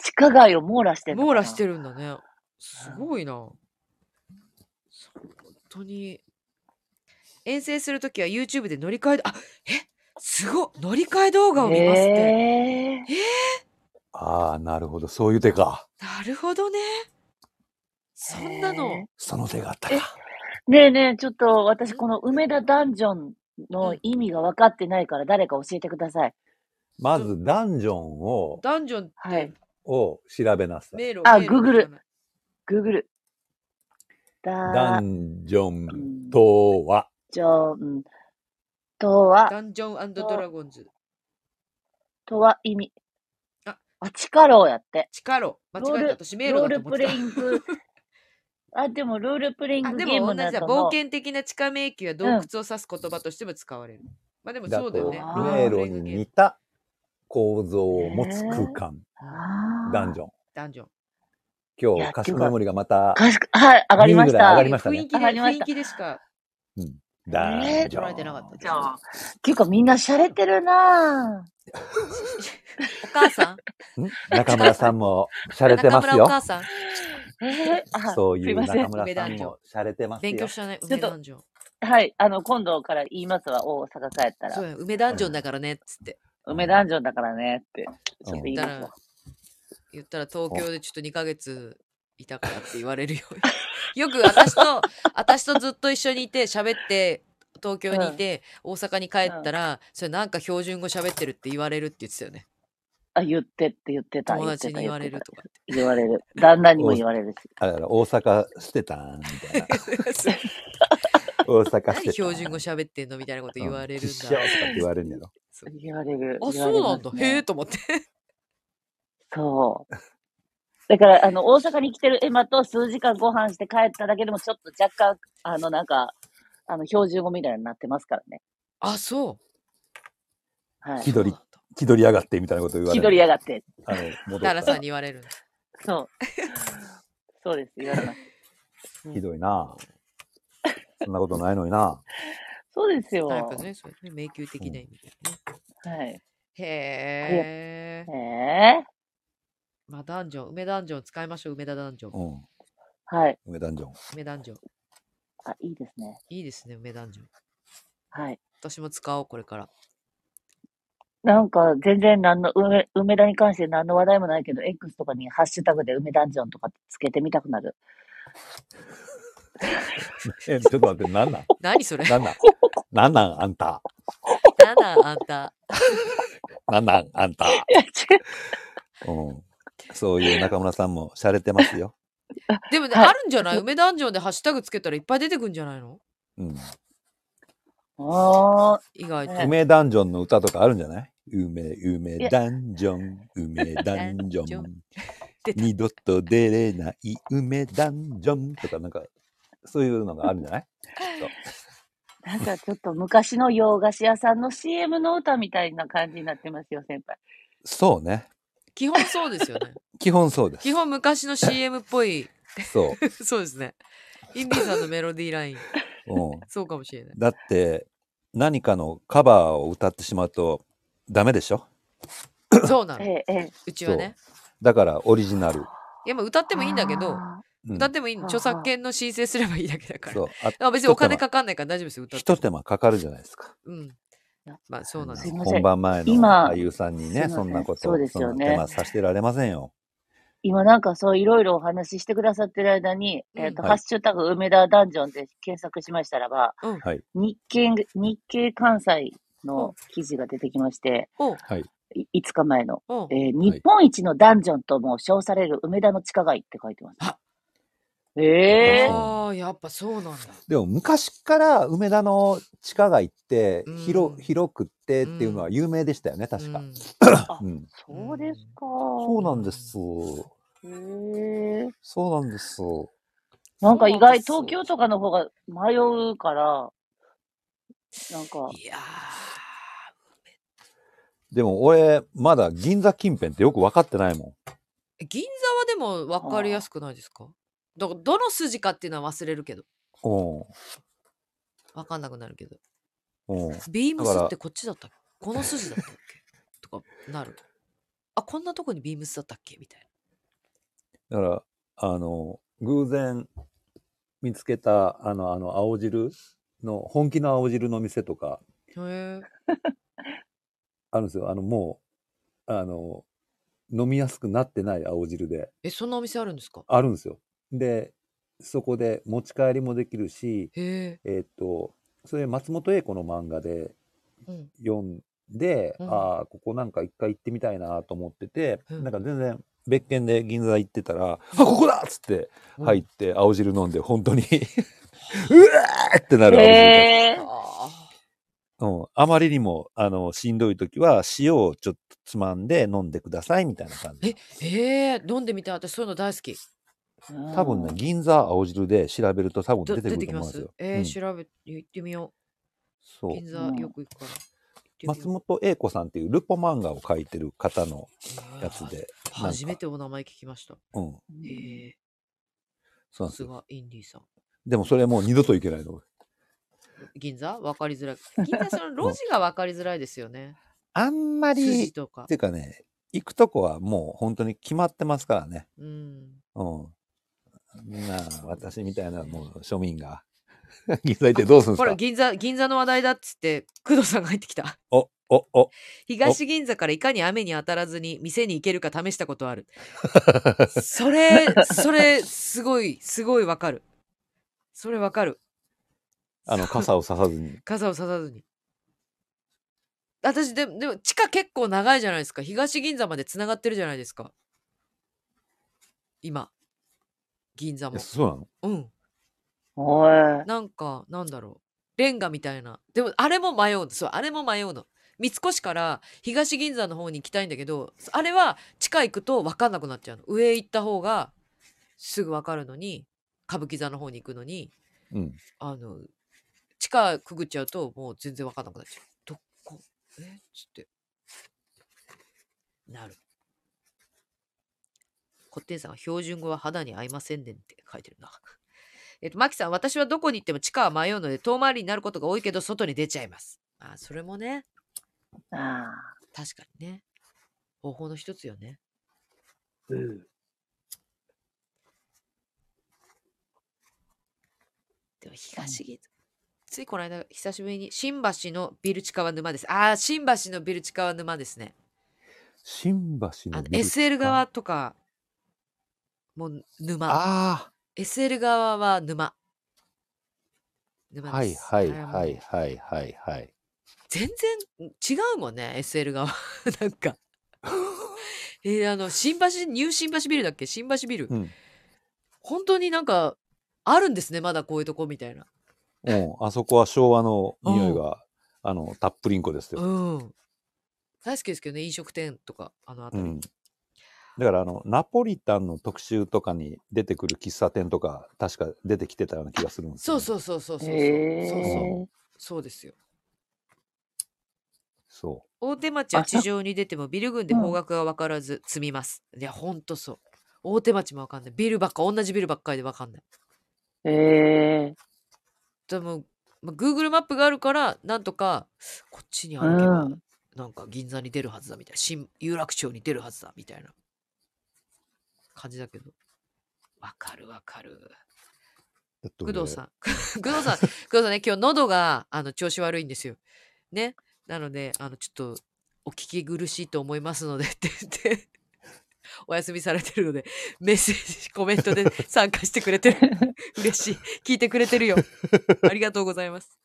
Speaker 2: 地下街を網羅してる
Speaker 1: 網羅して
Speaker 2: る。
Speaker 1: るんだね。すごいな。そう本当に。遠征するときは YouTube で乗り換え、あえすごい乗り換え動画を見ますって。
Speaker 2: えー。
Speaker 3: ああ、なるほど。そういう手か。
Speaker 1: なるほどね。そんなの。
Speaker 3: その手があったか。
Speaker 2: ねえねえ、ちょっと私、この梅田ダンジョンの意味が分かってないから、誰か教えてください。
Speaker 3: まず、ダンジョンを、
Speaker 1: ダンジョンって
Speaker 2: はい。
Speaker 3: を調べなさい。
Speaker 1: 迷路。
Speaker 2: あ
Speaker 1: 迷路
Speaker 2: Google
Speaker 1: じゃない
Speaker 2: Google。
Speaker 3: ダ
Speaker 2: ダン
Speaker 3: ンジョンとは、
Speaker 2: ジョンとは、
Speaker 1: ダンジョンドラゴンズ。
Speaker 2: とは意味。あ、チカローやって。
Speaker 1: 力を間違えた私迷路
Speaker 2: ロ
Speaker 1: だと
Speaker 2: ール
Speaker 1: 思っ
Speaker 2: プ
Speaker 1: て
Speaker 2: レ
Speaker 1: た
Speaker 2: イン グ。あ、でも、ロールプレイン
Speaker 1: あ
Speaker 2: グゲ
Speaker 1: で
Speaker 2: ー
Speaker 1: も同
Speaker 2: ム
Speaker 1: じ
Speaker 2: のや
Speaker 1: だ
Speaker 2: つの
Speaker 1: 冒険的な地下迷宮や洞窟を指す言葉としても使われる、まあでもそうだよね
Speaker 2: だ
Speaker 1: ロ
Speaker 2: と
Speaker 1: ー
Speaker 3: 迷
Speaker 1: ルプレイ
Speaker 3: 路
Speaker 1: ングゲ
Speaker 3: に
Speaker 1: ーム
Speaker 3: 似た構造を持つ空間、
Speaker 2: あー
Speaker 3: ダンジョン。
Speaker 1: ダンジョン
Speaker 3: 今
Speaker 2: い
Speaker 3: 日、
Speaker 2: や
Speaker 3: 歌詞メモリがまた、
Speaker 2: かしはい、上がりまし
Speaker 3: リーグラ
Speaker 2: た。
Speaker 3: 上がりましたね
Speaker 1: 雰囲気で
Speaker 2: 上がりま
Speaker 1: 雰
Speaker 2: し
Speaker 1: 囲
Speaker 2: た
Speaker 1: 気でしか
Speaker 3: ダ
Speaker 2: え
Speaker 3: ン
Speaker 2: ー
Speaker 3: ジョ
Speaker 1: 捉えてなかった
Speaker 3: ン。
Speaker 1: です
Speaker 2: じゃあ。っていうか、みんな洒落てる なぁ。
Speaker 1: お母さん
Speaker 3: ん中村さんも、洒落て
Speaker 1: 中
Speaker 3: ます
Speaker 1: 村お
Speaker 3: よ。
Speaker 1: 母さん
Speaker 2: えー、あ
Speaker 3: そうい
Speaker 2: すいうませ
Speaker 3: 中
Speaker 2: ん。
Speaker 3: 村
Speaker 1: 梅
Speaker 3: さ
Speaker 1: ダ
Speaker 3: ん
Speaker 1: ンジョン
Speaker 3: も、洒落てます
Speaker 1: 勉強
Speaker 3: よ
Speaker 1: し。たね
Speaker 2: ちょ
Speaker 1: 梅
Speaker 2: っと
Speaker 1: ダンジョン
Speaker 2: はい、あの、今度から言いますわ、大阪帰った
Speaker 1: そう
Speaker 2: ら。
Speaker 1: や梅ダンジョンだからねっつって
Speaker 2: 梅ダンジョンだからねって、ちょっと言いますわ。
Speaker 1: 言ったら東京でちょっと2ヶ月いたからって言われ るよよく私と私とずっと一緒にいて喋って東京にいて、大阪に帰ったら、それなんか標準語喋ってるって言われるって言ってた よね
Speaker 2: あ、言ってって言ってた。
Speaker 1: 友達に言
Speaker 2: 言
Speaker 1: わ
Speaker 2: って
Speaker 1: れ
Speaker 2: た
Speaker 1: るとか
Speaker 2: 言われる。旦那にも言われるし。
Speaker 3: あだから大阪捨てたんみたい
Speaker 1: 言っ
Speaker 3: な。
Speaker 1: て
Speaker 3: 大阪捨て
Speaker 1: 何
Speaker 3: た。
Speaker 1: 標準語喋ってんのみたいなこと言われるん
Speaker 3: うん実
Speaker 1: だ、
Speaker 3: 証とかって言われるんやろ。
Speaker 2: 言われる。
Speaker 1: あ
Speaker 2: 言
Speaker 1: そうなんだ、
Speaker 2: われますね
Speaker 1: へえと思って
Speaker 2: そう。だから、あの、大阪に来てるエマと数時間ご飯して帰っただけでも、ちょっと若干、あの、なんか、あの、標準語みたいになってますからね。
Speaker 1: あそう
Speaker 2: はい。
Speaker 3: 気取り、気取りやがってみたいなこと言われ
Speaker 2: 気
Speaker 3: る。
Speaker 2: 取りやがって。
Speaker 3: あの、戻った
Speaker 1: 奈良
Speaker 3: ら
Speaker 1: さんに言われるんだ
Speaker 2: そう。 そうです、言われます。
Speaker 3: ひどいな。そんなことないのにな。
Speaker 2: そうですよ。
Speaker 1: なんかねそうね迷宮的な意味でね
Speaker 2: はい。
Speaker 1: へえ
Speaker 2: ええ
Speaker 1: まあダンジョン梅ダンジョン使いましょう梅田ダンジョン
Speaker 3: うん。
Speaker 2: はい。
Speaker 3: 梅ダンジョ ン。
Speaker 1: 梅ダンジョン
Speaker 2: あ、いいですね。
Speaker 1: いいですね梅ダンジョン
Speaker 2: はい。
Speaker 1: 私も使おうこれから
Speaker 2: なんか、全然何の、梅、梅田に関して何の話題もないけど、X とかにハッシュタグで梅ダンジョンとかつけてみたくなる。
Speaker 3: え、ちょっと待って、なんなん
Speaker 1: 何 それ
Speaker 3: なんなんなんなんあんた。
Speaker 1: 何なんあんた
Speaker 3: なんなんあんた。
Speaker 2: いや、違
Speaker 3: うん。そういう中村さんも洒落てます よ。
Speaker 1: でもね、
Speaker 2: はい
Speaker 1: あるんじゃない梅ダンジョンでハッシュタグつけたらいっぱい出てくんじゃないの
Speaker 3: うん。
Speaker 2: う。ああ、
Speaker 1: 意外と、
Speaker 2: ね
Speaker 3: 梅ダンジョンの歌とかあるんじゃない梅、梅ダンジョン、 梅ダンジ
Speaker 1: ダンジョ
Speaker 3: ョン
Speaker 1: ン。出た
Speaker 3: 二度と出れない梅ダンジョンとか、なんか、そういうのがあるんじゃない
Speaker 2: なんかちょっと昔の洋菓子屋さんの CM の歌みたいな感じになってますよ、先輩。
Speaker 3: そうね。
Speaker 1: 基本そうですよね
Speaker 3: 基本そうです。
Speaker 1: 基本昔の CM っぽい
Speaker 3: そ
Speaker 1: そうですねインディーさんのメロディーライン
Speaker 3: う。うん。
Speaker 1: そうかもしれない
Speaker 3: だって、何かのカバーを歌ってしまうとダメでしょ
Speaker 1: そうな
Speaker 2: え
Speaker 1: の
Speaker 2: え、ええ。
Speaker 1: うちはね
Speaker 3: だからオリジナル。
Speaker 1: いやまあ歌ってもいいんだけど
Speaker 2: あ
Speaker 3: うん
Speaker 1: 歌ってもいいの
Speaker 2: はあ
Speaker 1: 著作権の申請すればいいだけだから
Speaker 3: そう。あ
Speaker 1: あ別にお金かかんないから大丈夫ですよ、歌って
Speaker 3: 一
Speaker 1: も。
Speaker 3: 手間かかるじゃないですか。
Speaker 1: うん。まあそうなんです
Speaker 2: い
Speaker 1: す。
Speaker 2: ません
Speaker 3: 本番前の
Speaker 2: 今
Speaker 3: 俳優さんに
Speaker 2: すい
Speaker 3: ね、
Speaker 2: ません
Speaker 3: そんなこと、
Speaker 2: そうですよね
Speaker 3: んな手間させてられませんよ。
Speaker 2: ー今なんかそういろいろお話ししてくださってる間に、
Speaker 1: うん
Speaker 2: えっと、
Speaker 3: はい
Speaker 2: ハッシュタグ梅田ダンジョンで検索しましたらば、
Speaker 1: うん
Speaker 3: はい
Speaker 2: 日経、日経関西の記事が出てきまして、
Speaker 1: おう
Speaker 3: はい。
Speaker 2: い5日前の、
Speaker 1: おう
Speaker 2: えー日本一のダンジョンとも称される梅田の地下街って書いてます。
Speaker 1: あ
Speaker 2: ええ
Speaker 1: ああ、やっぱそうなんだ。
Speaker 3: でも昔から梅田の地下街って
Speaker 1: うん
Speaker 3: 広,、広くってっていうのは有名でしたよね、確か
Speaker 1: う。ん
Speaker 2: あ
Speaker 3: うん
Speaker 2: そうですか。
Speaker 3: そうなんです。
Speaker 2: へえ。
Speaker 3: そうなんです。
Speaker 2: なんか意外、
Speaker 1: そう
Speaker 2: 東
Speaker 1: なん
Speaker 2: 京とかの方が迷うから、なんか、
Speaker 1: いや
Speaker 3: でも俺、まだ銀座近辺ってよく分かってないも
Speaker 1: ー銀座はでも分かりやすくないですかだからどの筋かっていうのは忘れるけど、
Speaker 3: ん。
Speaker 1: 分かんなくなるけど。
Speaker 3: うん。うん。
Speaker 1: ビーム
Speaker 3: だ
Speaker 1: ス
Speaker 3: から
Speaker 1: ってこっちだったっけこの筋だったっけとかなる。あ、こんなとこにビームスだったっけみたい
Speaker 3: だから、あの、偶然見つけた、あの、あの、青汁の、本気の青汁の店とか
Speaker 1: な。へえ。
Speaker 3: あるんですよ。あの、もう、あの、飲みやすくなってない青汁で、
Speaker 1: え、そんなお店あるんですか
Speaker 3: あるんですよ。で、そこで持ち帰りもできるし、
Speaker 1: へえ。
Speaker 3: えーっと、それ松本英子の漫画で
Speaker 1: うん。
Speaker 3: 読んで、
Speaker 1: うん
Speaker 3: ああ、ここなんか一回行ってみたいなと思ってて、
Speaker 1: うん
Speaker 3: なんか全然別件で銀座行ってたら、あ、ここだっつって、入っ。て 青汁飲んで本当にうわーってなる青汁が
Speaker 2: へえ
Speaker 1: ああ。
Speaker 3: うん、あまりにも、あの、しんどい時は、塩をちょっとつまんで飲んでください、みたいな感じ。
Speaker 1: えー、飲んでみたい。私そういうの大好き。
Speaker 3: 多分ね、銀座青汁で調べると多分
Speaker 1: ど
Speaker 3: 出てく
Speaker 1: 出
Speaker 3: る
Speaker 1: て
Speaker 3: と
Speaker 1: き
Speaker 3: 思
Speaker 1: ま
Speaker 3: うんです
Speaker 1: す
Speaker 3: よ。。
Speaker 1: え
Speaker 3: う
Speaker 1: ー
Speaker 3: ん
Speaker 1: 調べ行ってみよ。
Speaker 3: そうう
Speaker 1: 銀座よく行くから。行って
Speaker 3: 松
Speaker 1: みよ
Speaker 3: 本英子さんっていうルポ漫画を描いてる方の
Speaker 1: う
Speaker 3: やつ。で、
Speaker 1: えー
Speaker 3: なんか
Speaker 1: 初めてお名前聞きました。
Speaker 3: うん、
Speaker 1: え
Speaker 3: そ
Speaker 1: ー、さ
Speaker 3: うなんです
Speaker 1: す
Speaker 3: よ。
Speaker 1: がインディーさん。
Speaker 3: でもそれはもう二度といけないの。
Speaker 1: 銀座わかりづ らい。銀座その路地がわかりづらいですよね。
Speaker 3: あんまり、
Speaker 1: 筋
Speaker 3: っ
Speaker 1: とか
Speaker 3: て。いうかね、行くとこはもう本当に決まってますからね。
Speaker 1: うん。
Speaker 3: うん。なあ、私みたいなもう庶民が。銀座行ってどうする
Speaker 1: ほ
Speaker 3: んです
Speaker 1: ら
Speaker 3: か
Speaker 1: 銀座銀座の話題だっつって工藤さんが入ってきた。
Speaker 3: お、お、お。
Speaker 1: 東銀座からいかに雨に当たらずに店に行けるか試したことある。それそれすごいすごいわかる。それわかる。
Speaker 3: あの、傘をささず に。
Speaker 1: 傘をささずに。私ででも地下結構長いじゃないですか東銀座までつながってるじゃないですか今銀座も
Speaker 3: えそうなの
Speaker 1: うん
Speaker 2: おい。
Speaker 1: なんかなんだろうレンガみたいなでもあれも迷うのそうあれも迷うの三越から東銀座の方に行きたいんだけどあれは地下行くと分かんなくなっちゃうの上行った方がすぐ分かるのに歌舞伎座の方に行くのに
Speaker 3: うん。
Speaker 1: あの地下くぐっちゃうともう全然分かんなくなっちゃうどこえっつってなるコッテンさんは標準語は肌に合いませんねんって書いてるな えっと、マキさん、私はどこに行っても地下は迷うので、遠回りになることが多いけど、外に出ちゃいます。あ、それもね、
Speaker 2: あ
Speaker 1: 確かにね。方法の一つよね。
Speaker 2: ーうん
Speaker 1: でも、東銀座。ついこの間、久しぶりに、新橋のビル地下は沼です。あー、新橋のビル地下は沼ですね。
Speaker 3: 新橋
Speaker 1: あ
Speaker 3: の
Speaker 1: の、
Speaker 3: ビル
Speaker 1: SL 側とか、もう沼。
Speaker 3: あ
Speaker 1: SL 側は沼。
Speaker 3: あ、
Speaker 1: 沼
Speaker 3: は
Speaker 1: で
Speaker 3: い
Speaker 1: す
Speaker 3: はい
Speaker 1: あれも
Speaker 3: はい
Speaker 1: ね
Speaker 3: はいはいはい。
Speaker 1: 全然違うもんね SL 側 なん かえーあの新橋ニュー新橋ビルだっけ新橋ビル、
Speaker 3: うん。
Speaker 1: 本当になんかあるんですねまだこういうとこみたいな
Speaker 3: うん、あそこは昭和の匂いが、あの、たっぷりんこですよ。
Speaker 1: うん大好きですけどね飲食店とかあのあた
Speaker 3: う
Speaker 1: り、
Speaker 3: ん。だから、あの、ナポリタンの特集とかに出てくる喫茶店とか、確か出てきてたような気がするんですよ、
Speaker 1: そう
Speaker 3: ね。う。
Speaker 1: そうそうそうそうそう、
Speaker 2: へ
Speaker 1: そうそう
Speaker 2: ー
Speaker 1: そうですよ
Speaker 3: そ
Speaker 1: 大手町は
Speaker 2: あそ
Speaker 1: 地上に出てもビル群で
Speaker 2: うん
Speaker 1: 方角が分からず積みます、いやほんとそう大手町も分かんないビルばっか同じビルばっかりで分かんない
Speaker 2: ええ
Speaker 1: でも、まあ、Google マップがあるからなんとかこっちに歩
Speaker 2: う
Speaker 1: けば、
Speaker 2: ん。
Speaker 1: なんか銀座に出るはずだみたいな新有楽町に出るはずだみたいな感じだけどわかるわかる
Speaker 3: う。だっ
Speaker 1: 工
Speaker 3: て俺
Speaker 1: 藤さん 工藤さん工藤さんね今日喉があの調子悪いんですよねなのであのちょっとお聞き苦しいと思いますのでって言って お休みされてるのでメッセージコメントで参加してくれてる嬉しい聞いてくれてるよありがとうございます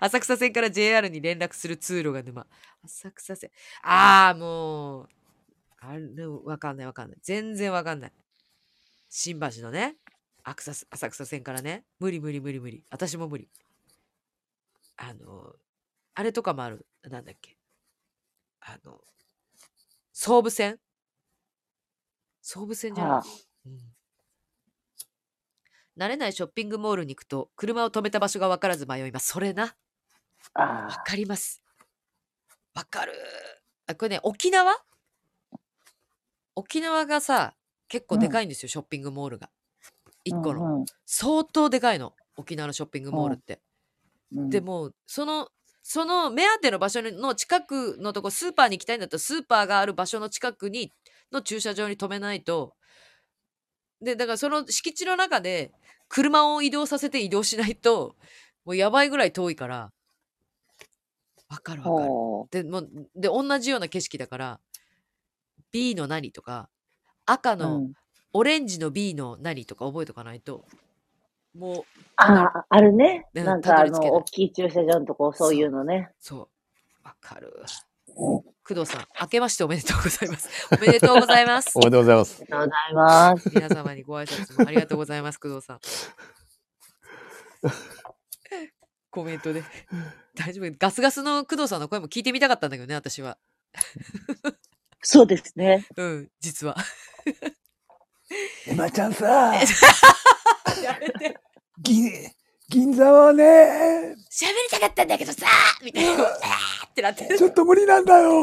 Speaker 1: 浅草線から JR に連絡する通路が沼浅草線ああもうあれわかんないわかんない全然わかんない新橋のねアクサス浅草線からね無理無理無理無理私も無理あのあれとかもあるなんだっけあの総武線総武線じゃない
Speaker 2: はあ
Speaker 1: うん慣れないショッピングモールに行くと車を止めた場所が分からず迷いますそれな
Speaker 2: あ
Speaker 1: 分
Speaker 2: あ。
Speaker 1: かります分かるあこれね沖縄沖縄がさ結構でかいんですよ、ショッピングモールが1個の、
Speaker 2: の。
Speaker 1: 相当でかいの沖縄のショッピングモールって、
Speaker 2: うん
Speaker 1: で、もそのその目当ての場所の近くのとこスーパーに行きたいんだったらスーパーがある場所の近くにの駐車場に止めないとでだからその敷地の中で車を移動させて移動しないともうやばいぐらい遠いからわかるわかる
Speaker 2: ほ
Speaker 1: でもうで同じような景色だから B の何とか赤
Speaker 2: う。う
Speaker 1: の、
Speaker 2: ん
Speaker 1: オレンジの B の何とか覚えとかないともう
Speaker 2: ああ、あるね。
Speaker 1: うん
Speaker 2: なんかあ
Speaker 1: たどり
Speaker 2: の、
Speaker 1: 着けない
Speaker 2: 大きい駐車場のとこ、そういうのね。
Speaker 1: そうわかる
Speaker 2: お
Speaker 1: 工藤さん明けましておめでとうございます おめでとうございます
Speaker 3: おめでとうございます。
Speaker 2: ありがとうございます。
Speaker 1: 皆様 にご挨拶もありがとうございます、工藤さん。コメントで。大丈夫ガスガスの工藤さんの声も聞いてみたかったんだけどね、私は。
Speaker 2: そうですね。
Speaker 1: うん、実 は。
Speaker 3: エマちゃんさ、
Speaker 1: やめて。
Speaker 3: 銀、銀座はね、
Speaker 1: 喋りたかったんだけどさみたい な。あーってなってる。
Speaker 3: ちょっと無理なんだよ。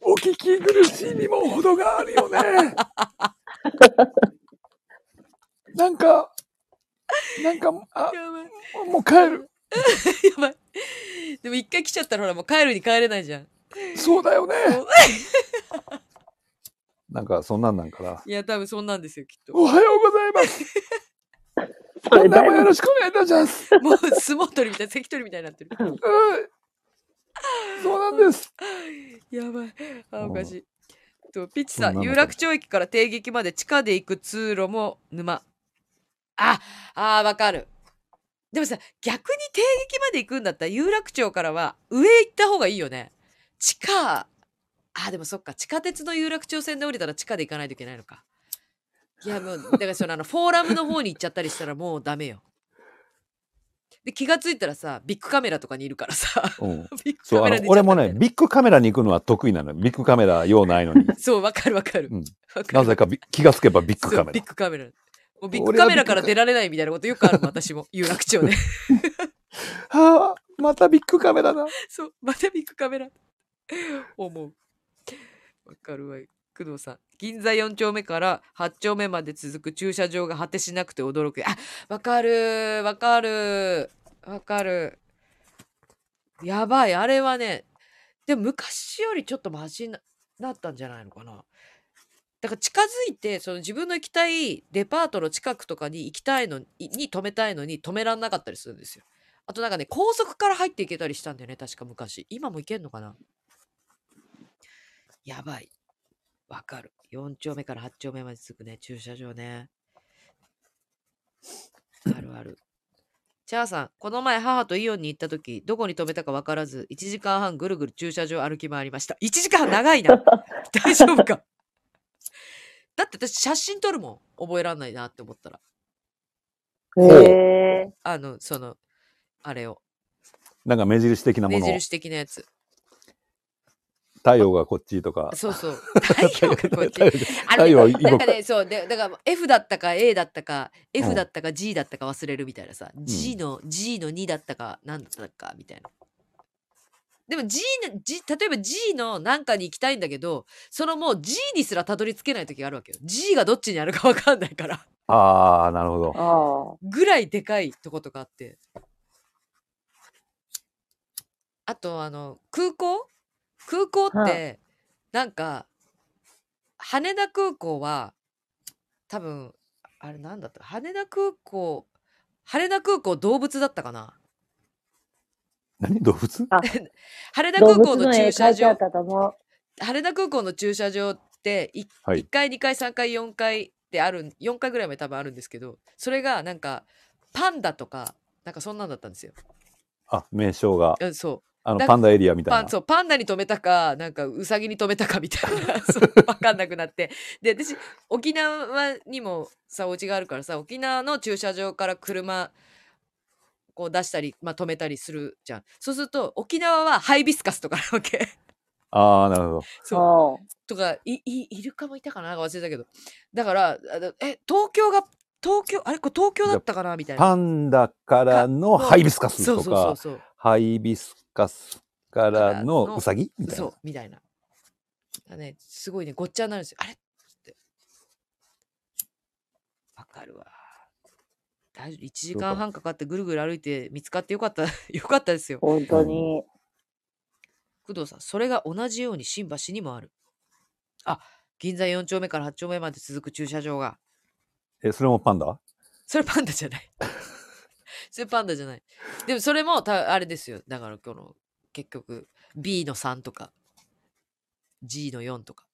Speaker 3: お聞き苦しいにも程があるよね。なんか、なんか、あ、
Speaker 1: やばい。
Speaker 3: もう帰る。
Speaker 1: やばい。でも一回来ちゃったらほら、もう帰るに帰れないじゃん。
Speaker 3: そうだよね
Speaker 1: そう。
Speaker 3: なんか、そんなんなんから。
Speaker 1: いや、多分そんなんですよ、きっと。
Speaker 3: おはようございます。
Speaker 2: そ
Speaker 3: こ
Speaker 2: れ
Speaker 3: んな
Speaker 2: だ
Speaker 3: も
Speaker 2: い
Speaker 3: よ
Speaker 2: ぶ、
Speaker 3: ろしくお願いいたします。
Speaker 1: もう相撲取りみたいな、関取みたいになってる。
Speaker 3: うんそうなんです。
Speaker 1: やばい。あ、
Speaker 3: うん
Speaker 1: おかしい。と、ピッチさ
Speaker 3: そん
Speaker 1: ん、
Speaker 3: なの
Speaker 1: 有楽町駅から定劇まで地下で行く通路も沼。あ、あー、わかる。でもさ、逆に定劇まで行くんだったら、有楽町からは上行った方がいいよね。地下、あ、でもそっか、地下鉄の有楽町線で降りたら地下で行かないといけないのか。いや、もう、だからそ の、あの、フォーラムの方に行っちゃったりしたらもうダメよ。で、気がついたらさ、ビッグカメラとかにいるからさ。
Speaker 3: うん。
Speaker 1: ビッグ
Speaker 3: そう、
Speaker 1: カ
Speaker 3: あ
Speaker 1: メラで行っちゃったみた
Speaker 3: の
Speaker 1: いな
Speaker 3: 俺もね、ビッグカメラに行くのは得意なのよ。ビッグカメラ用ない のに。
Speaker 1: そう、わかるわかる。
Speaker 3: うん
Speaker 1: わかる
Speaker 3: なぜかビ気がつけばビッグ
Speaker 1: そ
Speaker 3: カ
Speaker 1: う
Speaker 3: メ
Speaker 1: ビ
Speaker 3: ラ
Speaker 1: ッ。グカメラ。もうビッグ
Speaker 3: 俺は
Speaker 1: カメ
Speaker 3: ビッグカ
Speaker 1: ラから出られないみたいなことよくあ るもん、私も。有楽町で。
Speaker 3: はあ、またビッグカメラだ。
Speaker 1: そう、またビッグカメラ。 思う。わかるわ。工藤さん。銀座4丁目から8丁目まで続く駐車場が果てしなくて驚く。あ、わかる。わかる。わかる。やばい。あれはね、でも昔よりちょっとマシにななったんじゃないのかな。だから近づいて、その自分の行きたいデパートの近くとかに行きたいのに、に止めたいのに止めらんなかったりするんですよ。あとなんかね、高速から入っていけたりしたんだよね、確か昔。今も行けんのかなやばい。わかる。4丁目から8丁目まで続くね、駐車場ね。あるある。チャーさん、この前母とイオンに行った時、どこに止めたかわからず、1時間半ぐるぐる駐車場歩き回りました。1時間半長い な。大丈夫か。だって私写真撮るもん。覚えらんないなって思ったら。
Speaker 2: へえ。
Speaker 1: あの、その、あれを。
Speaker 3: なんか目印的なも
Speaker 1: 目
Speaker 3: のを
Speaker 1: 印的なやつ。
Speaker 3: 太陽がこっちとか。
Speaker 1: そう そう。太陽がこっち。あ
Speaker 3: 太
Speaker 1: れ
Speaker 3: 陽は
Speaker 1: なんか
Speaker 3: 動く。
Speaker 1: ね、そう、でだから F だったか A だったか、
Speaker 3: う
Speaker 1: F
Speaker 3: ん
Speaker 1: だったか G だったか忘れるみたいなさ、G の、G の2だったか、何だったかみたいな。でも G の、G、例えば G のなんかに行きたいんだけど、そのもう G にすらたどり着けない時があるわけよ。G がどっちにあるかわかんないから。
Speaker 3: ああ、なるほど。
Speaker 2: あ
Speaker 1: ぐらいでかいとことかあって。あと、あの、空港空港っ
Speaker 2: は
Speaker 1: て、なんか、羽田空港は、多分、あれなんだった羽田空港、羽田空港動物だったかな
Speaker 3: 何動物
Speaker 2: あ。あ、
Speaker 1: 羽田
Speaker 2: 動
Speaker 1: 空
Speaker 2: 物
Speaker 1: 港の
Speaker 2: の絵
Speaker 1: 駐車
Speaker 2: 描いてあ
Speaker 1: 場、
Speaker 2: ったと思う。
Speaker 1: 羽田空港の駐車場って、い
Speaker 3: はい
Speaker 1: 1。階2階3階4階ってある4階ぐらいまで多分あるんですけどそれがなんかパンダとかなんかそんなんだったんですよ。
Speaker 3: あ、名称が。
Speaker 1: うん、そう
Speaker 3: あ
Speaker 1: だ
Speaker 3: の、パンダエリアみた
Speaker 1: パ
Speaker 3: い
Speaker 1: ン
Speaker 3: な。
Speaker 1: そうパンダに止めたかなんかウサギに止めたかみたい なそうわかんなくなってで私沖縄にもさお家があるからさ沖縄の駐車場から車こう出したり、まあ、止めたりするじゃんそうすると沖縄はハイビスカスとかなわ け
Speaker 3: ああ、なるほど。
Speaker 1: そうとかいいイルカもいたかななんか忘れたけどだからあのえ東京が東京あれこれ東京だったかなみたいな
Speaker 3: パンダからのハイビスカス
Speaker 1: そうそ
Speaker 3: と
Speaker 1: うそう
Speaker 3: か、
Speaker 1: そう
Speaker 3: ハイビスカスからのウサギみたい
Speaker 1: そ
Speaker 3: な
Speaker 1: う。みたいなだねすごいねごっちゃになるんですよあれってわかるわ大丈夫1時間半かかってぐるぐる歩いて見つかってよかった よかったですよ
Speaker 2: 本当に。
Speaker 1: 工藤さんそれが同じように新橋にもあるあ銀座4丁目から8丁目まで続く駐車場が
Speaker 3: え、それもパンダ
Speaker 1: それパンダじゃない。それパンダじゃない。でもそれもたあれですよ。だから今日の結局 B の3とか G の4とか。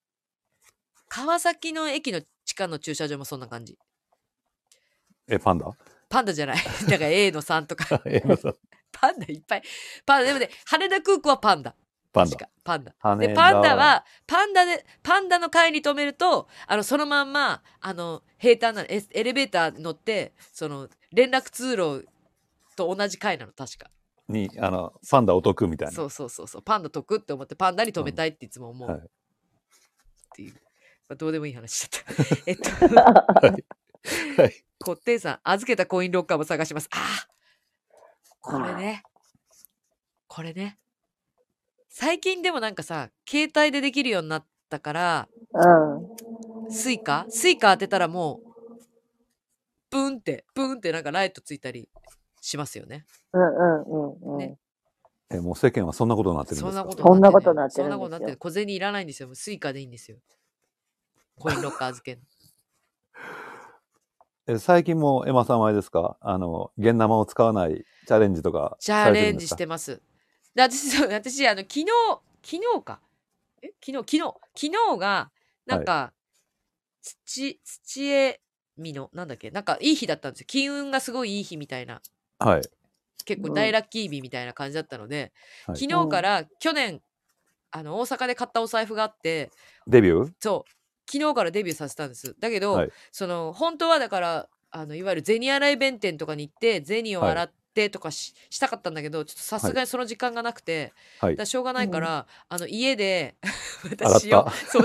Speaker 1: 川崎の駅の地下の駐車場もそんな感じ。
Speaker 3: え、パ ンダ
Speaker 1: パンダじゃ ない。だから A の3とか。
Speaker 3: えまさ
Speaker 1: パンダいっぱい。パンダ、でもね、羽田空港はパンダ。
Speaker 3: パンダ
Speaker 1: 確。か。パンダ。
Speaker 3: 羽
Speaker 1: で、
Speaker 3: 田
Speaker 1: パンダは、パンダで、パンダの階に止めると、あの、そのまんま、あの、平坦なのエスエレベーター乗って、その、連絡通路と同じ回なの、確か。
Speaker 3: に、あの、パンダお得みたいな。
Speaker 1: そうそうそうそう。パンダ得って思って、パンダに止めたいっていつも思う。
Speaker 3: はい
Speaker 1: っていう。まあ、どうでもいい話しちゃった。 えっと、
Speaker 3: はい。
Speaker 1: コッテイさん、預けたコインロッカーも探します。ああこれね。これね。最近でもなんかさ、携帯でできるようになったから、
Speaker 2: うん。
Speaker 1: スイカスイカ当てたらもう、プンって、プンってなんかライトついたりしますよね。
Speaker 2: うんうんうんうん。
Speaker 1: ね
Speaker 3: え、もう世間はそんなことになってるん
Speaker 1: そ
Speaker 3: で
Speaker 1: ん
Speaker 3: す
Speaker 1: な
Speaker 3: か
Speaker 1: こと
Speaker 2: そんなことなって
Speaker 1: そん
Speaker 2: るん
Speaker 1: な
Speaker 2: ですよ
Speaker 1: ことなってる。小銭いらないんですよ。もうスイカでいいんですよ。コインロッカー預け の。
Speaker 3: え最近もエマさんはあれですかあの、現生を使わないチャレンジとか
Speaker 1: チ
Speaker 3: さ
Speaker 1: ャ
Speaker 3: れて
Speaker 1: レ
Speaker 3: るん
Speaker 1: ン
Speaker 3: で
Speaker 1: ジ
Speaker 3: す
Speaker 1: し
Speaker 3: か
Speaker 1: てます。で私、そう私、あの、昨日、昨日か。え昨日、昨日、昨日が、なんか、土、土へ、みの、なんだっけ、なんかいい日だったんですよ。金運がすごいいい日みたいな、
Speaker 3: はい。
Speaker 1: 結構
Speaker 2: うん
Speaker 1: 大ラッキー日みたいな感じだったので、
Speaker 3: はい
Speaker 1: 昨日から去年、あの、大阪で買ったお財布があって、
Speaker 3: デビュー
Speaker 1: そう昨日からデビューさせたんですだけど、
Speaker 3: はい
Speaker 1: その本当はだからあのいわゆる銭洗い弁天とかに行って銭を洗ってとかし,、したかったんだけどちょっとさすがにその時間がなくて、
Speaker 3: はい
Speaker 1: だからしょうがないから、あの家で
Speaker 3: 洗っ
Speaker 1: 塩そう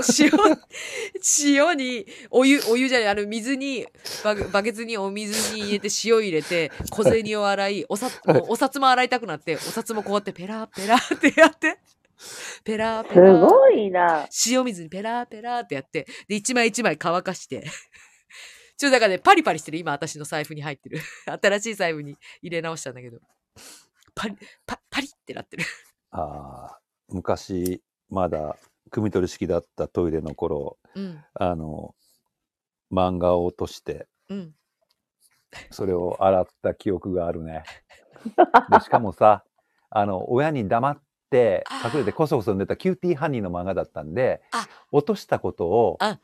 Speaker 1: 塩塩にお湯お湯じゃないあの水にバグバケツにお水に入れて塩入れて小銭を洗いお札もうお札も洗いたくなってお札もこうやってペラーペラーってやってペラーペ
Speaker 2: す
Speaker 1: ラー
Speaker 2: ごいな。
Speaker 1: 塩水にペラーペラーってやって、で、一枚一枚乾かして。 ちょっとだからね、パリパリしてる。今、私の財布に入ってる。 新しい財布に入れ直したんだけど。パリ、パパリってなってる。
Speaker 3: あー昔、まだ、組み取り式だったトイレの頃、
Speaker 1: うん。
Speaker 3: あの、漫画を落として、
Speaker 1: うん。
Speaker 3: それを洗った記憶があるね。でしかもさ、 あの、親に黙って隠れてこそこそ寝たキューティーハニーの漫画だったんで
Speaker 1: あ、
Speaker 3: 落としたことを
Speaker 1: あ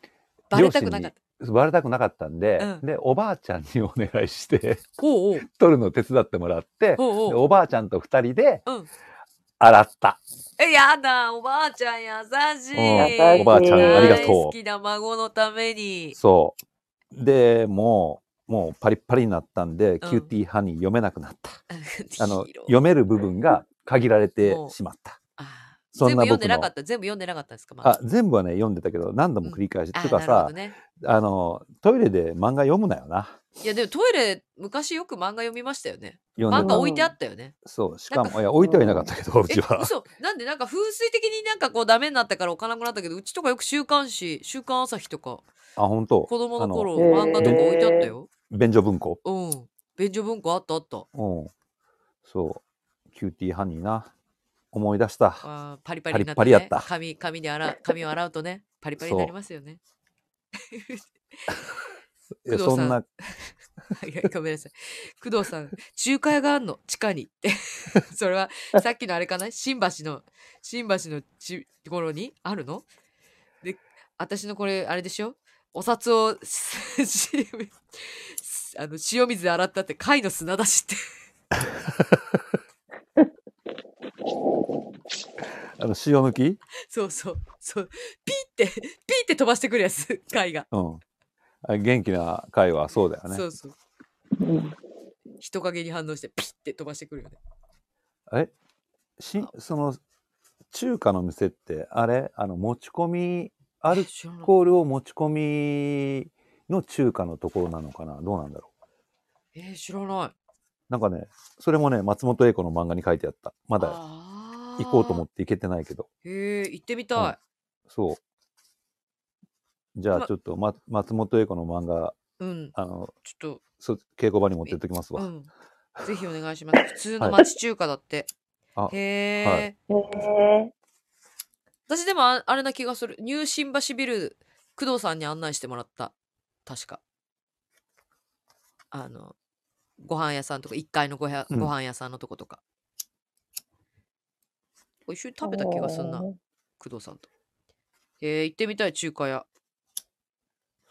Speaker 1: バレたくなかった。
Speaker 3: バレたくなかったんで、
Speaker 1: うん
Speaker 3: で、おばあちゃんにお願いして、
Speaker 1: おうおう。
Speaker 3: 取るのを手伝ってもらっ
Speaker 1: お
Speaker 3: て、で
Speaker 1: うおう。
Speaker 3: おばあちゃんと二人で
Speaker 1: うん。
Speaker 3: 洗った。
Speaker 1: え、やだ、おばあちゃん優し
Speaker 2: うん
Speaker 1: い。
Speaker 2: おばあちゃんありがと
Speaker 1: 大
Speaker 2: う
Speaker 1: 好きな孫のために。
Speaker 3: そう。で、もう、もうパリッパリになったんで、
Speaker 1: ん
Speaker 3: キューティーハニー読めなくなった。あの、
Speaker 1: ヒーロー
Speaker 3: 読める部分が限られて
Speaker 1: もう
Speaker 3: しまった。
Speaker 1: あー
Speaker 3: そん
Speaker 1: 全部
Speaker 3: な
Speaker 1: 読ん
Speaker 3: 僕
Speaker 1: でなか
Speaker 3: の
Speaker 1: っ。た。全部読んでなかったんですか、まだ
Speaker 3: あ、全部はね、読んでたけど、何度も繰り返し。
Speaker 1: あ
Speaker 3: て
Speaker 1: ー
Speaker 3: か
Speaker 1: なるほ
Speaker 3: さ
Speaker 1: ど、ね。
Speaker 3: あの、トイレで漫画読むなよな。
Speaker 1: いや、でもトイレ、昔よく漫画読みましたよね。
Speaker 3: 読
Speaker 1: 漫
Speaker 3: ん
Speaker 1: 画
Speaker 3: で
Speaker 1: 置いてあったよね。
Speaker 3: た。そう。しか
Speaker 1: なん
Speaker 3: も、いや、置いてはいなかったけど、う
Speaker 1: え
Speaker 3: ちは。
Speaker 1: 嘘なんでなんか風水的になんかこうダメになったから置かなくなったけどうちとかよく週刊誌「週刊朝日」とか
Speaker 3: あ、本当。
Speaker 1: 子供の頃
Speaker 3: あ
Speaker 2: の
Speaker 1: 漫画とか置いてあったよ。
Speaker 3: 便所文庫。
Speaker 1: うん。便所文庫あったあった。
Speaker 3: うん。そう。キューティーハニーな。思い出した。
Speaker 1: あーパリパリになって、ね、
Speaker 3: パリパリやった
Speaker 1: 髪髪で洗う髪を洗うとねパリパリになりますよね。
Speaker 3: え
Speaker 1: 工藤
Speaker 3: そ
Speaker 1: さん
Speaker 3: んな、
Speaker 1: はいはい、ごめんなさい。工藤さん、仲介があんの、地下にって。 それは、さっきのあれかな新橋の、新橋のちところにあるので、私のこれ、あれでしょお札を、 すしあの、塩水で洗ったって、貝の砂出しって。
Speaker 3: あの、塩抜き
Speaker 1: そうそう、そう、ピーって、ピーって飛ばしてくるやつ、 貝が。
Speaker 3: うん。あ元気な会はそうだよね
Speaker 1: そ。うそう。
Speaker 2: うん
Speaker 1: 人影に反応して、ピーって飛ばしてくるよね。
Speaker 3: えしその、中華の店って、あれあの、持ち込み、アル
Speaker 1: 知らない
Speaker 3: コールを持ち込みの中華のところなのかなどうなんだろう
Speaker 1: えー、知らない。
Speaker 3: なんかね、それもね、松本英子の漫画に書いてあった。まだ
Speaker 1: あ
Speaker 3: 行こうと思
Speaker 1: っ
Speaker 3: って行けてないけど。
Speaker 1: て。へえ、行ってみたい。
Speaker 3: そう。じゃあ
Speaker 1: ま
Speaker 3: ちょっと、ま、松本英子の漫画、
Speaker 1: うん、
Speaker 3: あの、
Speaker 1: ちょっと。
Speaker 3: そ稽古場に持ってっときますわ。
Speaker 1: うん。ぜひお願いし ます。普通の
Speaker 3: はい
Speaker 1: 町中華だって。
Speaker 3: あ
Speaker 1: へえ、
Speaker 3: は
Speaker 2: へえ。
Speaker 1: 私でもああれな気がする。ニュー新橋ビル、工藤さんに案内してもらった。確か。あの、ご飯屋さんとか、1階のごや
Speaker 3: うん
Speaker 1: ご飯屋さんのとことか。一緒に食べた気がすんな、
Speaker 2: う
Speaker 1: 工藤さんと。へえ、行ってみたい、中華屋。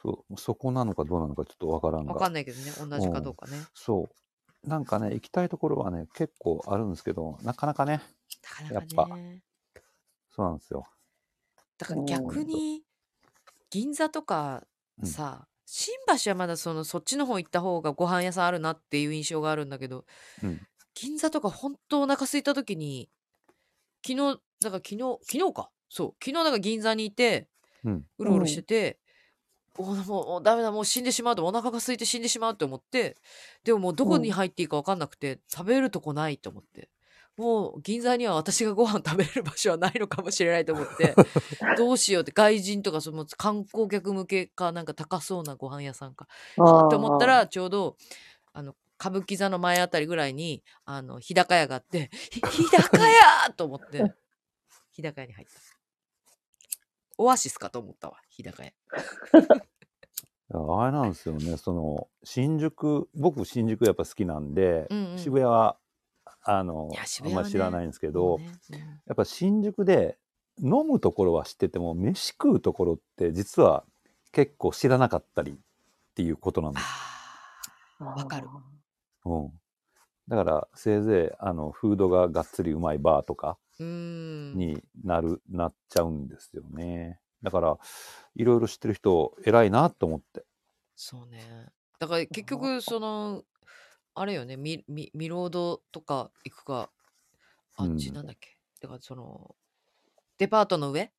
Speaker 3: そう。そこなのかどうなのかちょっとわからんが。
Speaker 1: わかんないけどね、同じかどうかね。
Speaker 3: そう。なんかね、行きたいところはね、結構あるんですけど、なかなかね、
Speaker 1: なかなかね。
Speaker 3: そうなんですよ。
Speaker 1: だから逆に銀座とか
Speaker 3: うん
Speaker 1: さ、新橋はまだそのそっちの方行った方がご飯屋さんあるなっていう印象があるんだけど、
Speaker 3: うん
Speaker 1: 銀座とか本当お腹空いた時に昨日だから昨日昨日かそう昨日だから銀座にいて
Speaker 3: うん
Speaker 1: うろう
Speaker 2: う
Speaker 1: ろ
Speaker 2: ん
Speaker 1: してて、おもうもうダメだもう死んでしまうとお腹が空いて死んでしまうと思ってでももうどこに入っていいか分かんなくて、食べるとこないと思ってもう銀座には私がご飯食べれる場所はないのかもしれないと思って どうしようって外人とかその観光客向けかなんか高そうなご飯屋さんか
Speaker 2: あ
Speaker 1: と思った
Speaker 2: ー、
Speaker 1: らちょうどあの歌舞伎座の前あたりぐらいにあの日高屋があって「 ひ日高屋!」と思って日高屋に入ったオアシスかと思ったわ日高屋
Speaker 3: あれなんですよね、その、新宿、僕新宿やっぱ好きなんで、
Speaker 1: うんうん
Speaker 3: 渋谷は、あの、
Speaker 1: いや渋
Speaker 3: あ
Speaker 1: 谷は
Speaker 3: んま
Speaker 1: ね
Speaker 3: 知らないんですけ
Speaker 1: も
Speaker 3: ど、
Speaker 1: うねうん
Speaker 3: やっぱ新宿で飲むところは知ってても、飯食うところって実は結構知らなかったりっていうことなんです
Speaker 1: あ
Speaker 2: わ
Speaker 1: わかる。
Speaker 3: うん、だからせいぜいあのフードががっつりうまいバーとか
Speaker 1: ーうーん
Speaker 3: になる、なっちゃうんですよねだからいろいろ知ってる人偉いなと思って
Speaker 1: そうねだから結局そのあれよねミミミロードとか行くかあっち
Speaker 3: うん
Speaker 1: なんだっけ、だからそのデパートの上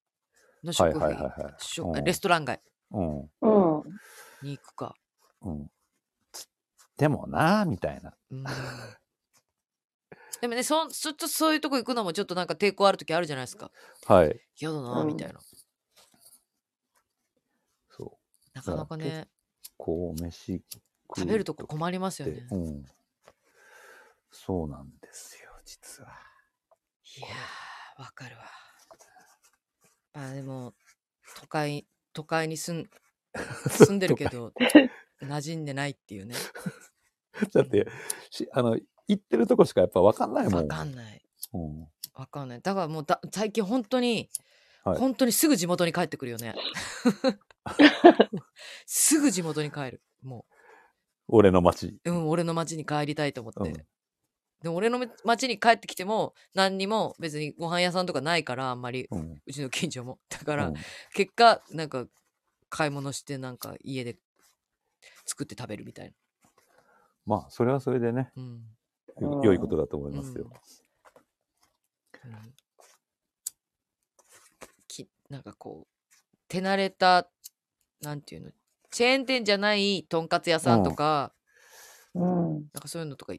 Speaker 1: の
Speaker 3: は
Speaker 1: 食
Speaker 3: い
Speaker 1: 費、
Speaker 3: はいはいはい
Speaker 1: 食
Speaker 3: うん
Speaker 1: レストラン街
Speaker 3: うん
Speaker 2: うん。
Speaker 1: に行くか
Speaker 3: うんつでもなみたいな
Speaker 1: うんでもねそんちょっとそういうとこ行くのもちょっとなんか抵抗ある時あるじゃないですか
Speaker 3: はい
Speaker 1: 嫌だな
Speaker 2: うん
Speaker 1: みたいな、
Speaker 3: そう
Speaker 1: なかなかね
Speaker 3: こう飯食う
Speaker 1: 食べるとこ困ります
Speaker 3: っ
Speaker 1: よ
Speaker 3: て、
Speaker 1: ね
Speaker 3: うん、そうなんですよ実はい
Speaker 1: やーわかるわまあでも都会都会に 住ん住んでるけど馴染んでないっていうね
Speaker 3: だってしあの行ってるとこしかやっぱ分かんないもん
Speaker 1: わかんない
Speaker 3: うん
Speaker 1: わかんないだからもうだ最近本当に、
Speaker 3: はい
Speaker 1: 本当にすぐ地元に帰ってくるよ ねすぐ地元に帰るもう
Speaker 3: 俺の町
Speaker 1: うん、俺の町に帰りたいと思って。
Speaker 3: うん
Speaker 1: でも俺の町に帰ってきても何にも別にご飯屋さんとかないからあんまり
Speaker 3: うん
Speaker 1: うちの近所もだから、
Speaker 3: うん
Speaker 1: 結果なんか買い物してなんか家で作って食べるみたいな、
Speaker 3: まあそれはそれでね
Speaker 1: うん
Speaker 2: うん
Speaker 3: 良いことだと思いますよ。
Speaker 1: うんうんきなんかこう手慣れたなんていうのチェーン店じゃないとんかつ屋さんとか、
Speaker 2: うん。
Speaker 1: なんかそういうのとか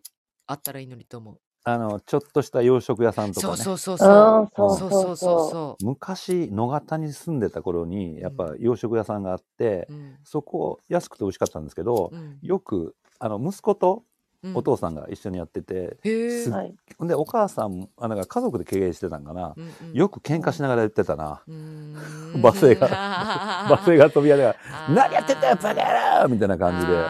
Speaker 1: あったらいいのにと思う
Speaker 3: あのちょっとした洋食屋さんとか
Speaker 1: そう
Speaker 3: ね。
Speaker 1: そうそうそう
Speaker 2: あーそ
Speaker 1: そ
Speaker 2: うそう
Speaker 1: そそ
Speaker 2: うそうう
Speaker 1: う
Speaker 2: そ
Speaker 1: そ
Speaker 3: 昔野方に住んでた頃にやっぱ洋食屋さんがあって、
Speaker 1: う。うん。
Speaker 3: そこ安くて美味しかったんですけど、
Speaker 1: うん
Speaker 3: よくあの息子と
Speaker 1: うん
Speaker 3: お父さんが一緒にやってて、
Speaker 1: へえ
Speaker 3: す
Speaker 2: う。
Speaker 3: っ
Speaker 2: はい。
Speaker 3: ほんでお母さんあなんか家族で経営してたんかな、
Speaker 1: うんうん
Speaker 3: よく喧嘩しながらやってたな、
Speaker 1: うーん
Speaker 3: 罵声が バ
Speaker 1: 罵
Speaker 3: スが飛び屋では「
Speaker 1: が
Speaker 3: 何やってんだよバカ野郎!」みたいな感じで、
Speaker 1: あー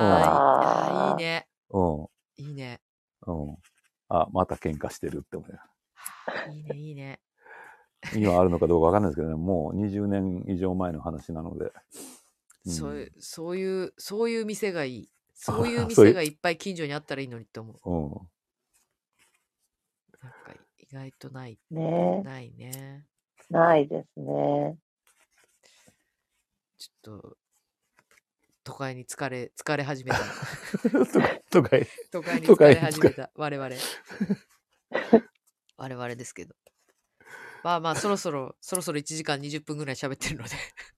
Speaker 1: あーいいね。
Speaker 3: うん
Speaker 1: いいね。
Speaker 3: うん、あまた喧嘩してるって思います
Speaker 1: いいね、いいね。
Speaker 3: 今あるのかどうかわかんないですけどね、もう20年以上前の話なので。うん
Speaker 1: そういう、そういう、そういう店がいい。そうい
Speaker 3: そうう
Speaker 1: 店がいっぱい近所にあったらいいのにと思う。
Speaker 3: うん。
Speaker 1: なんか意外とない、
Speaker 2: ね
Speaker 1: ないね。
Speaker 2: ないですね。
Speaker 1: ちょっと、都会に疲れ、疲れ始め た。
Speaker 3: とか、
Speaker 1: 都会に
Speaker 3: 都
Speaker 1: 疲
Speaker 3: 会
Speaker 1: れ
Speaker 3: に
Speaker 1: 始
Speaker 3: 疲
Speaker 1: め
Speaker 3: れ
Speaker 1: た我々我々ですけどまあまあそろそろそろそろ1時間20分ぐらい喋ってる ので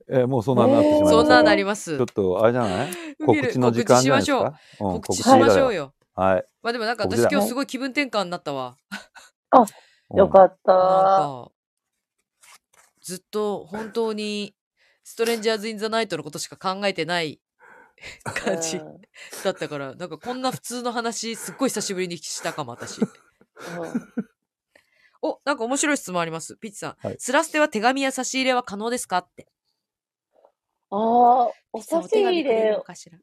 Speaker 3: えーもうそんなになってしまいました
Speaker 1: そんな
Speaker 3: が
Speaker 1: なります
Speaker 3: ちょっとあれじゃない
Speaker 1: ウケる
Speaker 3: 告知の時間じゃないですかうん
Speaker 1: 告知しましょう
Speaker 3: よ。
Speaker 1: よ
Speaker 3: はい。
Speaker 1: まあでもなんか
Speaker 3: 告
Speaker 1: 私
Speaker 3: 知だ
Speaker 1: 今日すごい気分転換になったわ
Speaker 3: うん
Speaker 2: よかっ
Speaker 1: なん
Speaker 2: た。
Speaker 1: かずっと本当にストレンジャーズ・イン・ザ・ナイトのことしか考えてない感じ
Speaker 2: うん
Speaker 1: だったからなんかこんな普通の話すっごい久しぶりにしたかも 私
Speaker 2: うん
Speaker 1: おなんか面白い質問ありますピッチさん、
Speaker 3: はい
Speaker 1: スラステは手紙や差し入れは可能ですかって
Speaker 2: ああ、
Speaker 1: ピ
Speaker 2: お
Speaker 1: ッチさん
Speaker 2: 差し入
Speaker 1: お手紙くれる
Speaker 2: れ
Speaker 1: の、かしら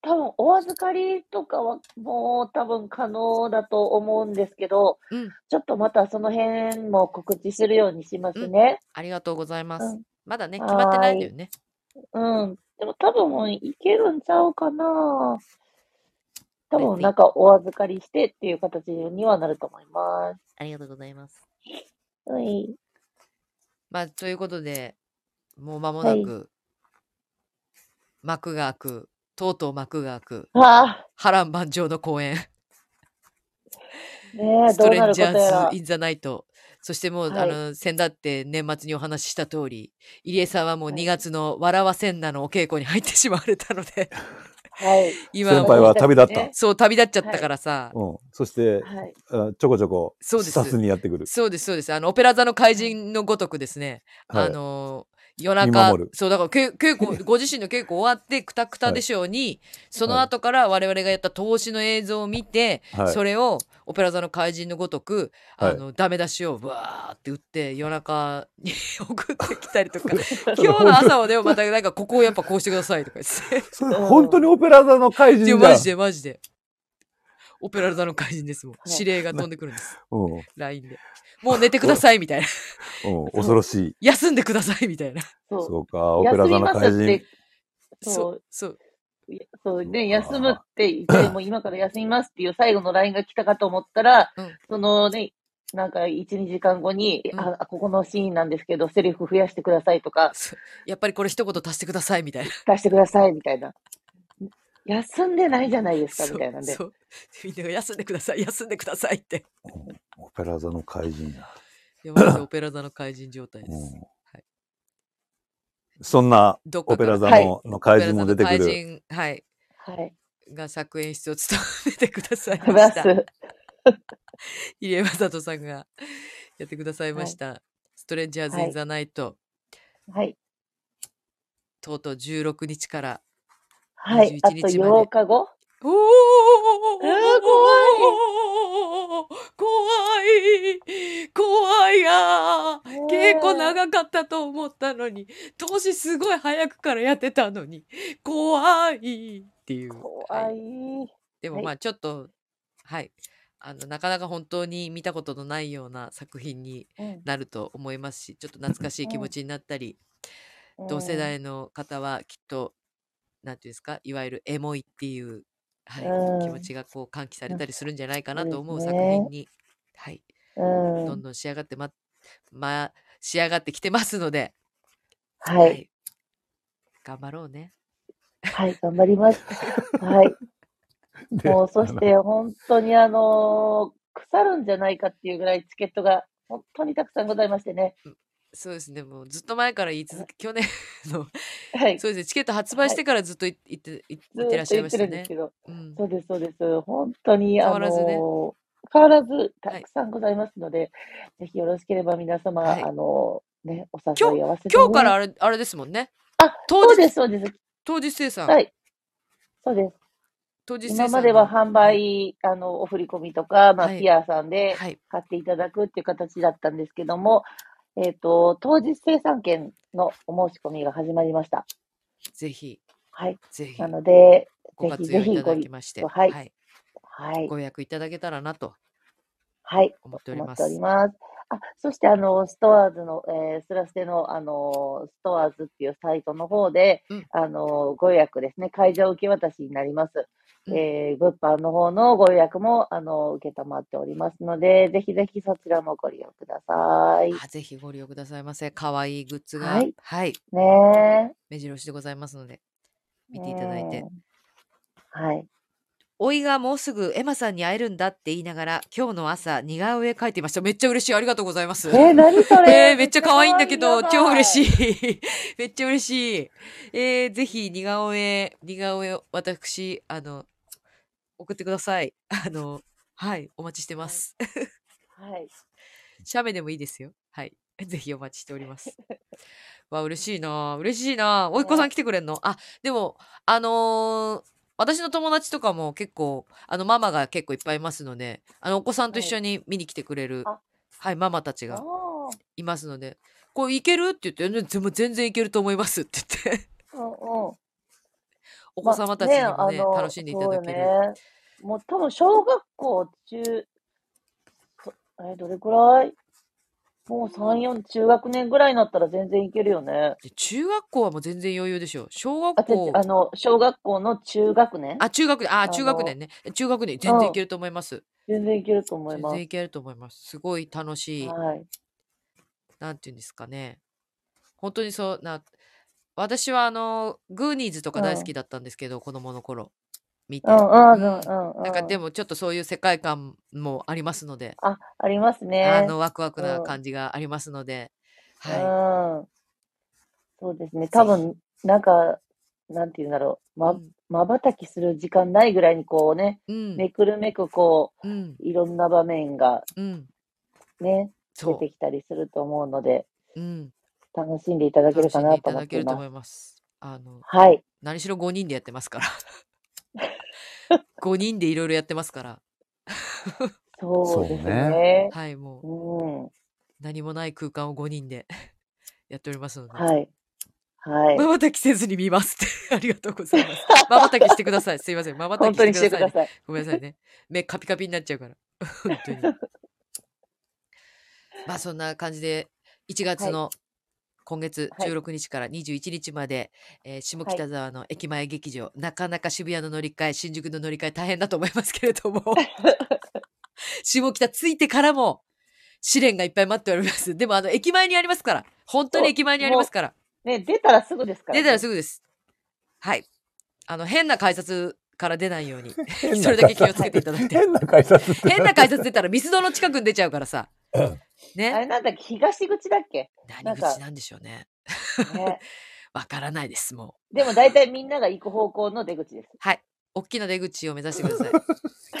Speaker 2: 多分お預かりとかはもう多分可能だと思うんですけど、
Speaker 1: うん
Speaker 2: ちょっとまたその辺も告知するようにしますね。
Speaker 1: ありがとうございます。
Speaker 2: うん
Speaker 1: まだね、決まってないんだよね。
Speaker 2: うん。でも多分いけるんちゃうかな。多分なんかお預かりしてっていう形にはなると思います。
Speaker 1: ありがとうございます。
Speaker 2: はい。
Speaker 1: まあ、ということで、もう間もなく、幕が開く、とうとう幕が開く、
Speaker 2: ああ、
Speaker 1: 波乱万丈の公演。
Speaker 2: ね え、
Speaker 1: ス
Speaker 2: ど
Speaker 1: ト
Speaker 2: う
Speaker 1: レ
Speaker 2: な
Speaker 1: ン
Speaker 2: るこ
Speaker 1: ジ
Speaker 2: と
Speaker 1: ャ
Speaker 2: やら
Speaker 1: ーズ・イ。ン・ザ・ナイト。そしてもう、
Speaker 2: はい
Speaker 1: あの、先だって年末にお話しした通り、入江さんはもう
Speaker 2: はい
Speaker 1: 2月の笑わせんなのお稽古に入ってしまわれたの で、
Speaker 2: はい。
Speaker 1: 今
Speaker 3: 先輩は旅立った。
Speaker 2: ね
Speaker 1: そう旅立っちゃったからさ、
Speaker 3: うん。そして、
Speaker 2: はい。
Speaker 3: あちょこちょこ、
Speaker 1: そうで
Speaker 3: 視
Speaker 1: す
Speaker 3: 察にやってくる。
Speaker 1: そうです、そうです。あの、オペラ座の怪人のごとくですね、
Speaker 3: はい
Speaker 1: あ。の、夜
Speaker 3: 見
Speaker 1: 中
Speaker 3: 守る、
Speaker 1: そう、だから け稽古、ご自身の稽古終わって、くたくたでしょうに、その後から我々がやった投資の映像を見て、
Speaker 3: はい
Speaker 1: それを、オペラ座の怪人のごとく、
Speaker 3: はい
Speaker 1: あの、ダメ出しをわーって打って、夜中に 送ってきたりとか、
Speaker 3: それ
Speaker 1: 今日の朝はね、またなんか、ここをやっぱこうしてくださいとか言っ
Speaker 3: それ本当にオペラ座の怪
Speaker 1: て、
Speaker 3: 人
Speaker 1: い
Speaker 3: じ
Speaker 1: や
Speaker 3: ゃん。
Speaker 1: マジでマジで。オペラ座の怪人ですもん。
Speaker 2: い
Speaker 1: 指令が飛んでくるんです。
Speaker 3: うん。うん。
Speaker 1: LINE で。もう寝てくださいみたいな。
Speaker 3: 恐ろしい。
Speaker 1: 休んでくださいみたいな。
Speaker 2: そう。
Speaker 3: そうか、オペラ座の怪
Speaker 2: 休みますっ
Speaker 3: 人
Speaker 2: て。そう。
Speaker 1: そう。
Speaker 2: いやそう
Speaker 3: うわー
Speaker 2: ね、休むって言って、もう今から休みますっていう最後の LINE が来たかと思ったら、
Speaker 1: うん
Speaker 2: そのね、なんか1、2時間後に、
Speaker 1: うん
Speaker 2: あ、ここのシーンなんですけど、セリフ増やしてくださいとか、
Speaker 1: そうやっぱりこれ一言足してくださいみたいな。
Speaker 2: 出してくださいみたいな。休んでないじゃないですか、
Speaker 1: そう
Speaker 2: みたいなんで。
Speaker 1: そうみんなが休んでください、 休んでくださいっ て。
Speaker 3: オペラ座の怪人だ。
Speaker 1: いやマジでオペラ座の怪人状態で
Speaker 3: う
Speaker 1: す。
Speaker 3: ん
Speaker 1: い
Speaker 3: そんな
Speaker 1: どっか
Speaker 3: オ
Speaker 1: か
Speaker 3: ペ
Speaker 1: ら
Speaker 3: ラ座
Speaker 2: は
Speaker 3: のの怪人も出てく
Speaker 1: オペラ座の
Speaker 3: る。
Speaker 1: 怪人、はい、
Speaker 2: はい。
Speaker 1: が作演室を務めてください
Speaker 2: プ
Speaker 1: ま
Speaker 2: ラ
Speaker 1: した。
Speaker 2: ス、
Speaker 1: 入江雅人さんが やってくださいました。ストレンジャーズ・イン・ザ・ナイト、
Speaker 2: はい。
Speaker 1: とうとう16日から。
Speaker 2: はい。あと
Speaker 1: 21日まで
Speaker 2: 8日後
Speaker 1: おー怖い怖いやー結構
Speaker 2: い。
Speaker 1: 長かったと思ったのに投資すごい早くからやってたのに怖いっていう
Speaker 2: 怖。
Speaker 1: はいでも
Speaker 2: はい
Speaker 1: まあちょっとはい、あのなかなか本当に見たことのないような作品に
Speaker 2: うん
Speaker 1: なると思いますしちょっと懐かしい気持ちになったり、同世代の方はきっとなんていうんですかいわゆるエモいっていう、はい気持
Speaker 2: うん
Speaker 1: ちがこう喚起されたりするんじゃないか
Speaker 2: そ
Speaker 1: な
Speaker 2: うで
Speaker 1: と
Speaker 2: す
Speaker 1: 思う作
Speaker 2: ね
Speaker 1: 品に、はい、
Speaker 2: うん。う
Speaker 1: どん
Speaker 2: ん。
Speaker 1: どん仕上がってまま仕上がってきてますので、
Speaker 2: はい。
Speaker 1: 頑張ろうね。
Speaker 2: はい、頑張 ります。はい。
Speaker 3: で
Speaker 2: もう、そして、本当に、あのー腐るんじゃないかっていうぐらいチケットが本当にたくさんございましてね。
Speaker 1: そうですねもうずっと前から言い続け去年の
Speaker 2: はい。ず
Speaker 1: そうですねチケット発売してからずっとい言って言ってらっしゃい
Speaker 2: ー
Speaker 1: ま
Speaker 2: っ
Speaker 1: し
Speaker 2: と
Speaker 1: た
Speaker 2: 言ってるんで
Speaker 1: ね
Speaker 2: すけ。ど、
Speaker 1: うん
Speaker 2: そうです、そうです。本当に、
Speaker 1: 変
Speaker 2: あ
Speaker 1: わ
Speaker 2: の
Speaker 1: らずね
Speaker 2: ー変わらずた
Speaker 1: はい
Speaker 2: くさんございますので、ぜひよろしければ皆様、
Speaker 1: はい
Speaker 2: あのーね、お
Speaker 1: 今
Speaker 2: 誘い合わせて、ね。
Speaker 1: 今日からあれあれですもんね。
Speaker 2: あ
Speaker 1: 当
Speaker 2: そうです、
Speaker 1: 日
Speaker 2: そうです。
Speaker 1: 当日生産、
Speaker 2: はい。そうです。
Speaker 1: 当日生産
Speaker 2: 今までは販
Speaker 1: い
Speaker 2: 売、あの、お振り込みとか、まあ、
Speaker 1: はい
Speaker 2: ピアさんで、
Speaker 1: はい
Speaker 2: 買っていただくっていう形だったんですけども、えっ、と、当日生産券のお申し込みが始まりました。
Speaker 1: ぜひ
Speaker 2: はい。
Speaker 1: ぜひ
Speaker 2: なので、
Speaker 1: ご
Speaker 2: ぜひ
Speaker 1: 活
Speaker 2: ぜ
Speaker 1: 用い
Speaker 2: ひ
Speaker 1: た
Speaker 2: ご
Speaker 1: だ
Speaker 2: 利
Speaker 1: き、まして、
Speaker 2: ごはい
Speaker 1: はい、
Speaker 2: はい。
Speaker 1: ご予約いただけたらなと
Speaker 2: はい。
Speaker 1: 思っており
Speaker 2: 思っ
Speaker 1: ま
Speaker 2: て
Speaker 1: す。
Speaker 2: おります。あ、そして、あの、ストアーズの、えースラステの、あの、ストアーズっていうサイトの方で、
Speaker 1: うん
Speaker 2: あの、ご予約ですね、会場受け渡しになります。
Speaker 1: うん
Speaker 2: えー物販の方のご予約も、あの、受けたまっておりますので、ぜひぜひそちらもご利用ください。
Speaker 1: あぜひご利用くださいませ。可愛いグッズが、は
Speaker 2: はいい、ねえ。
Speaker 1: 目白押しでございますので、見ていただいて
Speaker 2: うん。はい。
Speaker 1: おいがもうすぐエマさんに会えるんだって言いながら、今日の朝、似顔絵描いていました。めっちゃ嬉しい。ありがとうございます。
Speaker 2: えー、何それ
Speaker 1: えーめっちゃ可愛いんだけど、超嬉
Speaker 2: い。
Speaker 1: しい。 めっちゃ嬉しい。えーぜひ似顔絵、似顔絵を私、あの、送ってください。あの、はい、お待ちしてます。
Speaker 2: はい。
Speaker 1: 写メでもいいですよ。はい。 ぜひお待ちしており ます。わ、嬉しいなあ嬉しいなあおいっ子さん来てくれんのあ、でも、あのー私の友達とかも結構、あの、ママが結構いっぱいいますので、あの、お子さんと一緒に見に来てくれる、
Speaker 2: あ
Speaker 1: はい、ママたちが
Speaker 2: おー
Speaker 1: いますので、こう、いけるって言って、全然もう全然いけると思いますって言って、
Speaker 2: うんうん。
Speaker 1: お子様たちにもね、
Speaker 2: まあ
Speaker 1: 楽しんでいただける。
Speaker 2: あのそうよねもう多分小学校中、そえーどれくらいもう3、4、中学年ぐらいになったら全然いけるよね。
Speaker 1: で中学校はもう全然余裕でしょ。小学
Speaker 2: あ、ち
Speaker 1: 校
Speaker 2: あ、の、小学校の中学年
Speaker 1: あ、中学年、あ、
Speaker 2: の
Speaker 1: 中学年ね。中学年、全然いけると思います。
Speaker 2: 全然いけると思い
Speaker 1: 全
Speaker 2: ま
Speaker 1: 然
Speaker 2: す。
Speaker 1: いけると思います。すごい楽しい、
Speaker 2: はい。
Speaker 1: なんていうんですかね。本当にそうな、私はあの、グーニーズとか大好きだったんですけど、子供の頃。見て。
Speaker 2: うん、うん、う
Speaker 1: うん
Speaker 2: ん、うん。
Speaker 1: なんかで
Speaker 2: も。
Speaker 1: もちょっとそういう世界観もありますので、
Speaker 2: あ、ありますね。
Speaker 1: あのワクワクな
Speaker 2: うん
Speaker 1: 感じがありますので、は
Speaker 2: うん。そうですね。多分、なんか、なんて言うんだろう。
Speaker 1: い。う
Speaker 2: ま
Speaker 1: ん、
Speaker 2: 瞬きする時間ないぐらいにこうね、
Speaker 1: うん
Speaker 2: めくるめくこ
Speaker 1: うん
Speaker 2: う、いろんな場面が
Speaker 1: うん
Speaker 2: ね、出
Speaker 1: そ
Speaker 2: てきたりすると思うので、
Speaker 1: う、うん、
Speaker 2: 楽しんでいただけるかなと思ってい
Speaker 1: 楽しんでいただけると思
Speaker 2: ます。
Speaker 1: います。あの
Speaker 2: はい。
Speaker 1: 何しろ5人でやってますから 5人でいろいろやってますから
Speaker 2: そうです
Speaker 3: そう
Speaker 2: ね。
Speaker 1: はいもう
Speaker 2: うん。
Speaker 1: 何もない空間を5人で やっておりますので
Speaker 2: はい。はい。
Speaker 1: まばたきせずに見ますって ありがとうございますまばたきしてくださいすいませんまばた
Speaker 2: 本
Speaker 1: き
Speaker 2: 当に
Speaker 1: し
Speaker 2: して
Speaker 1: て
Speaker 2: く
Speaker 1: ください,、
Speaker 2: ださい。
Speaker 1: ごめんなさいね目カピカピになっちゃうから 本当にまあそんな感じで1月の今月
Speaker 2: はい
Speaker 1: 16日から21日まで、えー下
Speaker 2: はい
Speaker 1: 北沢の駅前劇場、なかなか渋谷の乗り換え新宿の乗り換え大変だと思いますけれど も下北着いてからも試練がいっぱい待っておりますでもあの駅前にありますから本当に駅前にありますから
Speaker 2: ね、出たらすぐですから、ね。
Speaker 1: 出たらすぐですはいあの変な改札から出ない ように
Speaker 3: 変
Speaker 1: それだけ気をつけていただいて
Speaker 3: 変な改札って。
Speaker 1: 変な改札出たらミスドの近くに出ちゃうからさ
Speaker 3: うん
Speaker 2: あ
Speaker 1: ね
Speaker 2: れなんだっけ東口だっけ、な
Speaker 1: 何
Speaker 2: んか
Speaker 1: 口なんでしょうね
Speaker 2: ね、
Speaker 1: わからないですもう
Speaker 2: でも大体みんなが行く方向の出口です。
Speaker 1: はい。大きな出口を目指してください。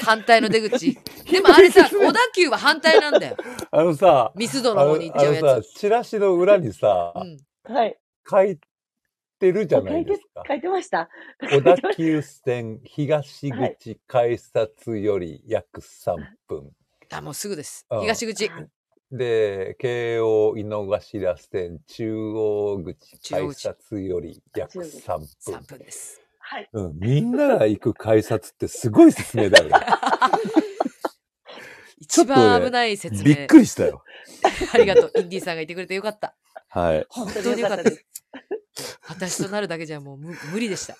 Speaker 1: 反対の出 口。でもあれさ、小田急は反対なんだよ。
Speaker 3: あのさ、
Speaker 1: ミスド
Speaker 3: あ
Speaker 1: の方
Speaker 3: の
Speaker 1: に行っちゃう
Speaker 3: あ
Speaker 1: や
Speaker 3: のさ、チラシの裏にさ、
Speaker 1: つ。うん。
Speaker 2: はい。
Speaker 3: 書いてるじゃないです か。
Speaker 2: 書いてました。
Speaker 3: 小田急線東口改札より約3分。
Speaker 1: あ、もうすぐです。
Speaker 3: うん
Speaker 1: 東口。
Speaker 3: で、京王井の頭線中央口改札より約3
Speaker 1: 3
Speaker 3: 分。
Speaker 1: 分です。
Speaker 2: はい。
Speaker 3: うん、みんなが行く改札ってすごい説明だよね。ち
Speaker 1: 一
Speaker 3: ょっとね
Speaker 1: 番危ない 説
Speaker 3: び
Speaker 1: 明。
Speaker 3: っくりしたよ。
Speaker 1: ありがとう。インディーさんがいてくれてよかった。
Speaker 3: はい。
Speaker 2: 本
Speaker 1: 本
Speaker 2: 当
Speaker 1: 当
Speaker 2: に
Speaker 1: に
Speaker 2: よ
Speaker 1: よか
Speaker 2: かっ
Speaker 1: ったた
Speaker 2: で
Speaker 1: ですす。私となるだけじゃもう無無理でした。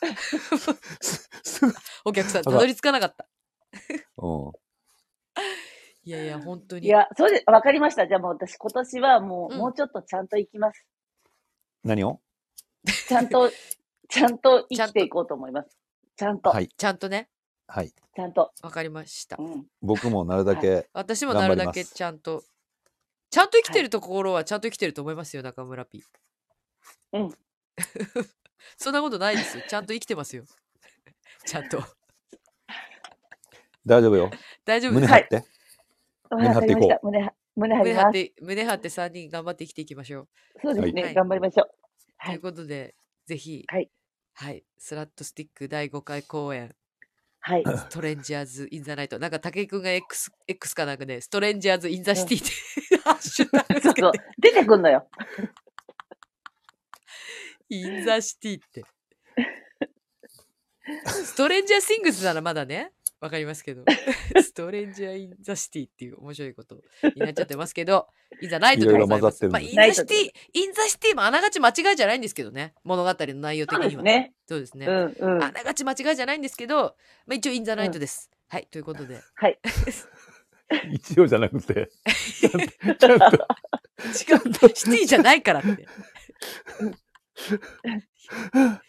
Speaker 3: す、すぐ、
Speaker 1: お客さん、
Speaker 3: あ
Speaker 1: た
Speaker 3: ら
Speaker 1: どり着かなかった。
Speaker 3: うん。
Speaker 1: いやいや、本当
Speaker 2: い
Speaker 1: に。
Speaker 2: や、そうで、わかりました。じゃあもう私今年はもう、
Speaker 1: うん
Speaker 2: もうちょっとちゃんと行きます。
Speaker 3: 何を
Speaker 2: ちゃんと、 ちゃんと生きていこうと思います。ちゃんと、
Speaker 3: はい。
Speaker 1: ちゃんとね、
Speaker 3: はい。
Speaker 2: ちゃんと。
Speaker 1: わかりました
Speaker 2: う。ん。
Speaker 3: 僕もなるだけ、
Speaker 1: 私もなるだ
Speaker 3: 頑張
Speaker 1: け
Speaker 3: ります
Speaker 1: ちゃんと。ちゃんと生きてるところはちゃんと生きてると思いますよ、中村 P。
Speaker 2: うん
Speaker 1: そんなことないですよ。ちゃんと生きてますよ。 ちゃんと。
Speaker 3: 大丈夫よ。
Speaker 1: 大丈夫で
Speaker 3: 胸
Speaker 1: す。
Speaker 3: 張って。
Speaker 2: わかりました。胸は、胸張り
Speaker 1: 胸張
Speaker 2: ま
Speaker 1: っ
Speaker 2: す。
Speaker 1: て、胸張って3人頑張って生きていきましょう。
Speaker 2: そうですね、
Speaker 1: はい
Speaker 2: 頑張りましょう。はい
Speaker 1: ということで、ぜひ、
Speaker 2: はい
Speaker 1: はいスラットスティック第5回公演、
Speaker 2: はい。
Speaker 1: ストレンジャーズ・イン・ザ・ナイト。なんか、武井くんが X, X かなんかね、ストレンジャーズ・イン・ザ・シティって、 ハッシュタグ
Speaker 2: そ
Speaker 1: つ
Speaker 2: う
Speaker 1: け
Speaker 2: そう
Speaker 1: て、。
Speaker 2: 出てくんのよ。
Speaker 1: イン・ザ・シティって。ストレンジャー・シングスならまだね、わかりますけ ど、ストレンジャー・イン・ザ・シティっていう面白いことになっちゃってますけど、イン・ザ・ナイトでございます。
Speaker 3: いろいろ混ざ
Speaker 1: まあ、
Speaker 3: ってる
Speaker 1: イン・
Speaker 3: ん
Speaker 2: だ
Speaker 1: ザ・シティ、イン・ザ・シティもあながち間違いじゃないんですけどね、物語の内容的
Speaker 2: そうで
Speaker 1: に
Speaker 2: す
Speaker 1: は。
Speaker 2: ね。
Speaker 1: そうですね。
Speaker 2: うんうん。
Speaker 1: あながち間違いじゃないんですけど、まあ、一応、イン・ザ・ナイトです。はい、ということ で、
Speaker 2: はい。
Speaker 3: 一応じゃなくて。 ちゃんと、
Speaker 1: しかも、シティじゃないからって。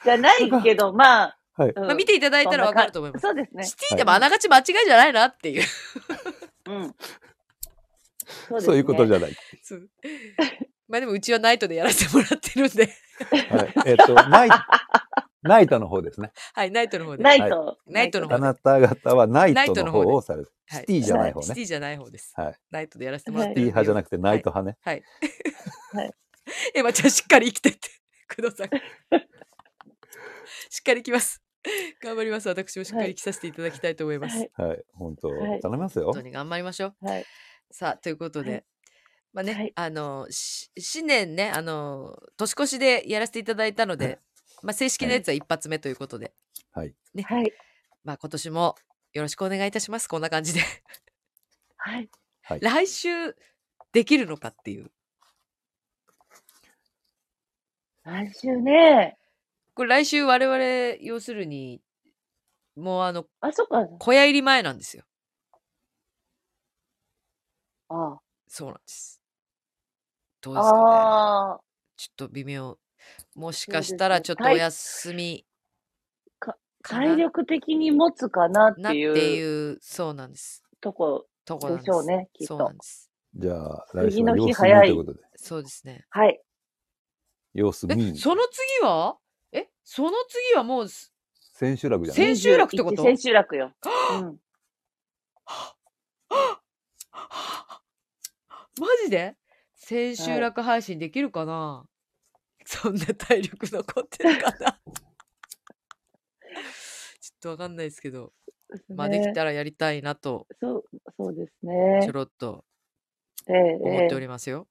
Speaker 2: じゃないけど、まあ、
Speaker 3: はい
Speaker 2: うん
Speaker 1: まあ、見ていただいたらわかると思います。
Speaker 2: そうですね。
Speaker 1: シティでもあながち間違いじゃないなっていう。
Speaker 2: うん。そ
Speaker 3: そういうことじ
Speaker 2: ゃ。
Speaker 3: ゃない。
Speaker 1: そう まあでもうちはナイトでやらせてもらってるんで、
Speaker 3: はい。えっと、ナイ、ナイトの方ですね。
Speaker 1: はい、ナイトの方で。
Speaker 2: ナイト。
Speaker 1: ナイトの方
Speaker 3: あなた方はナイ
Speaker 1: ナイ
Speaker 3: ト
Speaker 1: ト
Speaker 3: の
Speaker 1: の
Speaker 3: 方
Speaker 1: 方で
Speaker 3: をされる。
Speaker 1: はい
Speaker 3: シティじゃない方
Speaker 1: シテ
Speaker 3: ね。
Speaker 1: ィじゃない方です。
Speaker 3: はい
Speaker 1: ナイトでやらせてもらって
Speaker 3: シティ
Speaker 1: るんで。
Speaker 3: 派じゃなくてナイト派ね。
Speaker 1: はい。え、まあじゃあしっかり生きてって、 工藤さん。しっかり来ます。頑張ります。私もしっかり来させていただきたいと思います。
Speaker 2: はい
Speaker 3: はい。本当
Speaker 2: はい
Speaker 3: 頼みますよ
Speaker 1: 本当。に頑張りましょう。
Speaker 2: はい。
Speaker 1: さあ、ということで。
Speaker 2: はい
Speaker 1: まあね、
Speaker 2: はい
Speaker 1: あの、し新年ね、あの、年越しでやらせていただいたので、まあ正式なやつは一発目ということで、
Speaker 3: はい。
Speaker 2: はい。
Speaker 1: まあ今年もよろしくお願いいたします。こんな感じで。
Speaker 2: はい。
Speaker 1: 来週できるのかっていう。
Speaker 2: 来週ね。
Speaker 1: これ来週我々、要するに、もうあの、
Speaker 2: あ、そっか。
Speaker 1: 小屋入り前なんですよ。
Speaker 2: あ
Speaker 1: そうなんです。どう
Speaker 2: あ。
Speaker 1: ですかね。
Speaker 2: ああ。
Speaker 1: ちょっと微妙。もし
Speaker 2: そう
Speaker 1: か
Speaker 2: です
Speaker 1: したら
Speaker 2: ね
Speaker 1: ちょっとお
Speaker 2: はい
Speaker 1: 休み
Speaker 2: か
Speaker 1: かな
Speaker 2: 体力的に持つかなっ
Speaker 1: なってて
Speaker 2: いう
Speaker 1: いう、そうなんです。
Speaker 2: とこ、
Speaker 1: ところなん
Speaker 2: で
Speaker 1: で
Speaker 2: しょう
Speaker 1: す。
Speaker 2: ねきっと
Speaker 1: そうなんです。
Speaker 3: じゃあ、来週
Speaker 2: 次の
Speaker 3: は
Speaker 2: 日
Speaker 3: 様子見
Speaker 2: 早
Speaker 3: と
Speaker 2: い
Speaker 3: いうことで。
Speaker 1: そうですね。
Speaker 2: はい。
Speaker 3: 様子
Speaker 1: え、
Speaker 3: 見。
Speaker 1: その次はえ、その次はもうす、
Speaker 3: 千秋楽じゃな
Speaker 1: 千
Speaker 3: い
Speaker 1: 秋楽ってこと
Speaker 2: 21千秋楽よ。うん。
Speaker 1: マジで千秋楽配信できるかな、そんな体力残ってるかな ちょっとわかんないですけど、まあでき
Speaker 2: ね。
Speaker 1: たらやりたいなと、
Speaker 2: そう、そうです
Speaker 1: ち
Speaker 2: ね
Speaker 1: ょ。ろっと
Speaker 2: ええ
Speaker 1: 思ってお
Speaker 2: ええ
Speaker 1: りますよ。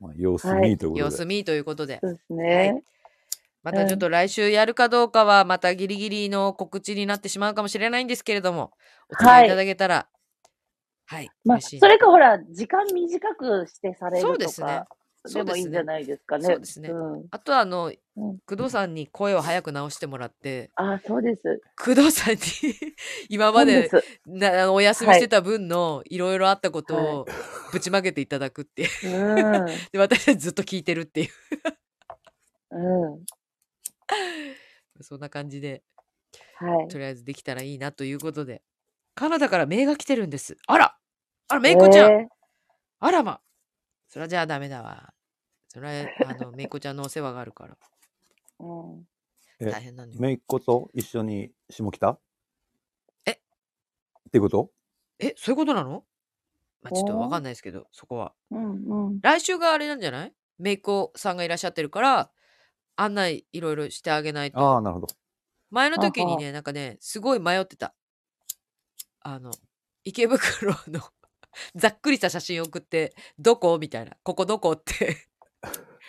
Speaker 3: まあ、様子
Speaker 2: は
Speaker 3: 見
Speaker 2: い
Speaker 3: というこ
Speaker 1: 様
Speaker 3: と
Speaker 1: 子
Speaker 3: で。
Speaker 1: 見ということで
Speaker 2: そ。うです
Speaker 1: はい
Speaker 2: ね。
Speaker 1: またちょっと来週やるかどうかは、またギリギリの告知になってしまうかもしれないんですけれども、お
Speaker 2: は
Speaker 1: 伝え
Speaker 2: い
Speaker 1: いただけたら、はい、
Speaker 2: まあ、
Speaker 1: 嬉しい
Speaker 2: それかほら、時間短くしてされると
Speaker 1: そ
Speaker 2: か。
Speaker 1: うですねそうで
Speaker 2: で
Speaker 1: すね
Speaker 2: もいいんじゃないですかね。
Speaker 1: そうですね
Speaker 2: ん、
Speaker 1: あとはあの、
Speaker 2: うん
Speaker 1: 工藤さんに声を早く直してもらって、
Speaker 2: あ、そうです。
Speaker 1: 工藤さんに 今
Speaker 2: そ
Speaker 1: ま
Speaker 2: うで。
Speaker 1: ですなあのお休みしてた分のいろいろあったことをぶちまけていただくっていう。
Speaker 2: うん。
Speaker 1: で、私たちずっと聞いてるっていう。
Speaker 2: うん。
Speaker 1: そんな感じで、
Speaker 2: はい
Speaker 1: と。りあえずできたらいいなということで。カナダからメイが来てるんです。あらあら、メイコちゃん、
Speaker 2: え
Speaker 1: あらまそらじゃあダメだわ。そら、あの、メイコちゃんのお世話があるから。
Speaker 2: えうん
Speaker 3: え
Speaker 1: 大変なのよ。
Speaker 3: めいっ子と一緒に下北
Speaker 1: え
Speaker 3: ってこと
Speaker 1: え、そういうことなのまあ、ちょっとわかんないですけど、そこは。
Speaker 2: うんうん。
Speaker 1: 来週があれなんじゃないメイコさんがいらっしゃってるから、案内いろいろしてあげないと。
Speaker 3: ああ、なるほど。
Speaker 1: 前の時に
Speaker 2: あ
Speaker 1: ね、なんかね、すごい迷ってた。あの、池袋の ざっくりした写真送って、どこみたいな、ここどこって こ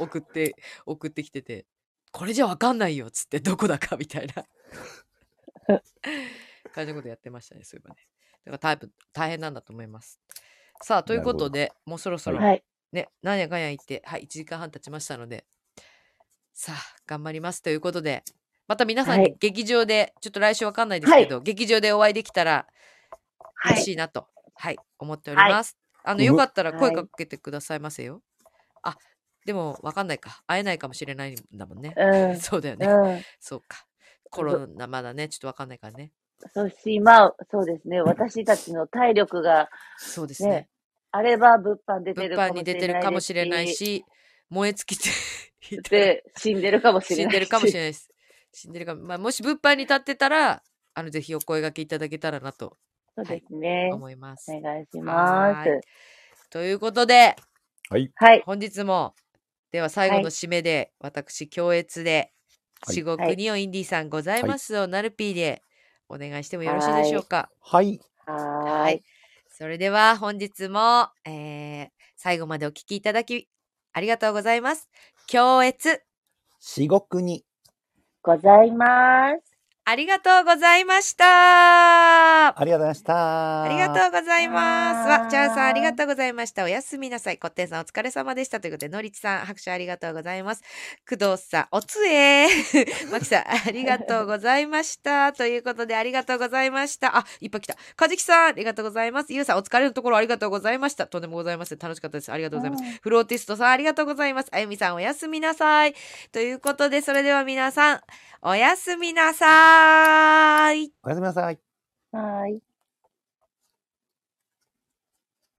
Speaker 1: う送って、送ってきてて、これじゃわかんないよっつって、どこだかみたいな 感じのことやってましたね、そういえばね。だからタイプ大変なんだと思います。さあ、ということで、もうそろそろ、
Speaker 2: はい。
Speaker 1: ね、なんやかんや言って、はい、1時間半経ちましたので、さあ、頑張りますということで、また皆さん
Speaker 2: は
Speaker 1: に
Speaker 2: い
Speaker 1: 劇場で、ちょっと来週わかんないですけど、劇場でお会いできたら
Speaker 2: は
Speaker 1: 嬉
Speaker 2: い。
Speaker 1: しいなと、はい、思っております。あの、よかったら声かけてくださいませよ。あ、でもわかんないか。会えないかもしれないんだもんね。
Speaker 2: うん。
Speaker 1: そうだよね。
Speaker 2: うん。
Speaker 1: そうか。コロナまだね、ちょっとわかんないからね。
Speaker 2: そうし、まあ、そうですね。私たちの体力が
Speaker 1: そうですね
Speaker 2: ね、あれば物販出て
Speaker 1: 物
Speaker 2: るか
Speaker 1: 販
Speaker 2: もしれない
Speaker 1: に出てるかもしれない。し、燃え尽きて いたら
Speaker 2: で、死んでるかもしれ
Speaker 1: 死
Speaker 2: ない
Speaker 1: んでるかもしれないです。死んでるかも。まあ、もし物販に立ってたら、あの、ぜひお声掛けいただけたらなと
Speaker 2: そうですね。
Speaker 1: 思います。
Speaker 2: お願いしま
Speaker 1: はーい
Speaker 2: す。
Speaker 1: ということで、
Speaker 2: はい。
Speaker 1: 本日も、では最後
Speaker 2: は
Speaker 1: の
Speaker 2: い
Speaker 1: 締めで、私、強越で、
Speaker 3: はい
Speaker 1: 四国にをインディさんございますを、ナルピーで、お願いしてもよろしいでしょうか。
Speaker 3: はい。
Speaker 2: はーい。。
Speaker 1: それでは、本日も、えー、最後までお聞きいただき、ありがとうございます。強越、
Speaker 3: 至極に。
Speaker 2: ございます。
Speaker 1: ありがとうございました。
Speaker 3: ありがとうございました。
Speaker 1: ありがとうございます。わ、チャウさん、
Speaker 2: あー
Speaker 1: ありがとうございました。おやすみなさい。こってんさん、お疲れ様でした。ということで、のりちさん、拍手ありがとうございます。工藤さん、おつえー。まきさん、ありがとうございました。ということで、ありがとうございました。あ、いっぱい来た。かじきさん、ありがとうございます。ゆうさん、お疲れのところありがとうございました。とんでもございません。楽しかったです。ありがとうございます。
Speaker 2: す。
Speaker 1: フローティストさん、ありがとうございます。あゆみさん、おやすみなさい。ということで、それでは皆さん、おやすみなさい。
Speaker 3: おやすみなさい。
Speaker 2: はーい。